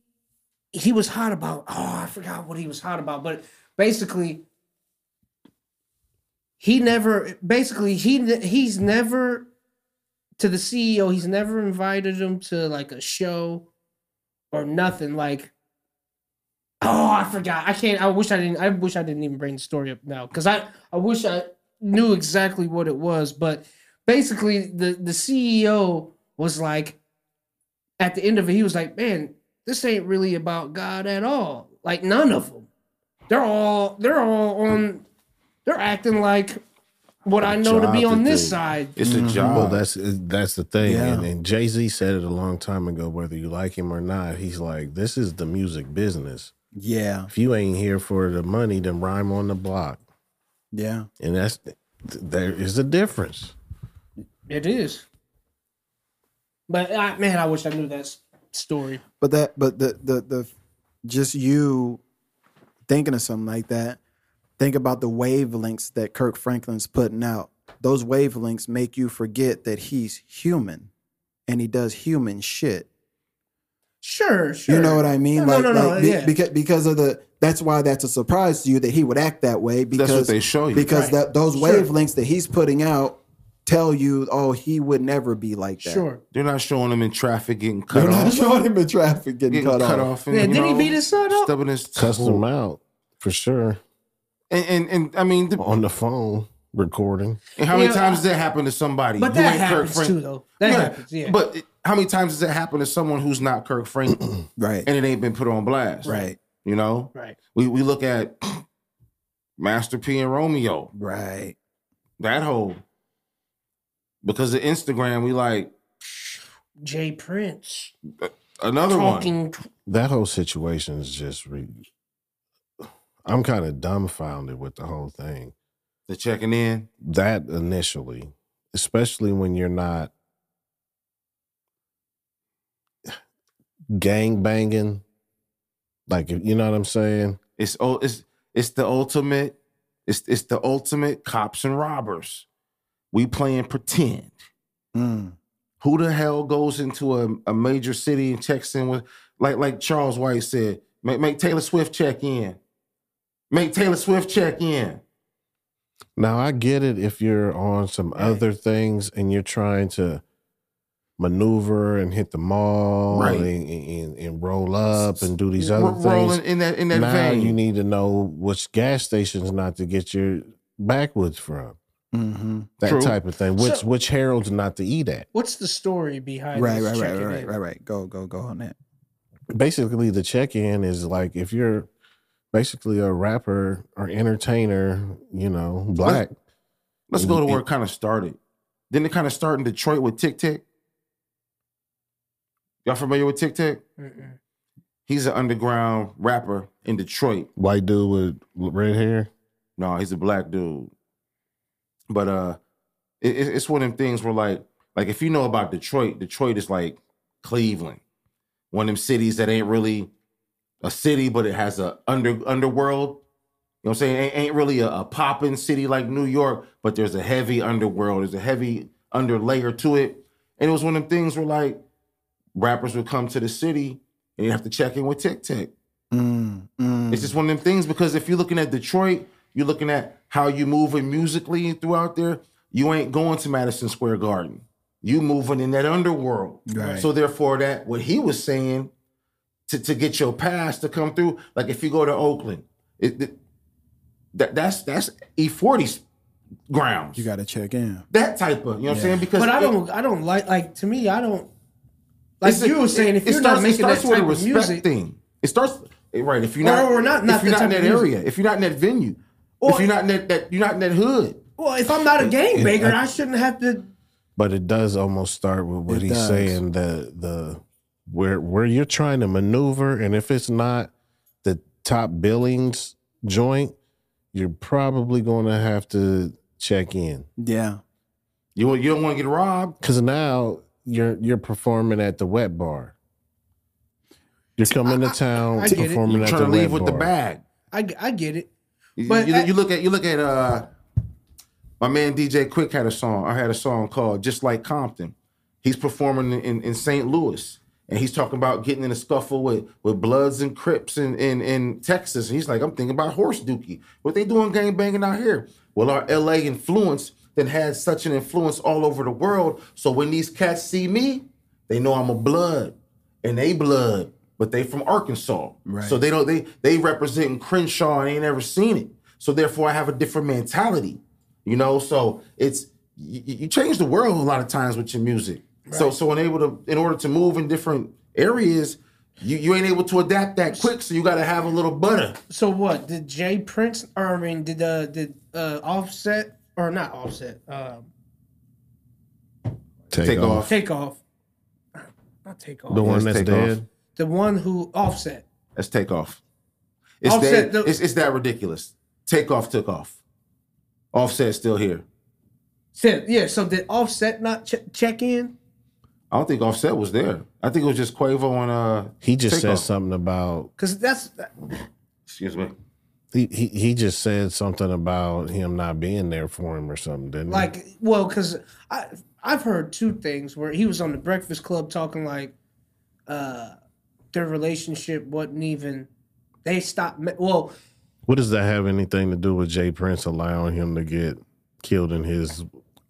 S5: he was hot about oh I forgot what he was hot about, but basically he never basically he ne- he's never to the CEO he's never invited him to like a show or nothing like oh I forgot I can't I wish I didn't I wish I didn't even bring the story up now cuz I I wish I knew exactly what it was but basically the the CEO was like at the end of it he was like man this ain't really about God at all like none of them they're all they're all on they're acting like what I know to be
S1: Job
S5: on
S1: to
S5: this
S1: do.
S5: side.
S1: It's
S2: Mm-hmm.
S1: a job.
S3: Well, that's that's the thing,
S2: Yeah.
S3: and, and Jay Z said it a long time ago. Whether you like him or not, he's like, this is the music business.
S2: Yeah,
S3: If you ain't here for the money, then rhyme on the block,
S2: yeah.
S3: and that's th- there is a difference.
S5: It is. But I, man, I wish I knew that s- story.
S2: But that, but the the the, just you thinking of something like that. Think about the wavelengths that Kirk Franklin's putting out. Those wavelengths make you forget that he's human, and he does human shit.
S5: Sure, sure.
S2: You know what I mean?
S5: No,
S2: like,
S5: no, no,
S2: like be-
S5: yeah.
S2: because because of the that's why that's a surprise to you that he would act that way because
S1: That's what they show you.
S2: because
S5: Right.
S2: that those
S5: Sure.
S2: wavelengths that he's putting out tell you oh he would never be like that.
S5: Sure.
S1: They're not showing them in traffic getting cut
S2: They're not
S1: off.
S2: showing him in traffic getting,
S1: Getting
S2: cut, off.
S1: and,
S5: Yeah,
S1: you
S5: did he
S1: know,
S5: beat his son up?
S1: Stubborn as
S3: Cuss them out for sure
S1: And, and and I mean, the-
S3: on the phone recording.
S1: and how many
S5: Yeah.
S1: times does that happen to somebody?
S5: But
S1: who
S5: that
S1: ain't Kirk
S5: happens
S1: Frank-
S5: too, though. That
S1: Yeah,
S5: happens, yeah.
S1: But how many times does that happen to someone who's not Kirk Franklin
S2: Right.
S1: and it ain't been put on blast?
S2: right.
S1: You know,
S5: right.
S1: we we look at Master P and Romeo.
S2: Right.
S1: That whole because of Instagram, we like
S5: Jay Prince
S1: another one.
S5: talking. tw-
S3: That whole situation is just. Re- I'm kind of dumbfounded with the whole thing.
S1: The checking in.
S3: that initially, especially when you're not gang banging. Like you know what I'm saying?
S1: It's oh, it's it's the ultimate. It's it's the ultimate cops and robbers. We playing pretend.
S2: Mm.
S1: Who the hell goes into a, a major city and checks in with like like Charles White said, make, make Taylor Swift check in. Make Taylor Swift check in.
S3: Now I get it if you're on some other things and you're trying to maneuver and hit the mall
S1: Right.
S3: and, and, and roll up and do these other
S1: Ro- rolling
S3: things.
S1: in that in that
S3: now
S1: vein.
S3: you need to know which gas stations not to get your backwoods from.
S2: hmm
S3: That
S1: True.
S3: type of thing. Which
S5: So-
S3: which Harold's not to eat at.
S5: What's the story behind
S2: Right. Right.
S5: this
S2: Right.
S5: check-in
S2: Right.
S5: in?
S2: Right. Right. Go. Go. Go on that.
S3: basically the check-in is like if you're basically a rapper or entertainer, you know, black.
S1: Let's go to where it kind of started. Didn't it kind of start in Detroit with Tic Tic? Y'all familiar with Tic Tic?
S5: Mm-mm.
S1: He's an underground rapper in Detroit.
S3: White dude with red hair.
S1: No, he's a black dude. But uh, it, it- it's one of them things where like, like if you know about Detroit, Detroit is like Cleveland, one of them cities that ain't really a city, but it has a under underworld. You know what I'm saying? Ain't, ain't really a, a poppin' city like New York, but there's a heavy underworld. There's a heavy underlayer to it, and it was one of them things where like rappers would come to the city and you have to check in with Tic Tac.
S2: Mm, mm.
S1: It's just one of them things because if you're looking at Detroit, you're looking at how you moving musically throughout there. You ain't going to Madison Square Garden. You moving in that underworld.
S2: Right.
S1: So therefore, that what he was saying to, to get your pass to come through. Like if you go to Oakland, it, it- that that's that's E40's grounds.
S2: you got to check in.
S1: that type of you know what I'm
S2: Yeah.
S1: saying? Because
S5: But I
S1: it-
S5: don't. I don't like. Like to me, I don't. Like
S1: it's a-
S5: you were saying, if
S1: it
S5: you're
S1: starts-
S5: not
S1: it
S5: making that
S1: starts with
S5: type
S1: a
S5: of
S1: respect
S5: music,
S1: thing. It starts right if you're
S5: Or-
S1: not
S5: or not- not
S1: if you're
S5: that
S1: not
S5: type
S1: in that
S5: of music.
S1: area, if you're not in that venue, if you're not in that, that you're not in that hood.
S5: well, if I'm not a gangbanger, I shouldn't have to.
S3: But it does almost start with what
S2: It
S3: he's
S2: does.
S3: saying the the where where you're trying to maneuver and if it's not the top billings joint, you're probably going to have to check in.
S2: Yeah.
S1: You you don't want to get robbed.
S3: Cause now you're you're performing at the wet bar. You're coming to town
S5: I- I get it.
S3: performing
S1: You're
S3: at
S1: trying
S3: the
S1: to leave
S3: wet
S1: with the
S3: bar.
S1: bag.
S5: I, I get it.
S1: You-
S5: But
S1: you,
S5: I-
S1: you look at you look at uh my man DJ Quick had a song. I had a song called Just Like Compton. He's performing in, in, in St. Louis. And he's talking about getting in a scuffle with, with Bloods and Crips in, in, in Texas. And he's like, I'm thinking about horse dookie. What they doing gang banging out here? Well, our LA influence then had such an influence all over the world. So when these cats see me, they know I'm a blood, and they blood, but they from Arkansas.
S2: Right.
S1: So they don't they they representing Crenshaw and ain't never seen it. So therefore, I have a different mentality. You know, so it's you, you change the world a lot of times with your music. So so in able to in order to move in different areas, you, you ain't able to adapt that quick. So you got to have a little butter.
S5: So what did Jay Prince or I mean did uh did uh Offset or not Offset um
S3: Take,
S1: Take
S3: off.
S1: off.
S5: take off not take off
S3: The one
S1: Yes,
S3: that's
S1: take off.
S3: dead.
S5: the one who Offset
S1: Let's take off. It's
S5: Offset,
S1: that
S5: the-
S1: it's, it's that ridiculous. Take off took off. Offset's still here.
S5: said yeah so did Offset not ch- check in
S1: I don't think Offset was there. I think it was just Quavo and uh.
S3: He just
S1: Take
S3: said
S1: off.
S3: something about
S5: because that's
S1: Excuse me.
S3: he, he he just said something about him not being there for him or something, didn't he?
S5: like well because i i've heard two things where he was on the breakfast club talking like uh their relationship wasn't even they stopped me- well
S3: What does that have anything to do with Jay Prince allowing him to get killed in his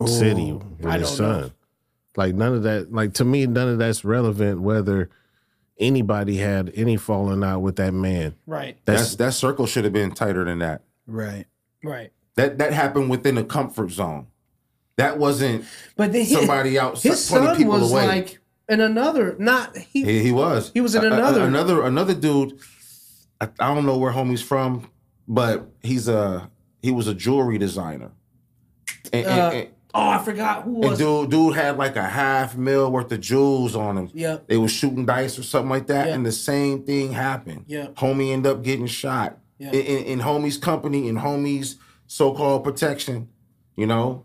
S3: city with
S5: I
S3: his
S5: don't know.
S3: son? Like none of that. Like to me, none of that's relevant. Whether anybody had any falling out with that man,
S5: right
S1: That's
S3: that's
S1: that circle should have been tighter than that.
S2: Right.
S5: right
S1: That that happened within a comfort zone. That wasn't
S5: but then his,
S1: somebody out
S5: his
S1: twenty
S5: son
S1: people
S5: was
S1: away.
S5: like in another not he,
S1: he, he was.
S5: He was in
S1: A- a-
S5: another-
S1: another another dude. I, I don't know where homie's from, but he's a he was a jewelry designer. And- and-
S5: uh,
S1: and-
S5: oh i forgot who
S1: And
S5: was
S1: dude, dude had like a half mil worth of jewels on him.
S5: Yep.
S1: They was shooting dice or something like that,
S5: Yep.
S1: and the same thing happened.
S5: Yep.
S1: Homie ended up getting shot
S5: Yep.
S1: in, in, in homie's company, in homie's so-called protection. You know,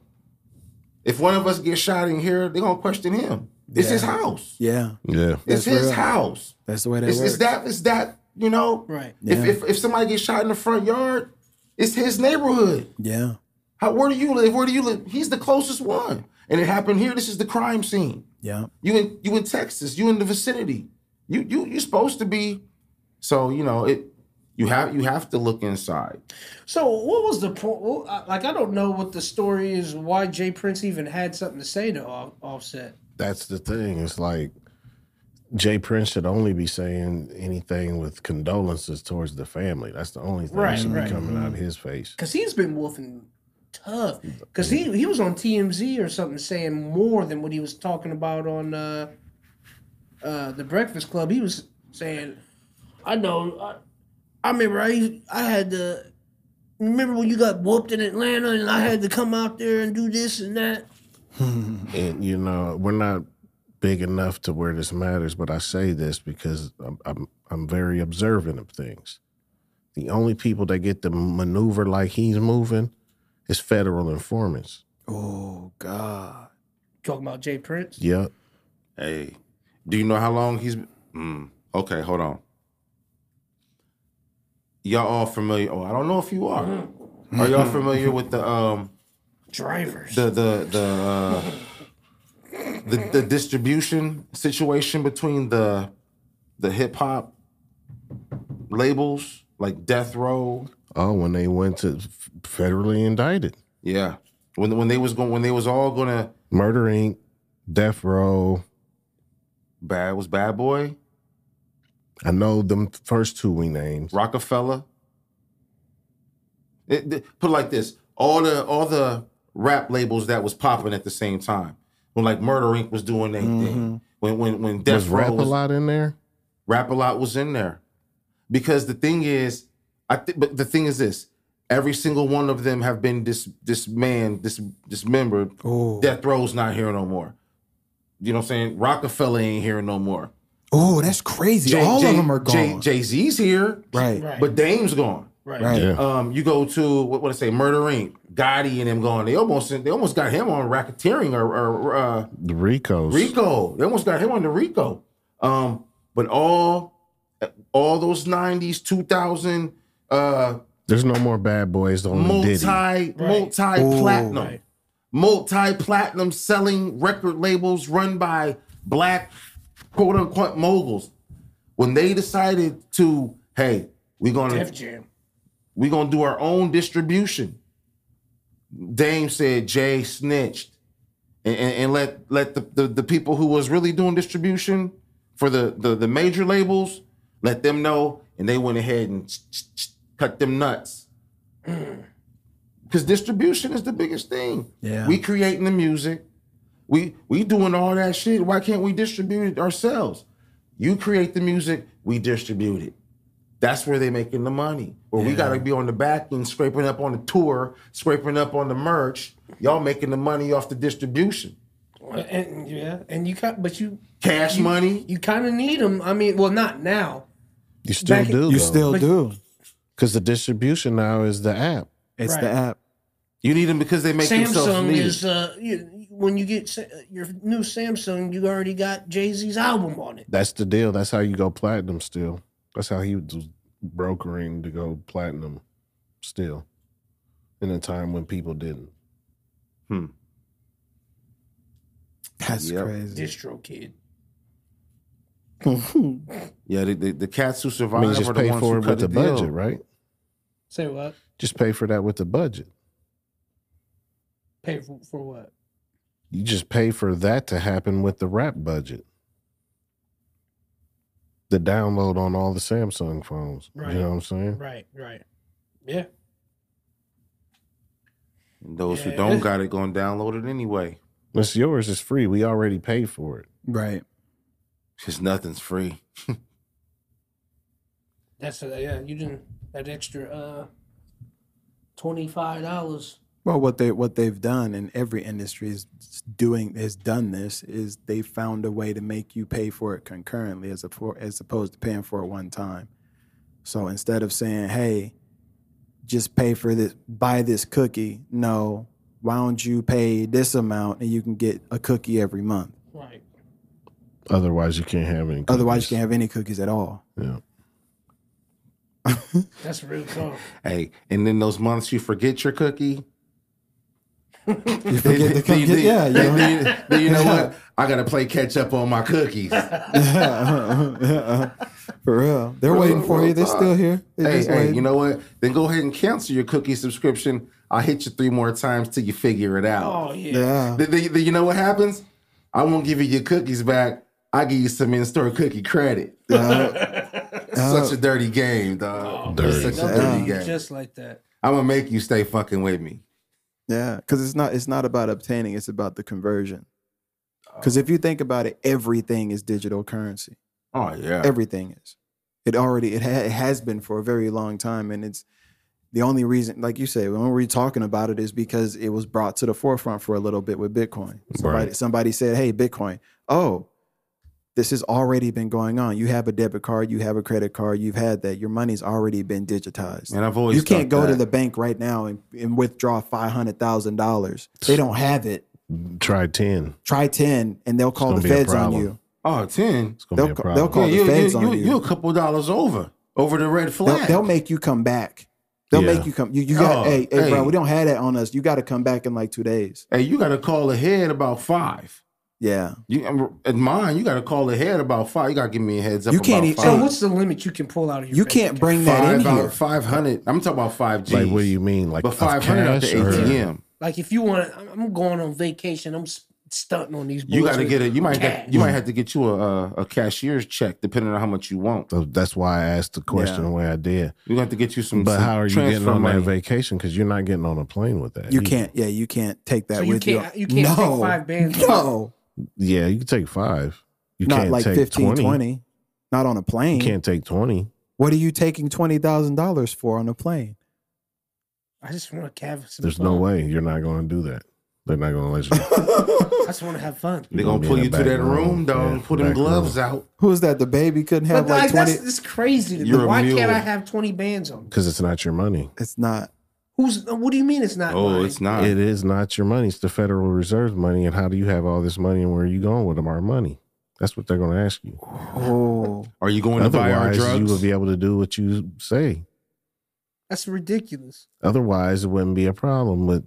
S1: if one of us gets shot in here, they're gonna question him. It's his house.
S2: Yeah.
S3: yeah.
S2: That's
S1: It's his
S2: real.
S1: house.
S2: That's the way that
S1: It's,
S2: works.
S1: it's that. It's that. You know.
S5: right
S1: If,
S2: Yeah.
S1: if if somebody gets shot in the front yard, it's his neighborhood.
S2: yeah.
S1: How, where do you live? Where do you live? He's the closest one. And it happened here. This is the crime scene.
S2: Yeah.
S1: You in you in Texas, you in the vicinity. You you you're supposed to be so, you know, it you have you have to look inside.
S5: so what was the point like i don't know what the story is why jay prince even had something to say to Off- offset
S3: That's the thing. It's like Jay Prince should only be saying anything with condolences towards the family. That's the only thing that
S5: Right,
S3: should
S5: right. Mm-hmm.
S3: be coming out of his face.
S5: Cause he's been wolfing tough. Cause he he was on TMZ or something saying more than what he was talking about on uh, uh, the Breakfast Club. He was saying, "I know, I, I remember I I had to remember when you got whooped in Atlanta and I had to come out there and do this and that."
S3: and you know we're not big enough to where this matters but i say this because i'm i'm, I'm very observant of things the only people that get to maneuver like he's moving is federal informants
S2: Oh God.
S5: Talking about Jay Prince.
S3: yep
S1: Hey, do you know how long he's mm, okay, hold on. Y'all all familiar? Oh, I don't know if you are. Are y'all familiar with the um
S5: Drivers.
S1: the the the uh, the, the distribution situation between the the hip hop labels like Death Row.
S3: oh when they went to f- federally indicted
S1: Yeah, when when they was going when they was all gonna
S3: murder inc death row
S1: bad was Bad Boy
S3: i know them first two we named
S1: Rockefeller. It, it- put it like this: all the all the rap labels that was popping at the same time when like Murder Inc was doing their thing. When when when Death
S3: Mm-hmm. was
S1: Row
S3: rap a
S1: was-
S3: lot in there
S1: Rap a lot was in there. Because the thing is, I think but the thing is this, every single one of them have been dis dismanned, dis dismembered.
S2: Oh.
S1: Death Row's not here no more. You know what I'm saying? Rockefeller ain't here no more.
S2: Oh, that's crazy.
S1: Jay-
S2: All
S1: Jay-
S2: of them are
S1: Jay-
S2: gone.
S1: Jay-Z's here,
S2: right.
S5: Right.
S1: but Dame's gone.
S5: right.
S2: Right.
S3: yeah
S1: Um, you go to what what I say, Murder Inc., Gotti and them gone. They almost they almost got him on racketeering or, or uh
S3: the ricos
S1: Rico. They almost got him on the Rico. Um, but all all those nineties, two thousand, uh,
S3: there's no more bad boys only
S1: multi
S3: diddy
S1: multi platinum, multi platinum selling record labels run by black quote unquote moguls. When they decided to, hey, we're gonna
S5: Def Jam.
S1: we're gonna do our own distribution. Dame said Jay snitched and, and, and let let the, the, the people who was really doing distribution for the, the the major labels let them know, and they went ahead and cut them nuts. Because distribution is the biggest thing.
S2: Yeah.
S1: we creating the music, we we doing all that shit. Why can't we distribute it ourselves? You create the music, we distribute it. That's where they making the money. Or we
S2: Yeah.
S1: gotta be on the back end scraping up on the tour, scraping up on the merch. Y'all making the money off the distribution.
S5: And, yeah, and you got, but you
S1: Cash money.
S5: you kind of need them. I mean, well, not now.
S3: You still
S5: Back-
S3: do.
S2: You still
S5: But-
S2: do.
S3: because the distribution now is the app.
S2: It's
S5: Right.
S2: the app.
S1: You need them because they make themselves
S5: Samsung
S1: needed.
S5: is uh, you, when you get sa- your new Samsung, you already got Jay Z's album on it.
S3: That's the deal. That's how you go platinum. Still, that's how he was brokering to go platinum. Still, in a time when people didn't.
S2: That's
S1: Yep.
S2: crazy.
S5: Distro Kid.
S1: yeah, the, the, the cats who
S3: I
S1: survived
S3: mean,
S1: are
S3: just
S1: the
S3: pay
S1: ones
S3: for
S1: who
S3: it
S1: cut
S3: with the
S1: deal.
S3: budget, right?
S5: Say what?
S3: Just pay for that with the budget.
S5: Pay for, for what?
S3: You just pay for that to happen with the rap budget. The download on all the Samsung phones.
S5: Right.
S3: You know what I'm saying?
S5: Right, right. Yeah.
S1: And those who
S5: Yeah.
S1: don't got it gonna download it anyway.
S3: It's yours. It's free. We already paid for it.
S2: Right.
S1: Cause nothing's free.
S5: That's a, yeah. You didn't that extra uh twenty five dollars.
S2: Well, what they what they've done in every industry is doing has done this is they found a way to make you pay for it concurrently as a for, as opposed to paying for it one time. So instead of saying, "Hey, just pay for this, buy this cookie," no, why don't you pay this amount and you can get a cookie every month?
S5: Right.
S3: Otherwise, you can't have any.
S2: Otherwise,
S3: cookies.
S2: you can't have any cookies at all.
S3: Yeah.
S5: That's real talk.
S1: hey, and then those months you forget your cookie.
S2: You forget the
S1: Then
S2: cookie.
S1: you- then-
S2: Yeah, you
S1: then-
S2: know?
S1: then- then you know what? I gotta play catch up on my cookies.
S2: for real. They're waiting for
S1: real
S2: you. They're
S1: talk.
S2: still here. They're
S1: Hey,
S2: just
S1: hey,
S2: waiting.
S1: you know what? Then go ahead and cancel your cookie subscription. I'll hit you three more times till you figure it out.
S5: Oh yeah.
S2: yeah.
S1: Then, then- then you know what happens? I won't give you your cookies back. I give you some in-store cookie credit.
S2: Oh.
S1: Such a dirty game, dog.
S3: Dirty.
S1: Such a
S5: Something
S1: dirty
S5: you
S1: game.
S5: Just like that.
S1: I'm gonna make you stay fucking with me.
S2: Yeah, because it's not it's not about obtaining; it's about the conversion. Because if you think about it, everything is digital currency.
S1: Oh yeah.
S2: Everything is. It already it, ha- it has been for a very long time, and it's the only reason, like you say, when we're talking about it, is because it was brought to the forefront for a little bit with Bitcoin. Somebody
S3: Right.
S2: somebody said, "Hey, Bitcoin, oh." This has already been going on. You have a debit card, you have a credit card, you've had that. Your money's already been digitized
S1: and I've always
S2: you can't
S1: thought
S2: go to
S1: that.
S2: the bank right now and, and withdraw five hundred thousand dollars. They don't have it.
S3: Try ten.
S2: Try ten, and they'll call
S3: gonna
S2: the
S3: be a
S2: feds on
S3: problem.
S2: you.
S1: oh 10.
S3: It's gonna
S2: They'll
S3: be a
S2: co-
S3: problem.
S2: they'll call-
S1: Yeah,
S2: the
S1: you,
S2: feds
S1: you,
S2: on
S1: you,
S2: you.
S1: you a couple dollars over over the red
S2: They'll,
S1: flag.
S2: they'll make you come back. They'll
S3: Yeah.
S2: make you come. You, you got
S1: Oh,
S2: hey, hey, bro.
S1: hey.
S2: We don't have that on us. You got to come back in like two days.
S1: hey, you got to call ahead about five.
S2: Yeah,
S1: You at mine, you got to call ahead about five. You got to give me a heads up.
S2: You can't
S1: about
S2: even-
S5: So
S1: five.
S5: what's the limit you can pull out of your
S2: you
S5: bank
S2: can't
S5: account?
S2: bring that in
S1: five out
S2: here.
S1: five hundred. I'm talking about five G.
S3: Like, what do you mean? Like,
S1: But
S3: of
S1: five hundred at the
S3: cash or-
S1: ATM.
S5: Like if you want, I'm I'm going on vacation. I'm s- stunting on these.
S1: You
S5: boys
S1: got to
S5: with
S1: get it. You might get,
S5: cash.
S1: you might have to get you a, a a cashier's check depending on how much you want.
S3: So that's why I asked the question the way I did.
S1: You have to get you
S2: Mm-hmm.
S1: some.
S3: But
S1: some
S3: how are you
S1: transfer
S3: getting on that
S1: money.
S3: vacation? Because you're not getting on a plane with that.
S2: You can't. Yeah, you can't take that
S5: So you
S2: with
S5: can't- you can't take five bands.
S2: No,
S3: Yeah, you can take five. You
S2: not
S3: can't
S2: like
S3: take
S2: 15,
S3: 20.
S2: 20. Not on a plane.
S3: You can't take twenty.
S2: What are you taking twenty thousand dollars for on a plane?
S5: I just want to have some.
S3: There's
S5: fun.
S3: no way you're not going to do that. They're not going to let you.
S5: I just want to have fun.
S1: They gonna pull you to that room, dog.
S3: Don't
S1: Put them gloves out.
S2: Who is that? The baby couldn't have
S5: But
S2: like
S5: like,
S2: twenty.
S5: that's it's crazy. To me.
S1: You're a
S5: Why
S1: mule.
S5: can't I have twenty bands on?
S3: because it's not your money.
S2: It's not.
S5: Who's? uh, What do you mean it's not?
S1: Oh,
S5: mine?
S1: it's not.
S3: It is not your money. It's the Federal Reserve money. And how do you have all this money? And where are you going with them? Our money. That's what they're going to ask you.
S2: Oh,
S1: Are you going to buy our
S3: Otherwise, you
S1: drugs?
S3: would be able to do what you say.
S5: That's ridiculous.
S3: Otherwise, it wouldn't be a problem with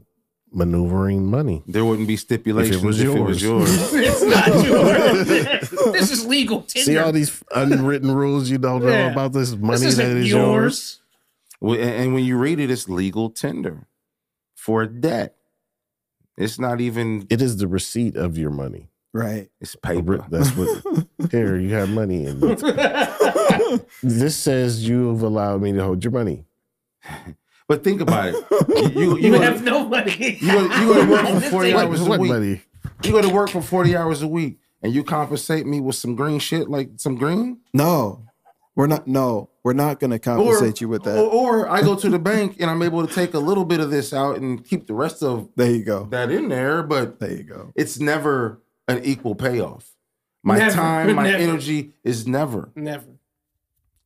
S3: maneuvering money.
S1: there wouldn't be stipulations
S3: was
S1: if it was
S3: yours.
S1: yours.
S5: it's not yours. this is legal tender.
S3: See all these unwritten rules you don't know
S5: Yeah.
S3: about this money
S5: This
S3: that
S5: isn't
S3: is
S5: yours.
S1: Well, and, and when you read it, it's legal tender. for debt. It's not even
S3: It is the receipt of your money.
S2: Right.
S1: it's
S3: The re-
S1: paper.
S3: That's what. Here, you have money in it. This says you've allowed me to hold your money.
S1: But think about it. You you,
S5: you
S1: you,
S5: have
S1: gonna,
S5: no money.
S1: you, gonna, you gonna work for
S5: This
S1: forty
S5: ain't-
S1: hours a
S3: What
S1: week.
S3: money?
S1: You go to work for forty hours a week, and you compensate me with some green shit, like some green.
S2: No, we're not. No, we're not going to compensate you with that.
S1: Or, or I go to the bank and I'm able to take a little bit of this out and keep the rest of
S2: there you go.
S1: that in there, but
S2: There you go.
S1: it's never an equal payoff. My
S5: Never,
S1: time, my
S5: never.
S1: energy is never,
S5: Never.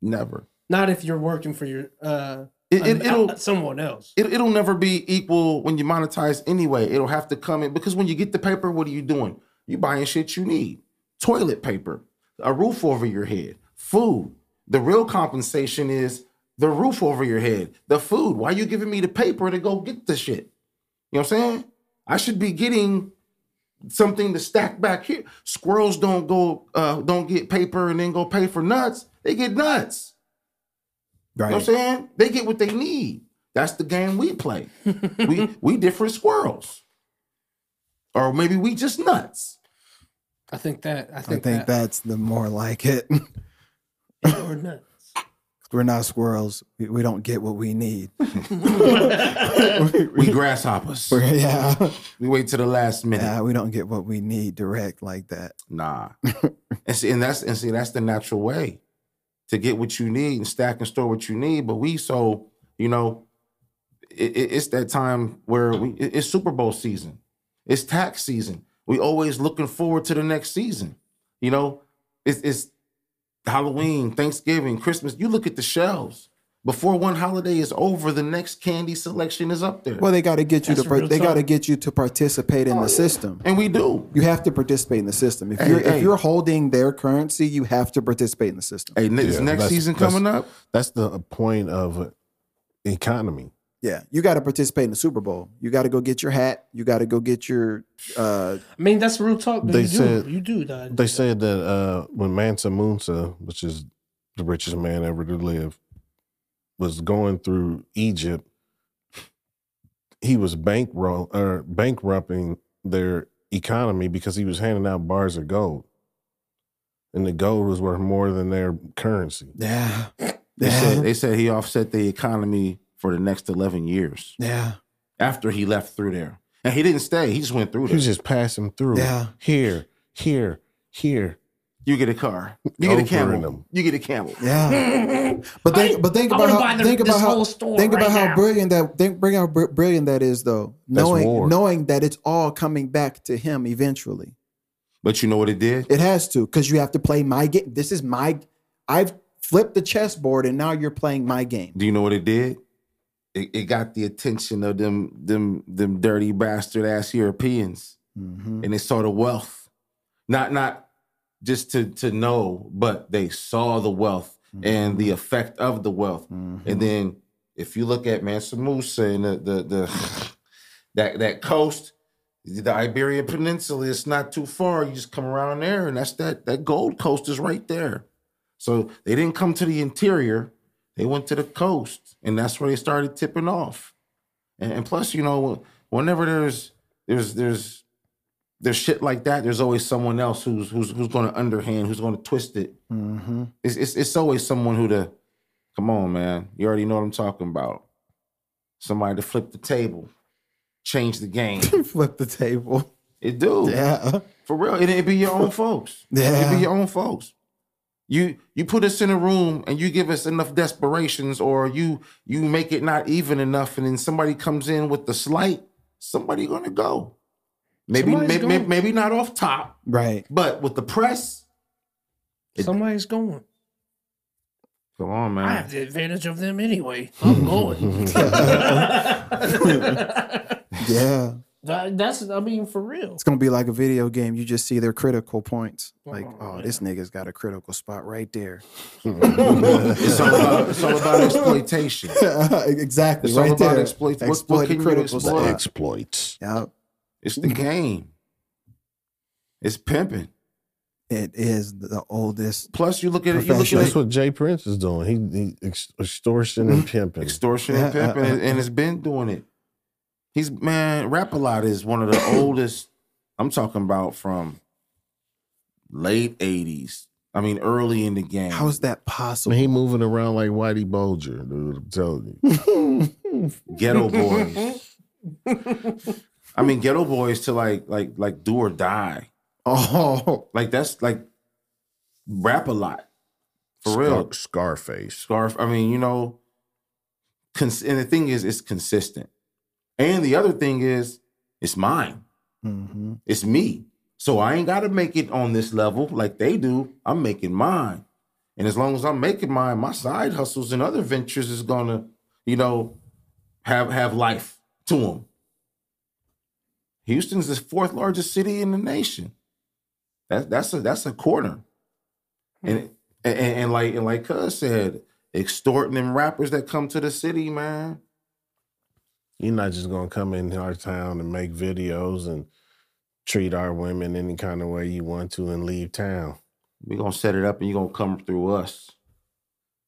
S1: never.
S5: Not if you're working for your uh
S1: It, it,
S5: an-
S1: it'll
S5: someone else.
S1: it, it'll never be equal when you monetize anyway. It'll have to come in because when you get the paper, what are you doing? You buying shit you need. Toilet paper, a roof over your head, food. The real compensation is the roof over your head, the food. Why you giving me the paper to go get the shit? You know what I'm saying? I should be getting something to stack back here. Squirrels don't go uh don't get paper and then go pay for nuts. They get nuts. You know
S2: Right.
S1: what I'm saying? They get what they need. That's the game we play. we we different squirrels. Or maybe we just nuts.
S5: I think that I
S2: I
S5: think,
S2: think that's the more like it.
S5: that or not.
S2: we're not squirrels. We, we don't get what we need.
S1: We grasshoppers.
S2: We're- yeah.
S1: We wait till the last minute.
S2: yeah. We don't get what we need direct like that.
S1: Nah. and see, and that's and see, that's the natural way to get what you need and stack and store what you need. But we so you know, it, it- it's that time where we it- it's Super Bowl season, it's tax season. We always looking forward to the next season. You know, it's, it's Halloween, Thanksgiving, Christmas. You look at the shelves. Before one holiday is over, the next candy selection is up there.
S2: Well, they got to get you
S5: That's
S2: to.
S5: a
S2: Par-
S5: real
S2: they got to
S5: talk.
S2: get you to participate in the system.
S1: and we do.
S2: You have to participate in the system. If
S1: Hey,
S2: you're
S1: hey.
S2: if you're holding their currency, you have to participate in the system.
S1: Hey, this
S3: Yeah,
S1: next
S3: that's-
S1: season
S3: that's-
S1: coming up,
S3: That's the point of economy.
S2: Yeah, you got to participate in the Super Bowl. You got to go get your hat. You got to go get your. Uh,
S5: I mean that's real talk. But
S3: They
S5: you
S3: said-
S5: do, you do. dog.
S3: They said that uh, when Mansa Musa, which is the richest man ever to live, was going through Egypt, he was bankroll or bankrupting their economy because he was handing out bars of gold, and the gold was worth more than their currency.
S2: yeah,
S1: They said
S2: yeah,
S1: they said he offset the economy for the next eleven years
S2: yeah,
S1: after he left through there, and he didn't stay. He just went through
S3: He was
S1: there.
S3: just passing through.
S2: Yeah.
S3: Here, here, here.
S1: You get a car. You get a
S3: Over
S1: camel.
S3: them.
S1: You get a camel.
S2: yeah. But think, but think
S5: I
S2: about
S5: wanna
S2: how
S5: buy the-
S2: think
S5: this
S2: about how
S5: whole store
S2: think about
S5: right
S2: how
S5: now.
S2: brilliant that think bring out br- brilliant that is though. Knowing
S3: war.
S2: knowing that it's all coming back to him eventually.
S1: But you know what it did?
S2: It has to because you have to play my game. This is my. I've flipped the chessboard and now you're playing my game.
S1: Do you know what it did? It, it got the attention of them them them dirty bastard ass Europeans,
S2: Mhm.
S1: and they saw the wealth. Not not just to to know, but they saw the wealth and
S3: Mm-hmm.
S1: the effect of the wealth. And then if you look at Mansa Musa and the the, the that that coast, the Iberian Peninsula, it's not too far. You just come around there, and that's that that Gold Coast is right there. So they didn't come to the interior; they went to the coast, and that's where they started tipping off. And, and plus, you know, whenever there's there's there's there's shit like that, there's always someone else who's who's who's going to underhand, who's going to twist it.
S2: Mhm.
S1: It's, it's it's always someone who the come on man, you already know what I'm talking about. Somebody to flip the table, change the game.
S2: Flip the table.
S1: It do
S2: Yeah.
S1: for real. It, it be your own folks. It
S2: Yeah.
S1: be your own folks. You you put us in a room and you give us enough desperations, or you you make it not even enough, and then somebody comes in with the slight. Somebody gonna go. Maybe
S5: Somebody's
S1: maybe,
S5: going.
S1: maybe not off top,
S2: Right.
S1: but with the press.
S5: Somebody's going.
S1: Come on,
S5: I
S1: man.
S5: have the advantage of them anyway. I'm going.
S2: Yeah.
S5: That- that's I mean for real.
S2: It's gonna be like a video game. You just see their critical points. Like,
S5: Oh,
S2: oh, this nigga's got a critical spot right there.
S1: It's all about it's all about exploitation.
S2: exactly.
S1: It's all
S2: right
S1: about
S2: there.
S1: exploit- what-
S2: Exploit
S1: what
S2: the
S1: can you
S2: critical
S1: exploit?
S2: spot.
S3: Exploits.
S2: Yep.
S1: It's the game. It's pimping.
S2: It is the oldest.
S1: Plus, you look at it, you look
S2: Professional.
S1: at
S3: That's
S1: it,
S3: what Jay Prince is doing. He, he ex- extortion and pimping.
S1: extortion and pimping, and it's been doing it. He's man, Rap a lot is one of the oldest. I'm talking about from late '80s. I mean, early in the game.
S2: How is that possible?
S3: Man, he moving around like Whitey Bulger, dude. I'm telling you.
S1: Ghetto Boys. I mean, Ghetto Boys to like, like, like Do or Die.
S2: Oh,
S1: Like that's like Rap a lot for real.
S3: Scar- Scarface.
S1: Scarf. I mean, you know, cons- and the thing is, it's consistent. And the other thing is, it's mine.
S2: hmm
S1: It's me. So I ain't got to make it on this level like they do. I'm making mine. And as long as I'm making mine, my side hustles and other ventures is going to, you know, have have life to them. Houston's the fourth largest city in the nation. That, that's a that's a corner.
S5: Hmm.
S1: And, and and like and like Cuz said, extorting them rappers that come to the city, man.
S3: You're not just gonna come in our town and make videos and treat our women any kind of way you want to and leave town.
S1: we gonna set it up and you're gonna come through us.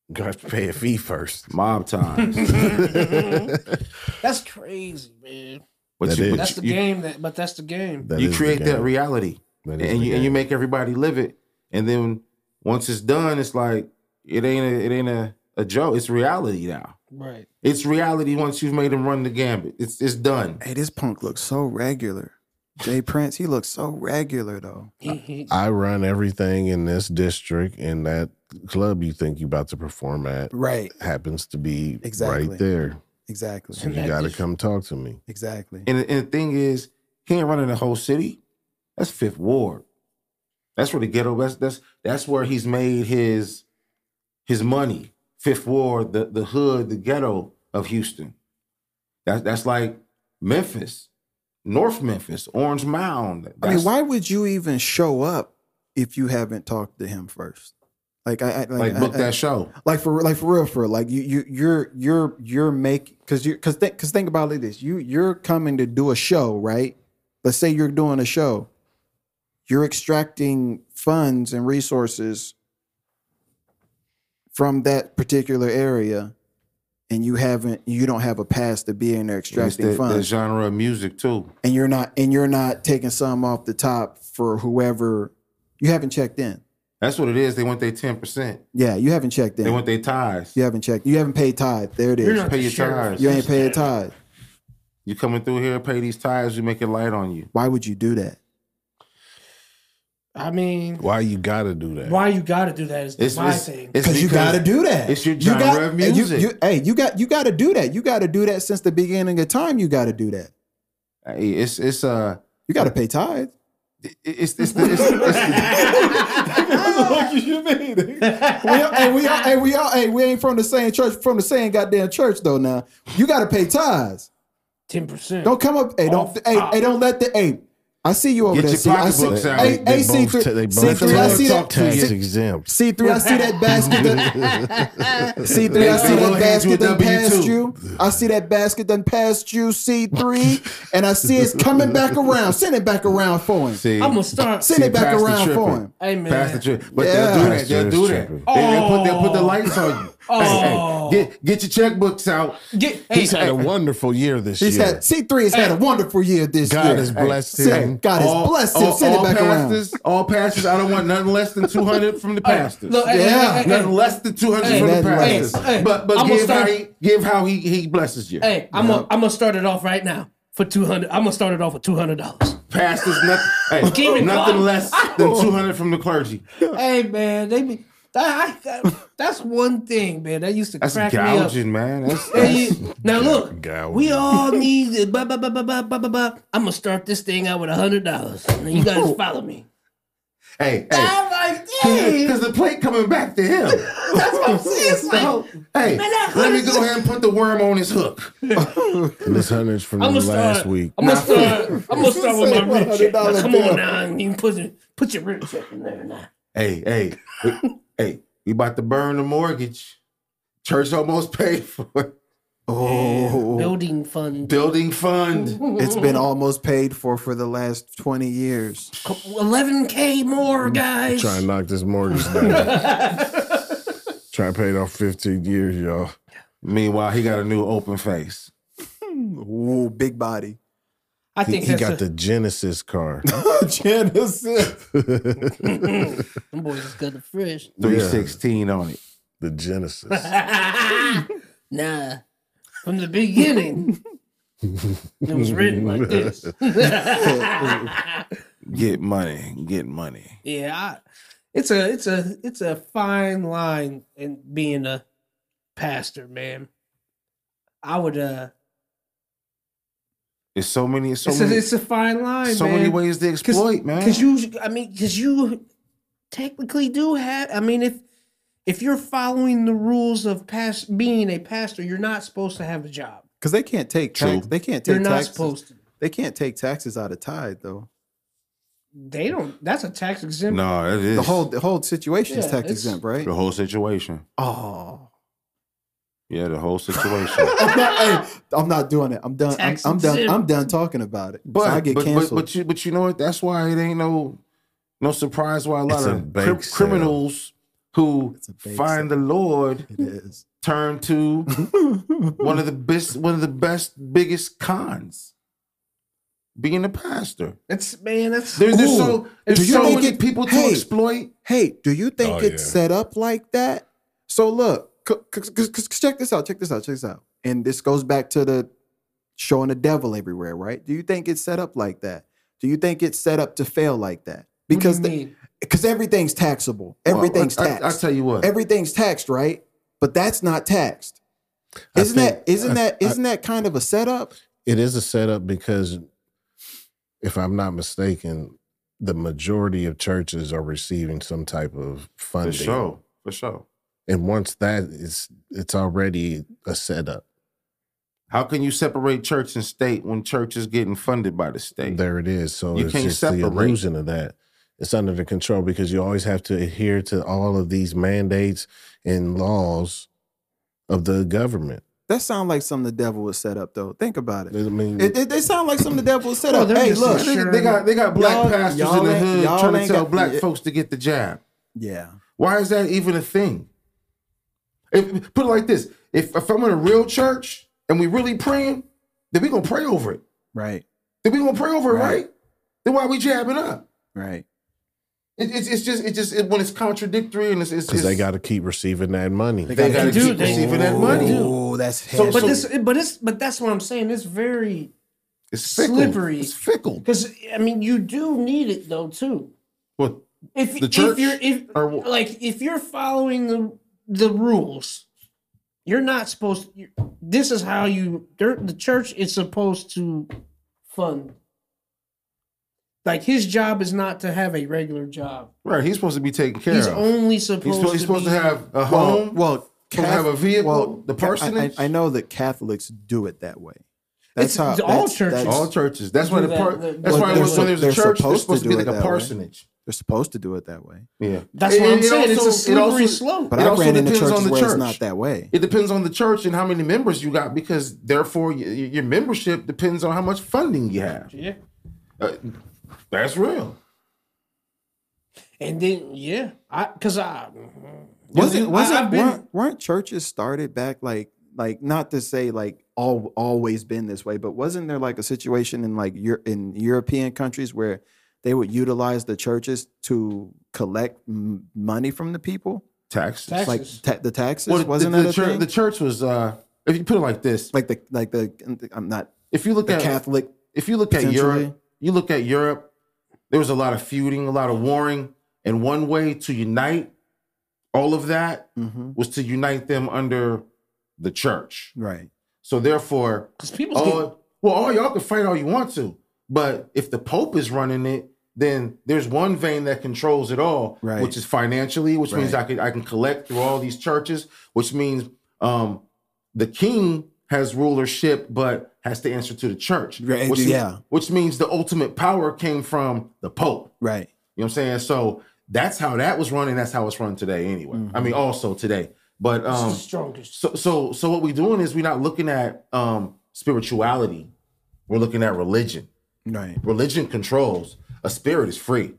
S3: You gonna have to pay a fee first.
S1: Mob ties.
S3: That
S5: That's crazy, man.
S1: But
S3: That
S1: you,
S3: is.
S1: but
S5: That's the
S1: you,
S5: game. That, but that's the game.
S1: you
S3: is the
S1: create that
S3: game.
S1: reality
S3: That is
S1: and
S3: the
S1: you, and you
S3: game.
S1: make everybody live it and then once it's done it's like it ain't a, it ain't a, a joke it's reality now
S5: Right.
S1: it's reality once you've made them run the gambit it's it's done
S2: hey, this punk looks so regular. Jay Prince, he looks so regular though.
S5: He, he,
S3: I run everything in this district and that club you think you about to perform at
S2: Right,
S3: happens to be
S2: Exactly.
S3: right there.
S2: exactly,
S3: So
S5: that
S3: you gotta
S5: dis-
S3: come talk to me.
S2: exactly.
S1: and, and the thing is he ain't running the whole city that's fifth ward that's where the ghetto that's that's that's where he's made his his money fifth ward the, the hood the ghetto of houston that's that's like memphis north memphis orange mound
S2: I mean,
S1: That's-
S2: why would you even show up if you haven't talked to him first? Like I, I
S1: like book
S2: I- I-
S1: that show.
S2: like for like for real for real. like you you you're you're you're making because you because think because think about it like this you you're coming to do a show right let's say you're doing a show you're extracting funds and resources from that particular area and you haven't you don't have a past to be in there
S1: It's
S2: extracting
S1: the, the
S2: funds
S1: genre of music too.
S2: and you're not and you're not taking some off the top for whoever you haven't checked in
S1: That's what it is. They want their ten percent.
S2: yeah you haven't checked in
S1: They want their ties.
S2: you haven't checked you haven't paid tithe there it is
S5: you're not
S1: Pay
S5: the
S1: your
S5: sheriff.
S1: tithes.
S2: You ain't paying tithe.
S1: You coming through here, pay these ties. We make it light on you.
S2: Why would you do that?
S5: I mean,
S3: Why you gotta do that?
S5: why you got to do that is
S1: It's
S5: my
S1: it's,
S5: thing.
S1: it's
S2: Because you got to do that.
S1: it's your
S2: You
S1: genre
S2: got-
S1: of
S2: hey, you-
S1: music.
S2: you- hey, you got you got to do that. You got to do that since the beginning of time. You got to do that.
S1: Hey, it's it's uh
S2: You got to pay tithe.
S1: it- it's it's the, it's, it's the
S2: We all, hey, we all, hey, we all, hey, we ain't from the same church, from the same goddamn church though. Now you got to pay tithes.
S5: Ten percent.
S2: Don't come up. Hey, don't. Hey, hey, don't let the. Hey, I see you over
S1: Get
S2: there.
S1: your
S2: C. I see,
S1: pocketbooks out.
S2: Hey,
S3: They
S2: hey, C
S3: both
S2: three.
S3: ta- they
S2: C
S3: both
S2: three. I
S3: tax-
S2: see that.
S3: tax
S2: C-
S3: exempt.
S2: C three. I see that basket. that- C three, I see
S1: They
S2: that
S1: gonna hand you a
S2: basket done passed you.
S1: W-2.
S2: I see that basket done passed you, C three, and I see it's coming back around. Send it back around for him.
S1: see,
S5: I'm gonna start.
S2: Send it back
S1: Pastor
S2: around for
S1: tripping.
S2: him.
S5: Hey
S1: Pass the
S5: man.
S1: trip, but
S2: Yeah.
S1: they'll do that.
S3: Pastor
S1: They'll
S3: is
S1: do that. They,
S3: tripping.
S1: will put they'll put the lights on you.
S5: Oh.
S1: Hey, hey, get get your checkbooks out.
S5: Get, hey,
S3: He's had a wonderful year this
S2: He's
S3: year.
S2: had C three has had a wonderful year this
S3: God
S2: year.
S3: has blessed
S2: Send-
S3: him.
S2: God has blessed him. Send it back around.
S1: pastors, all pastors. I don't want nothing less than two hundred from the pastors.
S5: look, hey, hey,
S2: Yeah.
S5: hey, hey,
S1: Nothing less than 200
S5: Hey,
S1: from the
S2: that's
S1: pastors.
S5: right. Hey,
S1: but but
S5: I'ma
S1: give,
S5: start-
S1: how he, give how he he blesses you.
S5: Hey, I'm gonna I'm gonna start it off right now for two hundred. I'm gonna start it off with two hundred dollars.
S1: Pastors, nothing,
S5: Keep
S1: hey,
S5: it
S1: nothing
S5: going.
S1: less than
S5: Oh.
S1: 200 from the clergy.
S5: hey man, they be that, I, that- that's one thing, man. That used to
S1: That's
S5: crack me up.
S1: gouging, man. That's,
S5: Hey,
S1: that's-
S5: you- now look,
S3: Gouging.
S5: we all need it. Ba, ba, ba, ba, ba, ba, ba, ba. I'm gonna start this thing out with a hundred dollars, and you guys follow me.
S1: hey, hey.
S5: I'm like, dang,
S1: Because the plate coming back to him.
S5: that's what I'm saying. It's like,
S1: So, hey,
S5: that
S1: let me
S5: hurts.
S1: go ahead and put the worm on his hook.
S3: And this hundreds from
S5: I'm
S3: you
S5: gonna
S3: last
S5: start.
S3: week.
S5: I'm gonna start. I'm gonna start with
S2: Say
S5: my rib
S2: $100
S5: check. Now, come
S2: bill.
S5: on now, you can put your- put your rib check in there now.
S1: Hey, hey, we- hey, we about to burn the mortgage. Church almost paid for it.
S2: Oh,
S5: Building fund.
S1: Building fund.
S2: it's been almost paid for for the last twenty years.
S5: 11k more, guys.
S3: Try and knock this mortgage down. Try and pay it off 15 years, y'all.
S1: Meanwhile, he got a new open face.
S2: Ooh, big body.
S5: I
S3: He,
S5: think
S3: he
S5: that's
S3: got
S5: a,
S3: the Genesis car.
S2: Genesis.
S3: the
S5: them boys is good to fresh.
S1: Three sixteen on it.
S3: Genesis.
S5: nah. From the beginning, it was written like this.
S1: Get money. Get money.
S5: yeah, I, it's a it's a it's a fine line in being a pastor, man. I would uh
S1: It's so many. It's so
S5: it's,
S1: many.
S5: a, it's a fine line,
S1: so
S5: man.
S1: many ways to exploit, man.
S5: Because you, I mean, because you technically do have. I mean, if if you're following the rules of past being a pastor, you're not supposed to have a job.
S2: Because they can't take
S1: True.
S2: tax. They can't
S5: You're
S2: take
S5: not
S2: taxes.
S5: supposed to.
S2: They can't take taxes out of tithe though.
S5: They don't. That's a tax exempt.
S1: no, it is
S2: The whole the whole situation is
S5: Yeah,
S2: tax
S5: it's-
S2: exempt, right?
S1: the whole situation.
S2: Oh,
S1: Yeah, the whole situation.
S2: I'm not, hey, I'm not doing it. I'm done. I'm,
S5: Tax
S2: I'm done.
S5: exempt.
S2: I'm done talking about it.
S1: But
S2: So I get
S1: but, but
S2: canceled.
S1: but you but you know what? That's why it ain't no no surprise why a lot
S3: It's a
S1: of
S3: bake
S1: cri-
S3: sale.
S1: criminals who
S2: It's a bake
S1: find the Lord
S2: it is.
S1: turn to one of the best one of the best biggest cons being a pastor.
S5: It's man. That's
S1: There's, there's
S2: Ooh.
S1: so
S2: Do
S1: there's
S2: you
S1: so
S2: think
S1: many
S2: it-
S1: people
S2: hey.
S1: to exploit.
S2: hey, do you think
S3: Oh,
S2: it's
S3: yeah.
S2: set up like that? So look, because check this out, check this out, check this out, and this goes back to the showing the devil everywhere, right? Do you think it's set up like that? Do you think it's set up to fail like that? Because because everything's taxable, everything's
S1: Well, I-
S2: taxed,
S1: I, I tell you what.
S2: everything's taxed, right? But that's not taxed.
S3: I
S2: Isn't
S3: think-
S2: that isn't
S3: I-
S2: that
S3: I-
S2: isn't that kind of a setup?
S3: it is a setup because if i'm not mistaken the majority of churches are receiving some type of
S1: for
S3: funding
S1: sure. For sure.
S3: and once that is it's already a setup
S1: How can you separate church and state when church is getting funded by the state?
S3: there it is so
S1: You
S3: it's
S1: can't
S3: just the
S1: separate.
S3: illusion of that it's under the control because you always have to adhere to all of these mandates and laws of the government
S2: That sounds like something the devil was set up, though. Think about
S3: i
S2: it.
S3: mean
S2: It, it, they sound like something the devil was set
S5: Oh,
S2: up.
S5: they're
S2: Hey,
S5: just
S2: look,
S5: insu-
S1: They, they got they got black
S2: Y'all-
S1: pastors
S2: y'all
S1: in the
S2: ain't-
S1: hood
S2: y'all
S1: trying to
S2: ain't
S1: tell
S2: got-
S1: black
S2: yeah.
S1: folks to get the jab.
S2: yeah.
S1: Why is that even a thing? If, put it like this: if, if I'm in a real church and we really praying, then we gonna pray over it.
S2: Right,
S1: Then we gonna pray over it,
S2: Right.
S1: right? Then why we jabbing up?
S2: right.
S1: It, it's, it's just it just it, when it's contradictory and it's it's,
S3: because
S1: it's
S3: they got to keep receiving that money
S1: they
S2: They
S1: gotta
S5: do,
S1: keep
S5: they-
S1: receiving that money.
S2: Oh, that's
S1: So-
S2: heavy.
S5: But this, but it's, but that's what I'm saying. It's very
S1: It's fickle.
S5: Slippery.
S1: It's fickle.
S5: because I mean you do need it though too.
S1: What?
S5: If
S1: The church
S5: if you're if
S1: or what?
S5: like if you're following the the rules, you're not supposed. To, you this is how you. they're- The church is supposed to fund. Like his job is not to have a regular job.
S1: Right? He's supposed to be taken care
S5: He's
S1: of.
S5: only supposed.
S1: he's
S5: to
S1: supposed, he's supposed to
S5: be-
S1: have a
S2: well,
S1: home.
S2: well,
S1: Can we have a vehicle? The
S2: Ca- I-
S1: parsonage?
S2: I, I know that Catholics do it that way.
S5: It's all churches.
S1: all churches. That's
S5: Do
S1: why the
S5: that,
S1: par-
S5: that-
S1: that's
S5: Well,
S1: why
S5: they're
S1: when,
S5: so-
S1: when there's
S2: they're
S1: a church,
S2: supposed
S1: it's
S2: to
S1: supposed
S2: do
S1: to, be
S2: it
S1: like
S2: that
S1: a
S2: way.
S1: parsonage.
S2: They're supposed to do it that way.
S1: Yeah,
S5: That's
S1: It-
S5: what I'm
S1: it
S5: saying.
S1: also-
S5: it's a slippery
S1: it also-
S5: slope.
S2: But
S1: It
S2: I
S1: also
S2: ran into
S1: depends
S2: churches
S1: on the
S2: where
S1: church.
S2: it's not that way.
S1: It depends on the church and how many members you got because therefore y- y- your membership depends on how much funding you have.
S5: Yeah.
S1: Uh, that's real.
S5: And then yeah, I because I
S2: Wasn't
S5: I-
S2: wasn't
S5: I've been-
S2: weren't, weren't churches started back like like not to say like all always been this way, but wasn't there like a situation in like Eur- in European countries where they would utilize the churches to collect m- money from the people,
S1: Taxes.
S5: Tax-
S2: like
S5: Taxes.
S2: ta- the taxes?
S1: Well, the-
S2: wasn't
S1: the,
S2: that a
S1: church,
S2: thing?
S1: the church was uh, if you put it like this,
S2: like the like the I'm not
S1: if you look
S2: the
S1: at
S2: Catholic.
S1: if you look at
S2: Potentially.
S1: Europe, you look at Europe, there was a lot of feuding, a lot of warring, and one way to unite all of that
S2: Mhm.
S1: was to unite them under the church.
S2: Right.
S1: So therefore,
S5: because people
S1: all, well, all y'all can fight all you want to, but if the Pope is running it, then there's one vein that controls it all,
S2: Right.
S1: which is financially, which means
S2: Right.
S1: I can I can collect through all these churches, which means um, the king has rulership but has to answer to the church.
S2: Right,
S1: Which,
S2: yeah.
S1: which means the ultimate power came from the Pope.
S2: Right.
S1: You know what I'm saying? So that's how that was running. That's how it's run today, anyway. I
S2: Mm-hmm.
S1: mean, also today, but
S5: this
S1: um,
S5: is the strongest.
S1: so so so what we're doing is we're not looking at um spirituality. We're looking at religion.
S2: Right.
S1: Religion controls. A spirit is free. You know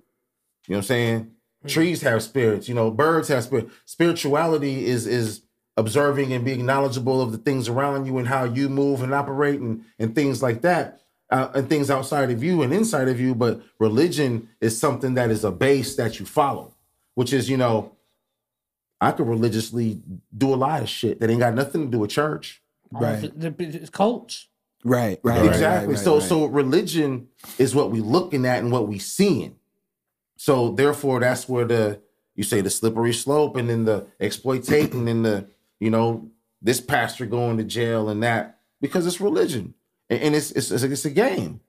S1: what I'm saying? Trees have spirits, you know, birds have spirit. Spirituality is is observing and being knowledgeable of the things around you and how you move and operate and, and things like that uh, and things outside of you and inside of you but religion is something that is a base that you follow which is you know i could religiously do a lot of shit that ain't got nothing to do with church
S5: All of
S2: Right.
S5: The, the- the cults.
S2: Right, right, right,
S1: exactly
S2: right,
S1: so
S2: right.
S1: so religion is what we looking at and what we seeing so therefore that's where the you say the slippery slope and then the exploitation and the you know this pastor going to jail and that because it's religion and, and it's, it's it's it's a game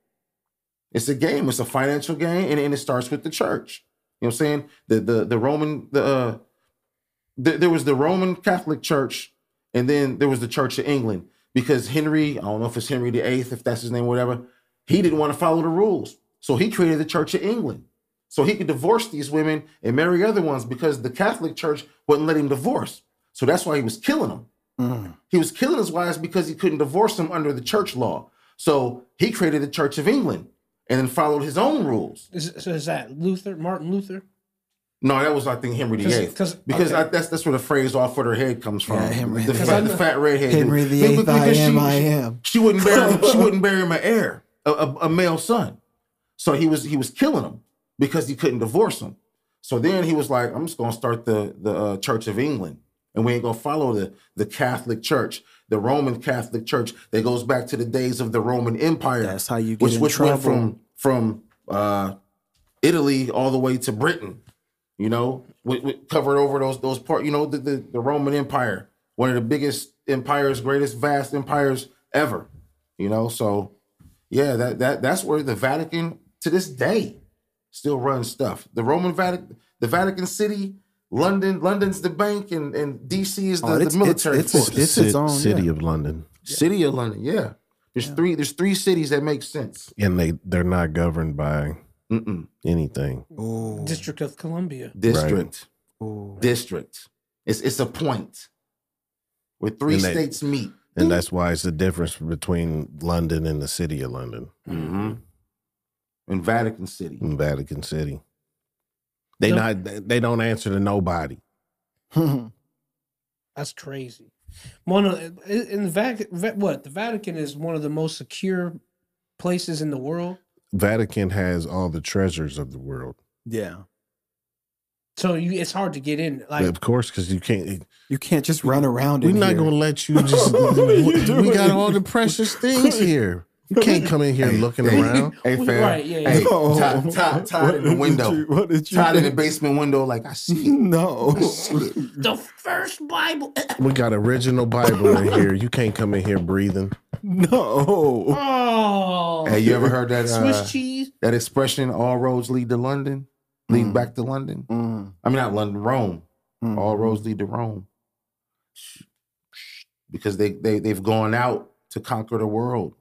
S1: it's a game it's a financial game and, and it starts with the church you know what i'm saying the the the roman the uh th- there was the roman catholic church and then there was the church of england because henry i don't know if it's henry the eighth if that's his name whatever he didn't want to follow the rules so he created the church of england so he could divorce these women and marry other ones because the Catholic Church wouldn't let him divorce. So that's why he was killing them.
S2: Mm.
S1: He was killing his wives because he couldn't divorce them under the church law. So he created the Church of England and then followed his own rules.
S5: Is, so is that Luther, Martin Luther?
S1: No, that was I think Henry VIII.
S5: 'Cause-
S1: Because
S5: 'cause-
S1: because
S5: okay.
S1: I, that's that's where the phrase "off with her head" comes from.
S2: Yeah, Henry-
S1: the,
S2: 'Cause
S1: fat,
S5: I'm-
S1: the fat redhead.
S2: Henry the
S1: Because-
S2: Eighth, I
S1: because she-
S2: am, I
S1: she-
S2: am.
S1: She wouldn't bury she wouldn't bury him an heir, a, a, a male son. So he was he was killing him because he couldn't divorce him. So then he was like, I'm just gonna start the the uh, Church of England, and we ain't gonna follow the the Catholic Church, the Roman Catholic Church that goes back to the days of the Roman Empire,
S2: That's how you get
S1: which
S2: in
S1: which
S2: trouble.
S1: went from from uh, Italy all the way to Britain. You know, we, we covered over those those part. You know, the, the the Roman Empire, one of the biggest empires, greatest vast empires ever. You know, so yeah, that that that's where the Vatican to this day still runs stuff. The Roman Vatican, the Vatican City, London, London's the bank, and and DC is the,
S2: Oh,
S1: the
S2: it's- it's-
S1: military
S2: it's-
S1: force.
S2: it's its
S3: Ci-
S2: own,
S3: city of London,
S1: City of London, yeah. There's three. There's three cities that make sense.
S3: and they they're not governed by
S1: Mm-mm.
S3: anything.
S2: Ooh,
S5: District of Columbia.
S1: District,
S2: ooh.
S1: district. It's it's a point where three
S3: And they-
S1: states meet.
S3: And that's why it's the difference between London and the city of London
S1: Mm-hmm. In Vatican City.
S3: and Vatican City. They
S5: Yep.
S3: not they- they don't answer to nobody.
S5: That's crazy. One of in the Vatican, what the Vatican is one of the most secure places in the world.
S3: Vatican has all the treasures of the world.
S2: yeah,
S5: So you, it's hard to get in. Like
S3: of course, because you can't.
S2: you can't just run around.
S3: We're
S2: in
S3: not
S2: here.
S3: gonna let you just.
S2: What are you
S3: we got
S2: doing?
S3: all the precious things here. You can't come in here looking
S1: hey.
S3: around.
S1: Hey,
S5: Well,
S1: fam.
S5: right, yeah,
S1: Hey,
S5: yeah.
S2: No.
S1: tied, tied, tied in the window.
S2: what did
S1: Tied in the basement window, like I see it.
S2: No.
S5: the first Bible. eh,
S3: We got original Bible in here. You can't come in here breathing.
S2: No.
S5: Oh,
S1: Hey, you ever heard that uh,
S5: Swiss cheese.
S1: that expression? All roads lead to London. Lead
S3: Mm.
S1: back to London. I mean, not London, Rome. All roads lead to Rome. Because they they they've gone out to conquer the world.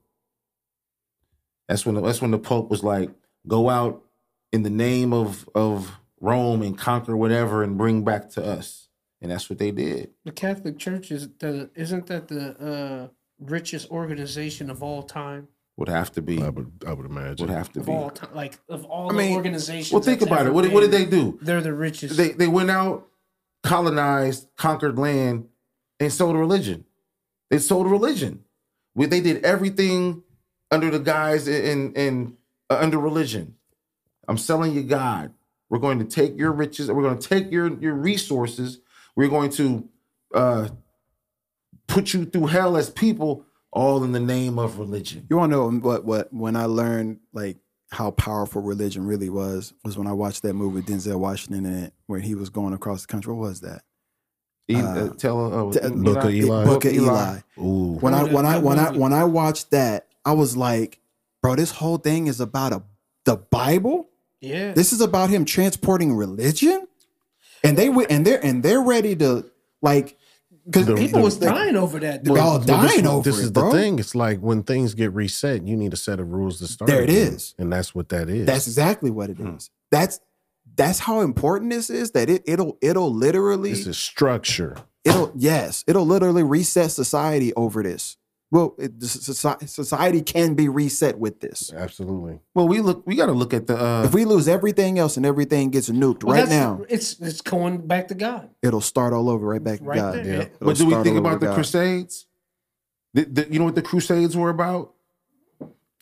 S1: That's when the, that's when the Pope was like, go out in the name of of Rome and conquer whatever and bring back to us. And that's what they did.
S5: The Catholic Church is the isn't that the uh, richest organization of all time?
S1: Would have to be.
S3: I would I would imagine.
S1: Would have to
S5: Of
S1: be.
S5: all time, like of all
S2: I
S5: the
S2: mean,
S5: organizations.
S1: Well, think
S5: that's
S1: about
S5: ever
S1: it. What, did- what did they
S5: been,
S1: do?
S5: They're the richest.
S1: They they went out, colonized, conquered land, and sold a religion. They sold a religion. We, they did everything under the guise in in, in uh, under religion. I'm selling you God. We're going to take your riches. We're going to take your your resources. We're going to uh, put you through hell as people, all in the name of religion.
S2: You want to know what what when I learned like how powerful religion really was was when I watched that movie with Denzel Washington in it where he was going across the country. What was that?
S1: E-
S2: Uh,
S1: uh, tell uh,
S2: t-
S3: Book of Eli.
S2: Book of
S1: Eli.
S2: Eli.
S3: Ooh,
S2: When I
S5: What a
S2: when I
S5: good
S2: when I
S5: movie.
S2: when I watched that, I was like, bro, this whole thing is about a the Bible.
S5: yeah.
S2: This is about him transporting religion, and they went and they're and they're ready to like because
S3: The-
S5: People
S3: the-
S5: was dying over that.
S2: Well, y'all
S3: this-
S2: dying over
S3: This
S2: it,
S3: is
S2: bro.
S3: the thing. It's like when things get reset, you need a set of rules to start.
S2: There it
S3: again.
S2: is.
S3: and that's what that is.
S2: That's exactly what it is.
S3: Hmm.
S2: That's that's how important this is. That it it'll it'll literally
S3: this is structure.
S2: it'll yes it'll literally reset society over this. Well, it, the soci- society can be reset with this.
S3: Absolutely.
S1: Well, we look. We got to look at the. Uh,
S2: If we lose everything else and everything gets nuked
S5: Well,
S2: right
S5: that's-
S2: now,
S5: it's it's going back to God.
S2: it'll start all over right back. to
S5: Right
S2: God.
S5: there.
S3: Yeah.
S2: It'll
S1: what do we
S2: start
S1: think
S2: all over
S1: about the
S2: God.
S1: Crusades? The- the- you know what the Crusades were about?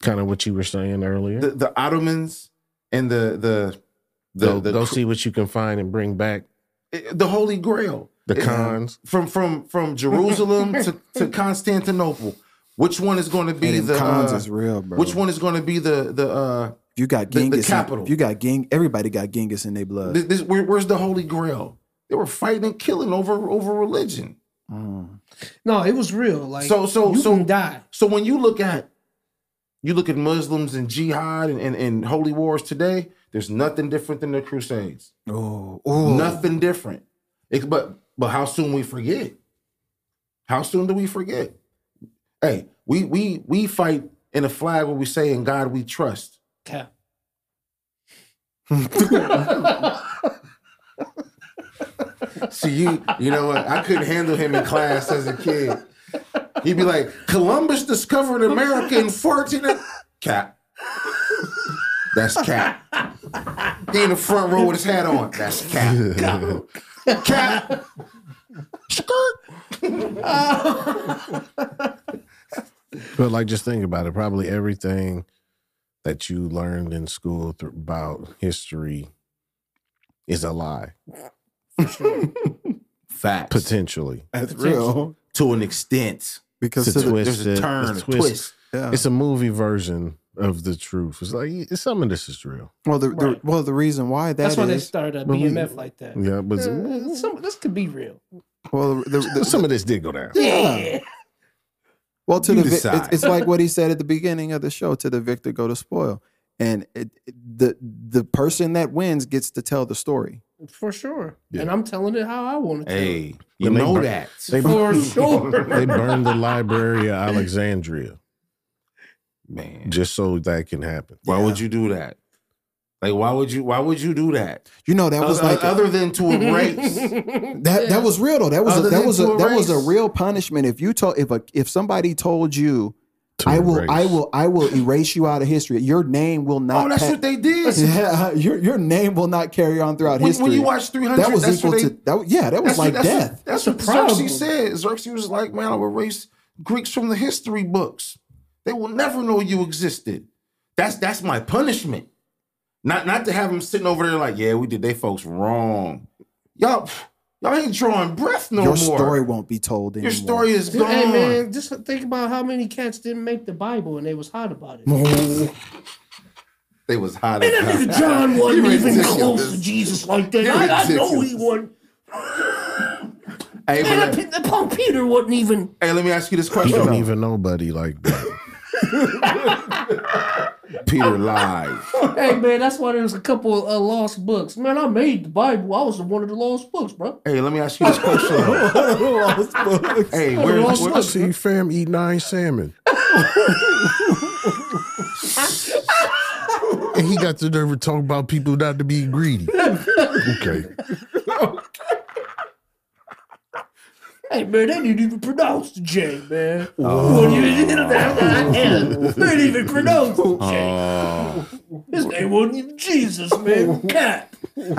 S3: Kind of what you were saying earlier.
S1: The, the Ottomans and the the the
S3: go,
S1: the,
S3: go
S1: cru-
S3: see what you can find and bring back
S1: the Holy Grail
S3: the
S1: Yeah.
S3: cons.
S1: from from from Jerusalem to, to Constantinople. Which one is going to be
S2: And
S1: the
S2: the cons
S1: uh,
S2: is real, bro.
S1: which one is going to be the the uh,
S2: You got
S1: the
S2: Genghis. in-
S1: capital.
S2: you got Geng. Everybody got Genghis in their blood.
S1: this, this, where, where's the Holy Grail? They were fighting and killing over over religion.
S2: Mm.
S5: No, it was real. Like
S1: So- so-
S5: you
S1: so-
S5: can die.
S1: So when you look at you look at Muslims and jihad and, and, and holy wars today, there's nothing different than the Crusades.
S2: Oh, oh.
S1: Nothing different. It- but but how soon we forget? How soon do we forget? Hey, we we we fight in a flag where we say in God we trust.
S5: Okay.
S1: See you, you know what? I couldn't handle him in class as a kid. He'd be like, Columbus discovered America in 14 Cap. That's cap. He in the front row with his hat on. That's cap. Cap. Skirt.
S3: But like, just think about it. Probably everything that you learned in school th- about history is a lie,
S1: Facts.
S3: potentially.
S2: that's real.
S1: to an extent.
S2: Because
S3: It's a
S2: to the,
S3: twist.
S1: There's a
S3: it,
S1: turn,
S3: it's
S1: a
S3: twist.
S1: twist.
S2: yeah.
S3: It's a movie version of the truth. It's like yeah, some of this is real.
S2: well, the, the-
S5: Right.
S2: well, the reason why that
S5: That's why they
S2: is-
S5: started a
S3: But we-
S5: BMF like that.
S3: Yeah, but
S5: Uh, some, this could be real.
S2: well, the, the, the-
S3: some of this did go down.
S2: Yeah. Well, to
S1: You
S2: the vi-
S1: decide.
S2: it's, it's like what he said at the beginning of the show: to the victor go the spoil, and it, it- the the person that wins gets to tell the story.
S5: For sure.
S3: Yeah.
S5: And I'm telling it how I want to
S1: Hey, you
S3: When they
S1: know
S3: burn-
S1: that.
S3: they
S5: tell. it. For sure.
S3: They burned the Library of Alexandria
S1: Man.
S3: just so that can happen.
S1: Why would you do that? Like, why would you? Why would you do that?
S2: You know that was
S1: Other-
S2: like
S1: other than to erase.
S2: that. That was real though. That was a,
S1: Other
S2: that
S1: than
S2: was a,
S1: to
S2: that was a
S1: erase.
S2: real punishment. If you told if a if somebody told you,
S3: To
S2: I will
S3: erase.
S2: I will I will erase you out of history. Your name will not.
S1: oh, that's
S2: pa-
S1: what they did.
S2: yeah, your your name will not carry on throughout
S1: When,
S2: history.
S1: when you watch 300,
S2: that was
S1: that's
S2: equal
S1: what they,
S2: to that. was- Yeah, that was
S1: that's
S2: like
S1: what, that's
S2: death.
S1: What, that's
S5: That's
S1: what
S5: the problem.
S1: Xerxes said. Xerxes was like, man, I'll erase Greeks from the history books. They will never know you existed. That's that's my punishment. Not not to have them sitting over there like, yeah, we did they folks wrong. Y'all, y'all ain't drawing breath no
S2: your
S1: more.
S2: story won't be told anymore.
S1: Your story is
S5: Dude,
S1: gone.
S5: hey man, just think about how many cats didn't make the Bible and they was hot about it.
S1: They was hot.
S5: And that
S1: as
S5: nigga
S1: hell.
S5: John
S1: You
S5: wasn't even
S1: ridiculous.
S5: close to Jesus like that. I, I know he
S1: ridiculous.
S5: wasn't.
S1: Hey,
S5: And
S1: but,
S5: the, the Paul Peter wasn't even.
S1: hey, let me ask you this
S3: You
S1: question.
S3: don't
S1: though.
S3: even know buddy like that.
S1: Peter lied.
S5: Hey man, that's why there's a couple of uh, lost books. Man, I made the Bible. I was one of the lost books, bro.
S1: Hey, let me ask you this question. though. hey, where,
S5: Lost
S1: where,
S3: I
S5: books.
S3: see fam eat nine salmon. and he got to never talk about people not to be greedy. Okay.
S5: Hey man, they didn't even pronounce the J, man.
S1: Oh.
S5: When you- they didn't even pronounce the
S1: Oh.
S5: J. His name wasn't even Jesus, man. Cat. you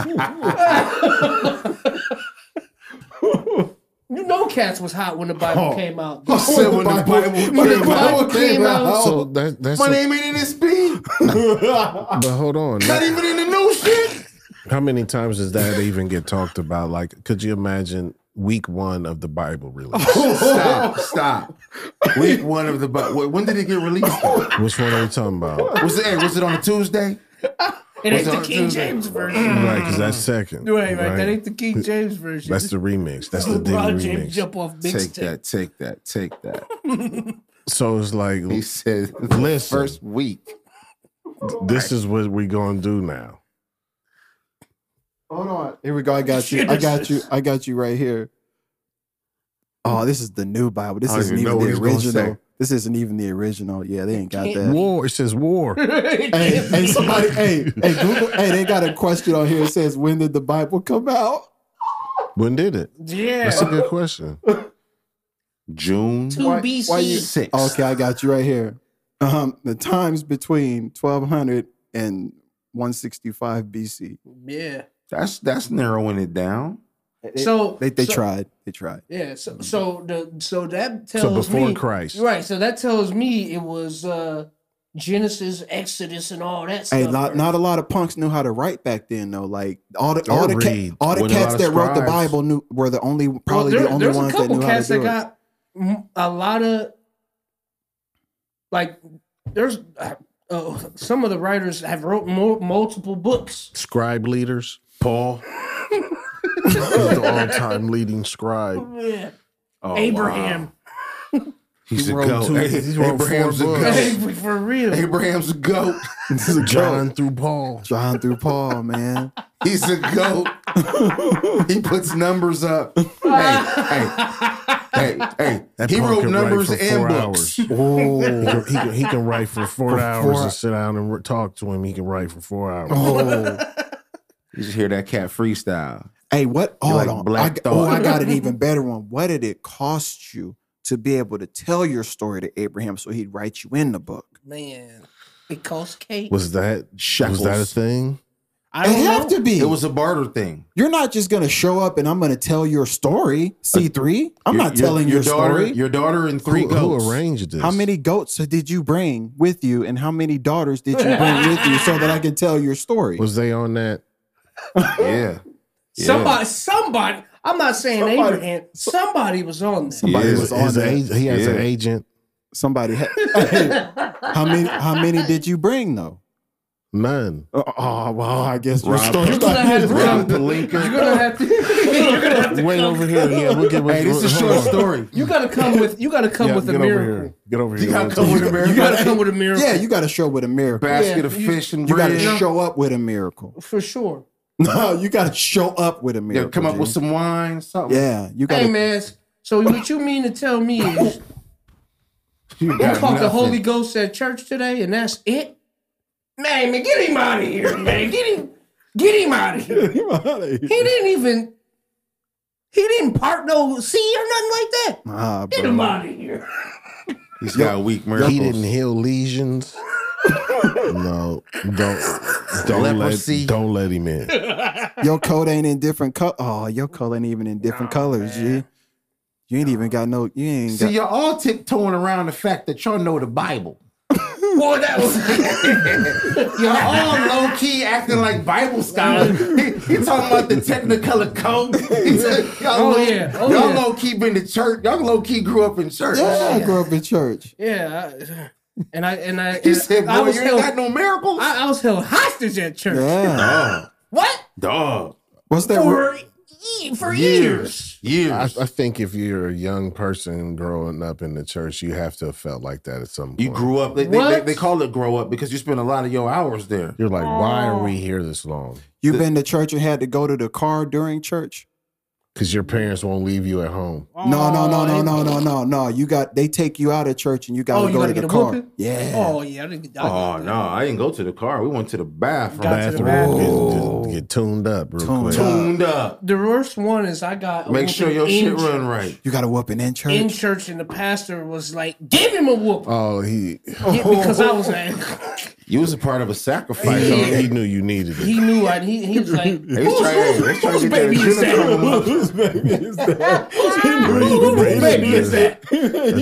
S5: know, cats was hot when the Bible came out.
S1: I said when the Bible
S5: the Bible came out.
S3: So that, that's
S1: My
S3: a-
S1: name ain't in this beat.
S3: but hold on.
S1: Not even in the new shit.
S3: How many times does that even get talked about? Like, could you imagine week one of the Bible release?
S1: Stop, stop. Week one of the Bi- wait, when did it get released?
S3: Which one are we talking about?
S1: Was it hey, was it on a Tuesday?
S5: It ain't
S1: What's
S5: the
S1: on
S5: King
S1: Tuesday?
S5: James version.
S3: Right, because that's second.
S5: Right, right. That ain't the King James version.
S3: That's the remix. That's the Diddy
S5: LeBron James
S3: remix.
S5: jump off
S1: Take
S5: mixtape.
S1: that, take that, take that.
S3: So it's like
S1: He said
S3: Listen.
S1: first week.
S3: this is what we're gonna do now.
S2: Hold on. Here we go. I got you. I got you. I got you right here. Oh, this is the new Bible. This
S1: I don't
S2: isn't
S1: even
S2: even
S1: know
S2: the
S1: what he's gonna
S2: original. This isn't even the original. Yeah, they ain't got that.
S3: War. It says war.
S2: Hey, hey, somebody, hey, hey, Google, hey, they got a question on here. It says, when did the Bible come out?
S3: When did it?
S5: Yeah.
S3: That's a good question.
S1: June
S5: Two
S2: Why-
S5: BC.
S2: why you-
S1: sixth.
S2: Okay, I got you right here. Um, the times between 1200 and 165 BC.
S5: yeah.
S1: That's that's narrowing it down.
S5: so
S2: They they
S5: so-
S2: tried. They tried.
S5: Yeah. So so the so that tells
S3: So before
S5: me
S3: Christ.
S5: right. So that tells me it was uh Genesis, Exodus, and all that stuff.
S2: Hey, not
S5: right?
S2: not a lot of punks knew how to write back then though. Like all the all
S3: Or
S2: the
S3: read.
S2: ca- all the
S1: Wasn't a
S2: cats
S1: lot
S2: that
S1: of
S2: wrote the
S1: scribes.
S2: Bible knew were the only probably
S5: there-
S2: the only
S5: there's
S2: ones
S5: a couple
S2: that knew
S5: cats
S2: how to do
S5: that got m- a lot of like there's uh, uh, some of the writers have wrote mo- multiple books
S3: Scribe leaders. Paul. He's the all-time leading scribe.
S5: Yeah.
S1: Oh, wow.
S5: abraham
S1: He's
S3: He
S1: a
S3: wrote
S1: goat.
S3: two- he wrote four
S1: Abraham's a
S3: books.
S1: goat.
S5: for real
S1: Abraham's a goat.
S2: it. This is a goat.
S3: John through Paul.
S2: John through Paul, man.
S1: He's a goat. he puts numbers up. Hey, hey, hey, hey.
S3: That
S1: he
S3: punk
S1: wrote
S3: can write
S1: numbers
S3: for
S1: and
S3: four
S1: books.
S3: hours. He
S2: Oh,
S3: can, he can- he can write for four
S2: For
S3: hours
S2: four-
S3: and sit down and re- talk to him. He can write for four hours.
S2: oh.
S1: You just hear that cat freestyle.
S2: Hey, what? Hold
S1: like
S2: on.
S1: Black
S2: I, oh,
S1: Thought.
S2: I got an even better one. What did it cost you to be able to tell your story to Abraham so he'd write you in the book?
S5: man it costs cake
S3: Was that
S1: Shekels.
S3: was that a thing?
S5: i
S2: It
S5: don't
S2: have
S5: know
S2: to be.
S1: It was a barter thing.
S2: You're not just gonna show up and I'm gonna tell your story, C3. I'm
S1: Uh, Your-
S2: not telling your,
S1: daughter,
S2: story.
S1: Your daughter and three
S3: who,
S1: goats.
S3: who arranged this?
S2: how many goats did you bring with you, and how many daughters did you bring with you so that I can tell your story?
S3: was they on that?
S1: yeah. Yeah.
S5: somebody somebody i'm not saying
S2: Somebody-
S5: abraham somebody was on that
S2: Somebody
S1: Yeah.
S2: was on
S3: his
S2: that.
S3: ag- he has an
S1: Yeah.
S3: agent.
S2: Somebody. Had, how many? How many did you bring though?
S3: None.
S1: Uh,
S2: Oh, oh, well, I guess your
S1: Rob-
S2: story's
S1: You're
S5: gonna
S2: not
S5: have
S2: good.
S5: Rob-
S1: Rob Palinka.
S5: you're gonna have to you're gonna have to
S3: Wait
S5: come,
S3: over here. Yeah, we'll get.
S1: hey, this is a
S3: hold
S1: short
S3: on.
S1: story.
S5: you gotta come with you gotta come
S3: Yeah,
S5: with a
S3: get over
S5: miracle
S3: here. Get over here.
S1: You
S3: Let
S1: gotta
S3: me
S1: come
S3: tell
S1: with
S3: you.
S1: a miracle.
S5: you gotta come with a miracle
S2: Yeah, you got to show up with a miracle.
S1: Basket
S5: Yeah,
S1: of
S5: you-
S1: fish and
S2: You got to
S1: bread.
S2: show up with a miracle.
S5: for sure
S2: No, you got to show up with a
S1: Yeah,
S2: miracle.
S1: come up
S2: G.
S1: with some wine, something.
S2: Yeah, you got.
S5: Hey
S2: to
S5: man, so what you mean to tell me is
S1: You
S5: you
S1: got
S5: caught the
S1: nothing.
S5: Holy Ghost at church today and that's it? Man, man, get him out of here, man. Get him get him out of here. He didn't even he didn't part no sea or nothing like that.
S2: Ah,
S5: Get him
S2: bro.
S5: out of here.
S1: He's got weak miracles.
S3: He didn't heal lesions. no, don't don't
S1: Leprosy.
S3: let, don't let him in.
S2: Your coat ain't in different color. Oh, your coat ain't even in different colors, G. You ain't even got no. You ain't
S1: See,
S2: got.
S1: y'all all tiptoeing around the fact that y'all know the Bible.
S5: Boy, that was
S1: Y'all all low key acting like Bible scholars. He, he talking about the Technicolor coat. He talk- Y'all,
S5: Oh,
S1: low,
S5: yeah. Oh,
S1: y'all
S5: yeah.
S1: low key been to church. Y'all low key grew up in church.
S2: Yeah, I grew up in church.
S5: Yeah. I- And I and I
S1: He said,
S5: I
S1: "Boy,
S5: was
S1: you ain't
S5: held
S1: got no miracles."
S5: I, I was held hostage at church.
S2: Yeah.
S1: dog,
S5: What?
S1: dog,
S2: What's that word?
S5: For ye- for years.
S3: I, I
S1: years.
S3: think if you're a young person growing up in the church, you have to have felt like that at some point.
S1: you grew up. They, they, they,
S5: What?
S1: they call it grow up because you spend a lot of your hours there.
S3: You're like, why are we here this long?
S2: You've been to church and had to go to the car during church?
S3: Because your parents won't leave you at home.
S2: No, no, no, no,
S5: Oh,
S2: no, no, no, no. You got. They take you out of church and you got
S5: Oh,
S2: to
S5: you
S2: go
S5: gotta
S2: to the
S5: get a
S2: car.
S5: whooping?
S2: Yeah.
S5: Oh yeah, I didn't get I-
S1: Oh no, I didn't go to the car. We went to the bathroom.
S5: Got to the
S3: Bathroom, get, get tuned up real
S2: Tuned
S3: quick.
S2: up.
S1: tuned up.
S5: The worst one is I got a
S1: Make sure your
S5: whooping in
S1: shit
S5: church-
S1: run right.
S2: You got to whooping in church.
S5: in church, and the pastor was like, "Give him a whoop,"
S3: Oh, he
S5: because I was like,
S1: You was a part of a sacrifice.
S3: he,
S1: huh?
S3: he knew you needed it.
S5: he knew I he, he was like,
S1: They was
S5: "Who's-
S1: trying-
S5: who's-
S1: they was trying to
S5: whose
S1: get that
S5: baby is
S1: adrenochrome
S5: that?
S1: up.
S5: Whose
S3: Raise-
S5: baby
S3: raise
S5: is that?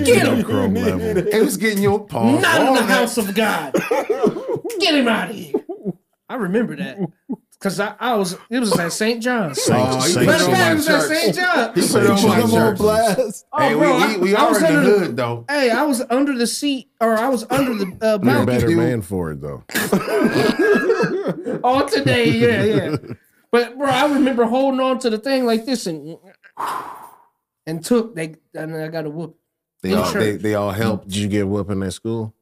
S5: Get him!
S3: Chrome level.
S1: They was getting your paw.
S5: Not in the house of God. Get him out of here." I remember that because I, I was it was at St. John's.
S3: Saint-
S1: Oh, he
S3: Saint-
S1: better
S5: Matter of
S1: Put it on
S5: fact, it was
S1: my
S5: at
S1: church.
S5: St.
S1: He
S5: John's.
S1: put it on
S3: Put
S1: my
S3: him on
S1: church.
S2: blast.
S5: Oh,
S1: Hey,
S5: bro,
S1: we,
S5: I-
S1: we, we
S5: I
S1: are
S5: was
S1: in the
S5: under the-
S1: hood though.
S5: Hey, I was under the seat, or I was under the uh,
S3: You're a
S5: balcony.
S3: better
S1: you.
S3: man for it though.
S5: all today. Yeah, yeah. But bro, I remember holding on to the thing like this and and took they and I got a whoop.
S1: They
S5: In
S1: all they,
S5: church.
S1: they all helped.
S3: Did you get whooping at school?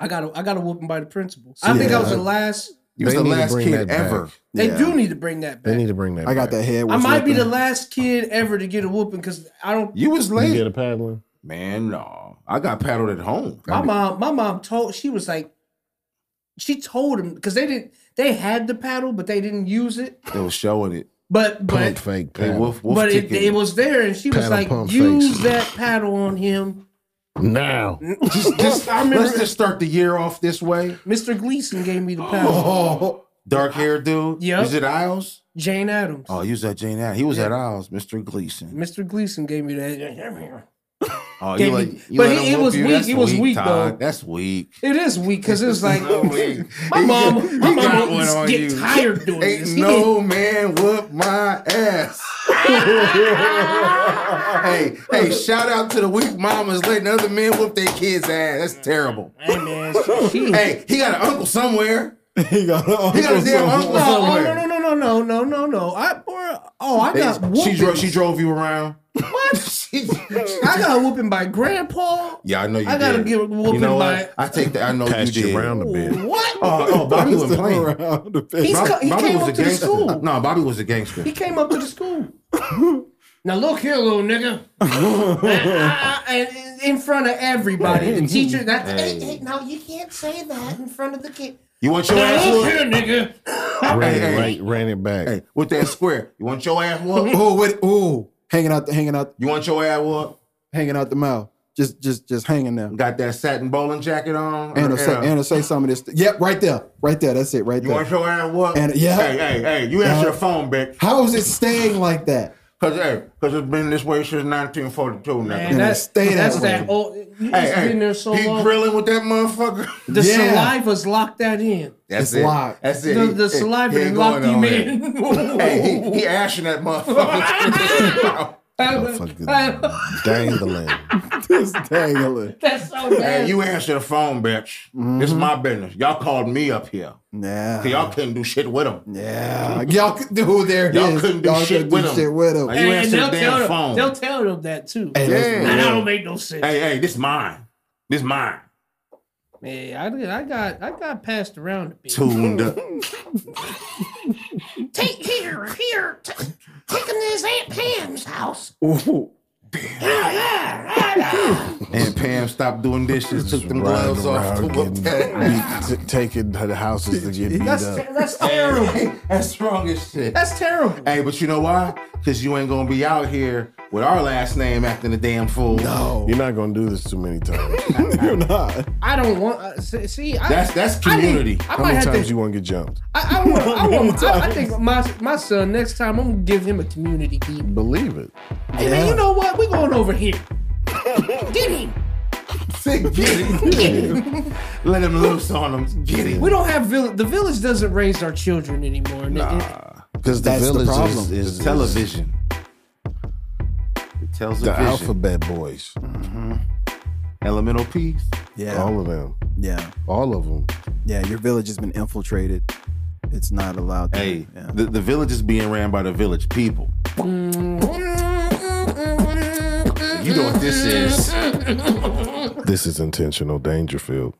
S5: I got a I got a whooping by the principal. I think I was the last.
S1: You was
S3: They
S1: the
S3: need to
S1: last
S3: bring
S1: kid
S3: that back.
S1: ever.
S5: They
S2: Yeah.
S5: do need to bring that
S3: They
S5: back.
S3: need to bring that.
S2: I got
S3: back.
S2: that head.
S5: I
S2: was
S5: might be the
S2: whooping.
S5: last kid ever to get a whooping because I don't.
S1: You was
S3: You
S1: late,
S3: get a paddling.
S1: man. No, I got paddled at home.
S5: My mom, my mom told she was like, she told him because they didn't. They had the paddle, but they didn't use it.
S1: They was showing it.
S5: But
S3: Pump
S5: but
S3: fake
S1: Hey,
S3: paddle.
S1: Wolf, Wolf
S5: but it,
S1: ticket.
S5: it was there, and she was
S3: Paddle
S5: like,
S3: pump
S5: "Use
S3: fakes.
S5: that paddle on him."
S3: now.
S1: just, just,
S5: I remember-
S1: let's just start the year off this way.
S5: Mr. Gleason gave me the paddle.
S1: Oh, dark hair dude.
S5: Yep.
S1: Is it Isles?
S5: Jane Adams.
S1: Oh, he was at Jane Adams. He was at Isles, Mr. Gleason.
S5: Mr. Gleason gave me that.
S1: Oh, you
S5: Gave me-
S1: like, you
S5: but
S1: let
S5: he-
S1: him
S5: it
S1: whoop
S5: was
S1: you.
S5: weak.
S1: That's
S5: It was weak,
S1: Todd.
S5: though.
S1: That's weak.
S5: It is weak because it's like my mom.
S1: He got-
S5: My
S1: he got
S5: mom
S1: one on
S5: would get
S1: you.
S5: tired doing
S1: Ain't
S5: this. He
S1: no man whoop my ass. hey, hey, shout out to the weak mamas letting other men whoop their kids' ass. That's terrible.
S5: did- Hey man, she- she-
S1: Hey, he got an uncle somewhere.
S3: he got an
S1: He got a damn uncle
S5: No, oh, no,
S1: somewhere.
S5: no, no, no, no, no, no, no. I or, oh, I got
S1: She
S5: whooping.
S1: drove she drove you around. What?
S5: I got whooping by grandpa.
S1: yeah, I know you
S5: I gotta
S1: did.
S5: give a
S1: you
S5: whooping
S1: know
S5: by
S1: what? I take that. I know
S3: Passed
S1: you
S3: you
S1: did.
S3: around a bit.
S5: what?
S1: Oh, oh, Bobby was playing.
S3: Around a bit.
S5: He's co- he came up to the
S1: gangster.
S5: school.
S1: No, Bobby was a gangster.
S5: He came up to the school. now look here, little nigga. I- I- I- and in front of everybody, the teacher. That hey. hey, no, you can't say that in front of the kid.
S1: You want your ass
S5: Now look
S1: whooped?
S5: here, nigga.
S3: ran,
S1: Hey,
S3: it,
S1: hey.
S3: right- ran it back.
S1: Hey, with that square, you want your ass whooped?
S2: Oh, wait, oh, hanging out, the, hanging out,
S1: You want your ass whooped?
S2: hanging out the mouth, just, just, just hanging there.
S1: Got that satin bowling jacket on?
S2: And to say,
S1: Yeah.
S2: and to say some of this. Yep, right there, right there. That's it, right
S1: you
S2: there.
S1: want your ass whooped?
S2: And- yeah.
S1: Hey, hey, hey, you answer
S2: Yeah.
S1: your phone, bitch.
S2: How is it staying like that?
S1: Cause hey, cause it's been this way since 1942. nigga.
S5: Man,
S2: And
S1: hey,
S2: that-
S5: that's
S2: stay that
S5: that's
S2: way.
S5: that old. It's
S1: hey,
S5: been there so
S1: he
S5: long.
S1: grilling with that motherfucker.
S5: the
S2: Yeah.
S5: saliva's locked that in.
S1: That's
S2: It's
S1: it.
S2: locked.
S1: That's it.
S5: The,
S1: He-
S5: the
S1: he-
S5: saliva
S1: he
S5: that
S1: ain't
S5: locked
S1: going
S5: him
S1: nowhere.
S5: in.
S1: Hey, he, he ashing that
S2: Oh,
S1: motherfucker.
S3: Motherfucking dangling.
S2: This dangling.
S5: That's so bad.
S1: hey, you answer the phone, bitch.
S2: Mm-hmm.
S1: This is my business. Y'all called me up here.
S2: Nah.
S1: 'Cause
S2: Uh.
S1: Y'all couldn't do shit with him.
S2: Yeah, y'all could do there. it
S1: Y'all
S2: is.
S1: couldn't do shit
S2: couldn't do
S1: with 'em.
S2: shit with 'em.
S1: Like, you answer the damn
S5: tell Them,
S1: phone.
S5: they'll tell them that too.
S2: Hey, listen,
S1: Yeah.
S5: Nah, that
S2: man.
S5: don't make no sense.
S1: Hey, hey, this mine. This mine.
S5: Yeah, I did. I got I got passed around a bit.
S1: Tuned up.
S5: Take here, here, t- take him to his aunt Pam's house.
S2: Ooh.
S1: And Pam stopped doing dishes, took them
S3: Riding
S1: gloves off.
S3: around
S1: whooped
S3: getting
S1: that.
S3: beat- t- taking to the houses to get beat
S5: That's
S3: up.
S5: that's terrible.
S1: Hey, That's strong as shit.
S5: That's terrible.
S1: Hey, but you know why? Because you ain't gonna be out here with our last name acting a damn fool.
S2: No.
S3: You're not gonna do this too many times.
S2: You're not.
S5: I don't want. Uh, see, see, I,
S1: That's that's community.
S5: I, need, I
S3: How
S5: might
S3: many
S5: have
S3: times
S5: to.
S3: you wanna get jumped?
S5: I, I want. I, want I, I think my my son next time I'm gonna give him a community key.
S3: Believe it.
S5: Hey man, you know what? We going over here. Get him.
S1: Say, get it. Get it. Let him loose on them. Get it.
S5: We don't have village. The village doesn't raise our children anymore. And it-
S3: Because the
S2: That's the
S3: village
S2: problem.
S3: is,
S1: It's
S3: is
S1: television. It tells a
S3: The
S1: vision.
S3: alphabet boys.
S1: Elemental piece.
S2: Yeah.
S3: All of them.
S2: Yeah.
S3: All of them.
S2: Yeah. Your village has been infiltrated. It's not allowed. To,
S1: Hey,
S2: Yeah.
S1: the, the village is being ran by the village people.
S3: Mm.
S1: You know what this is.
S3: This is intentional Dangerfield.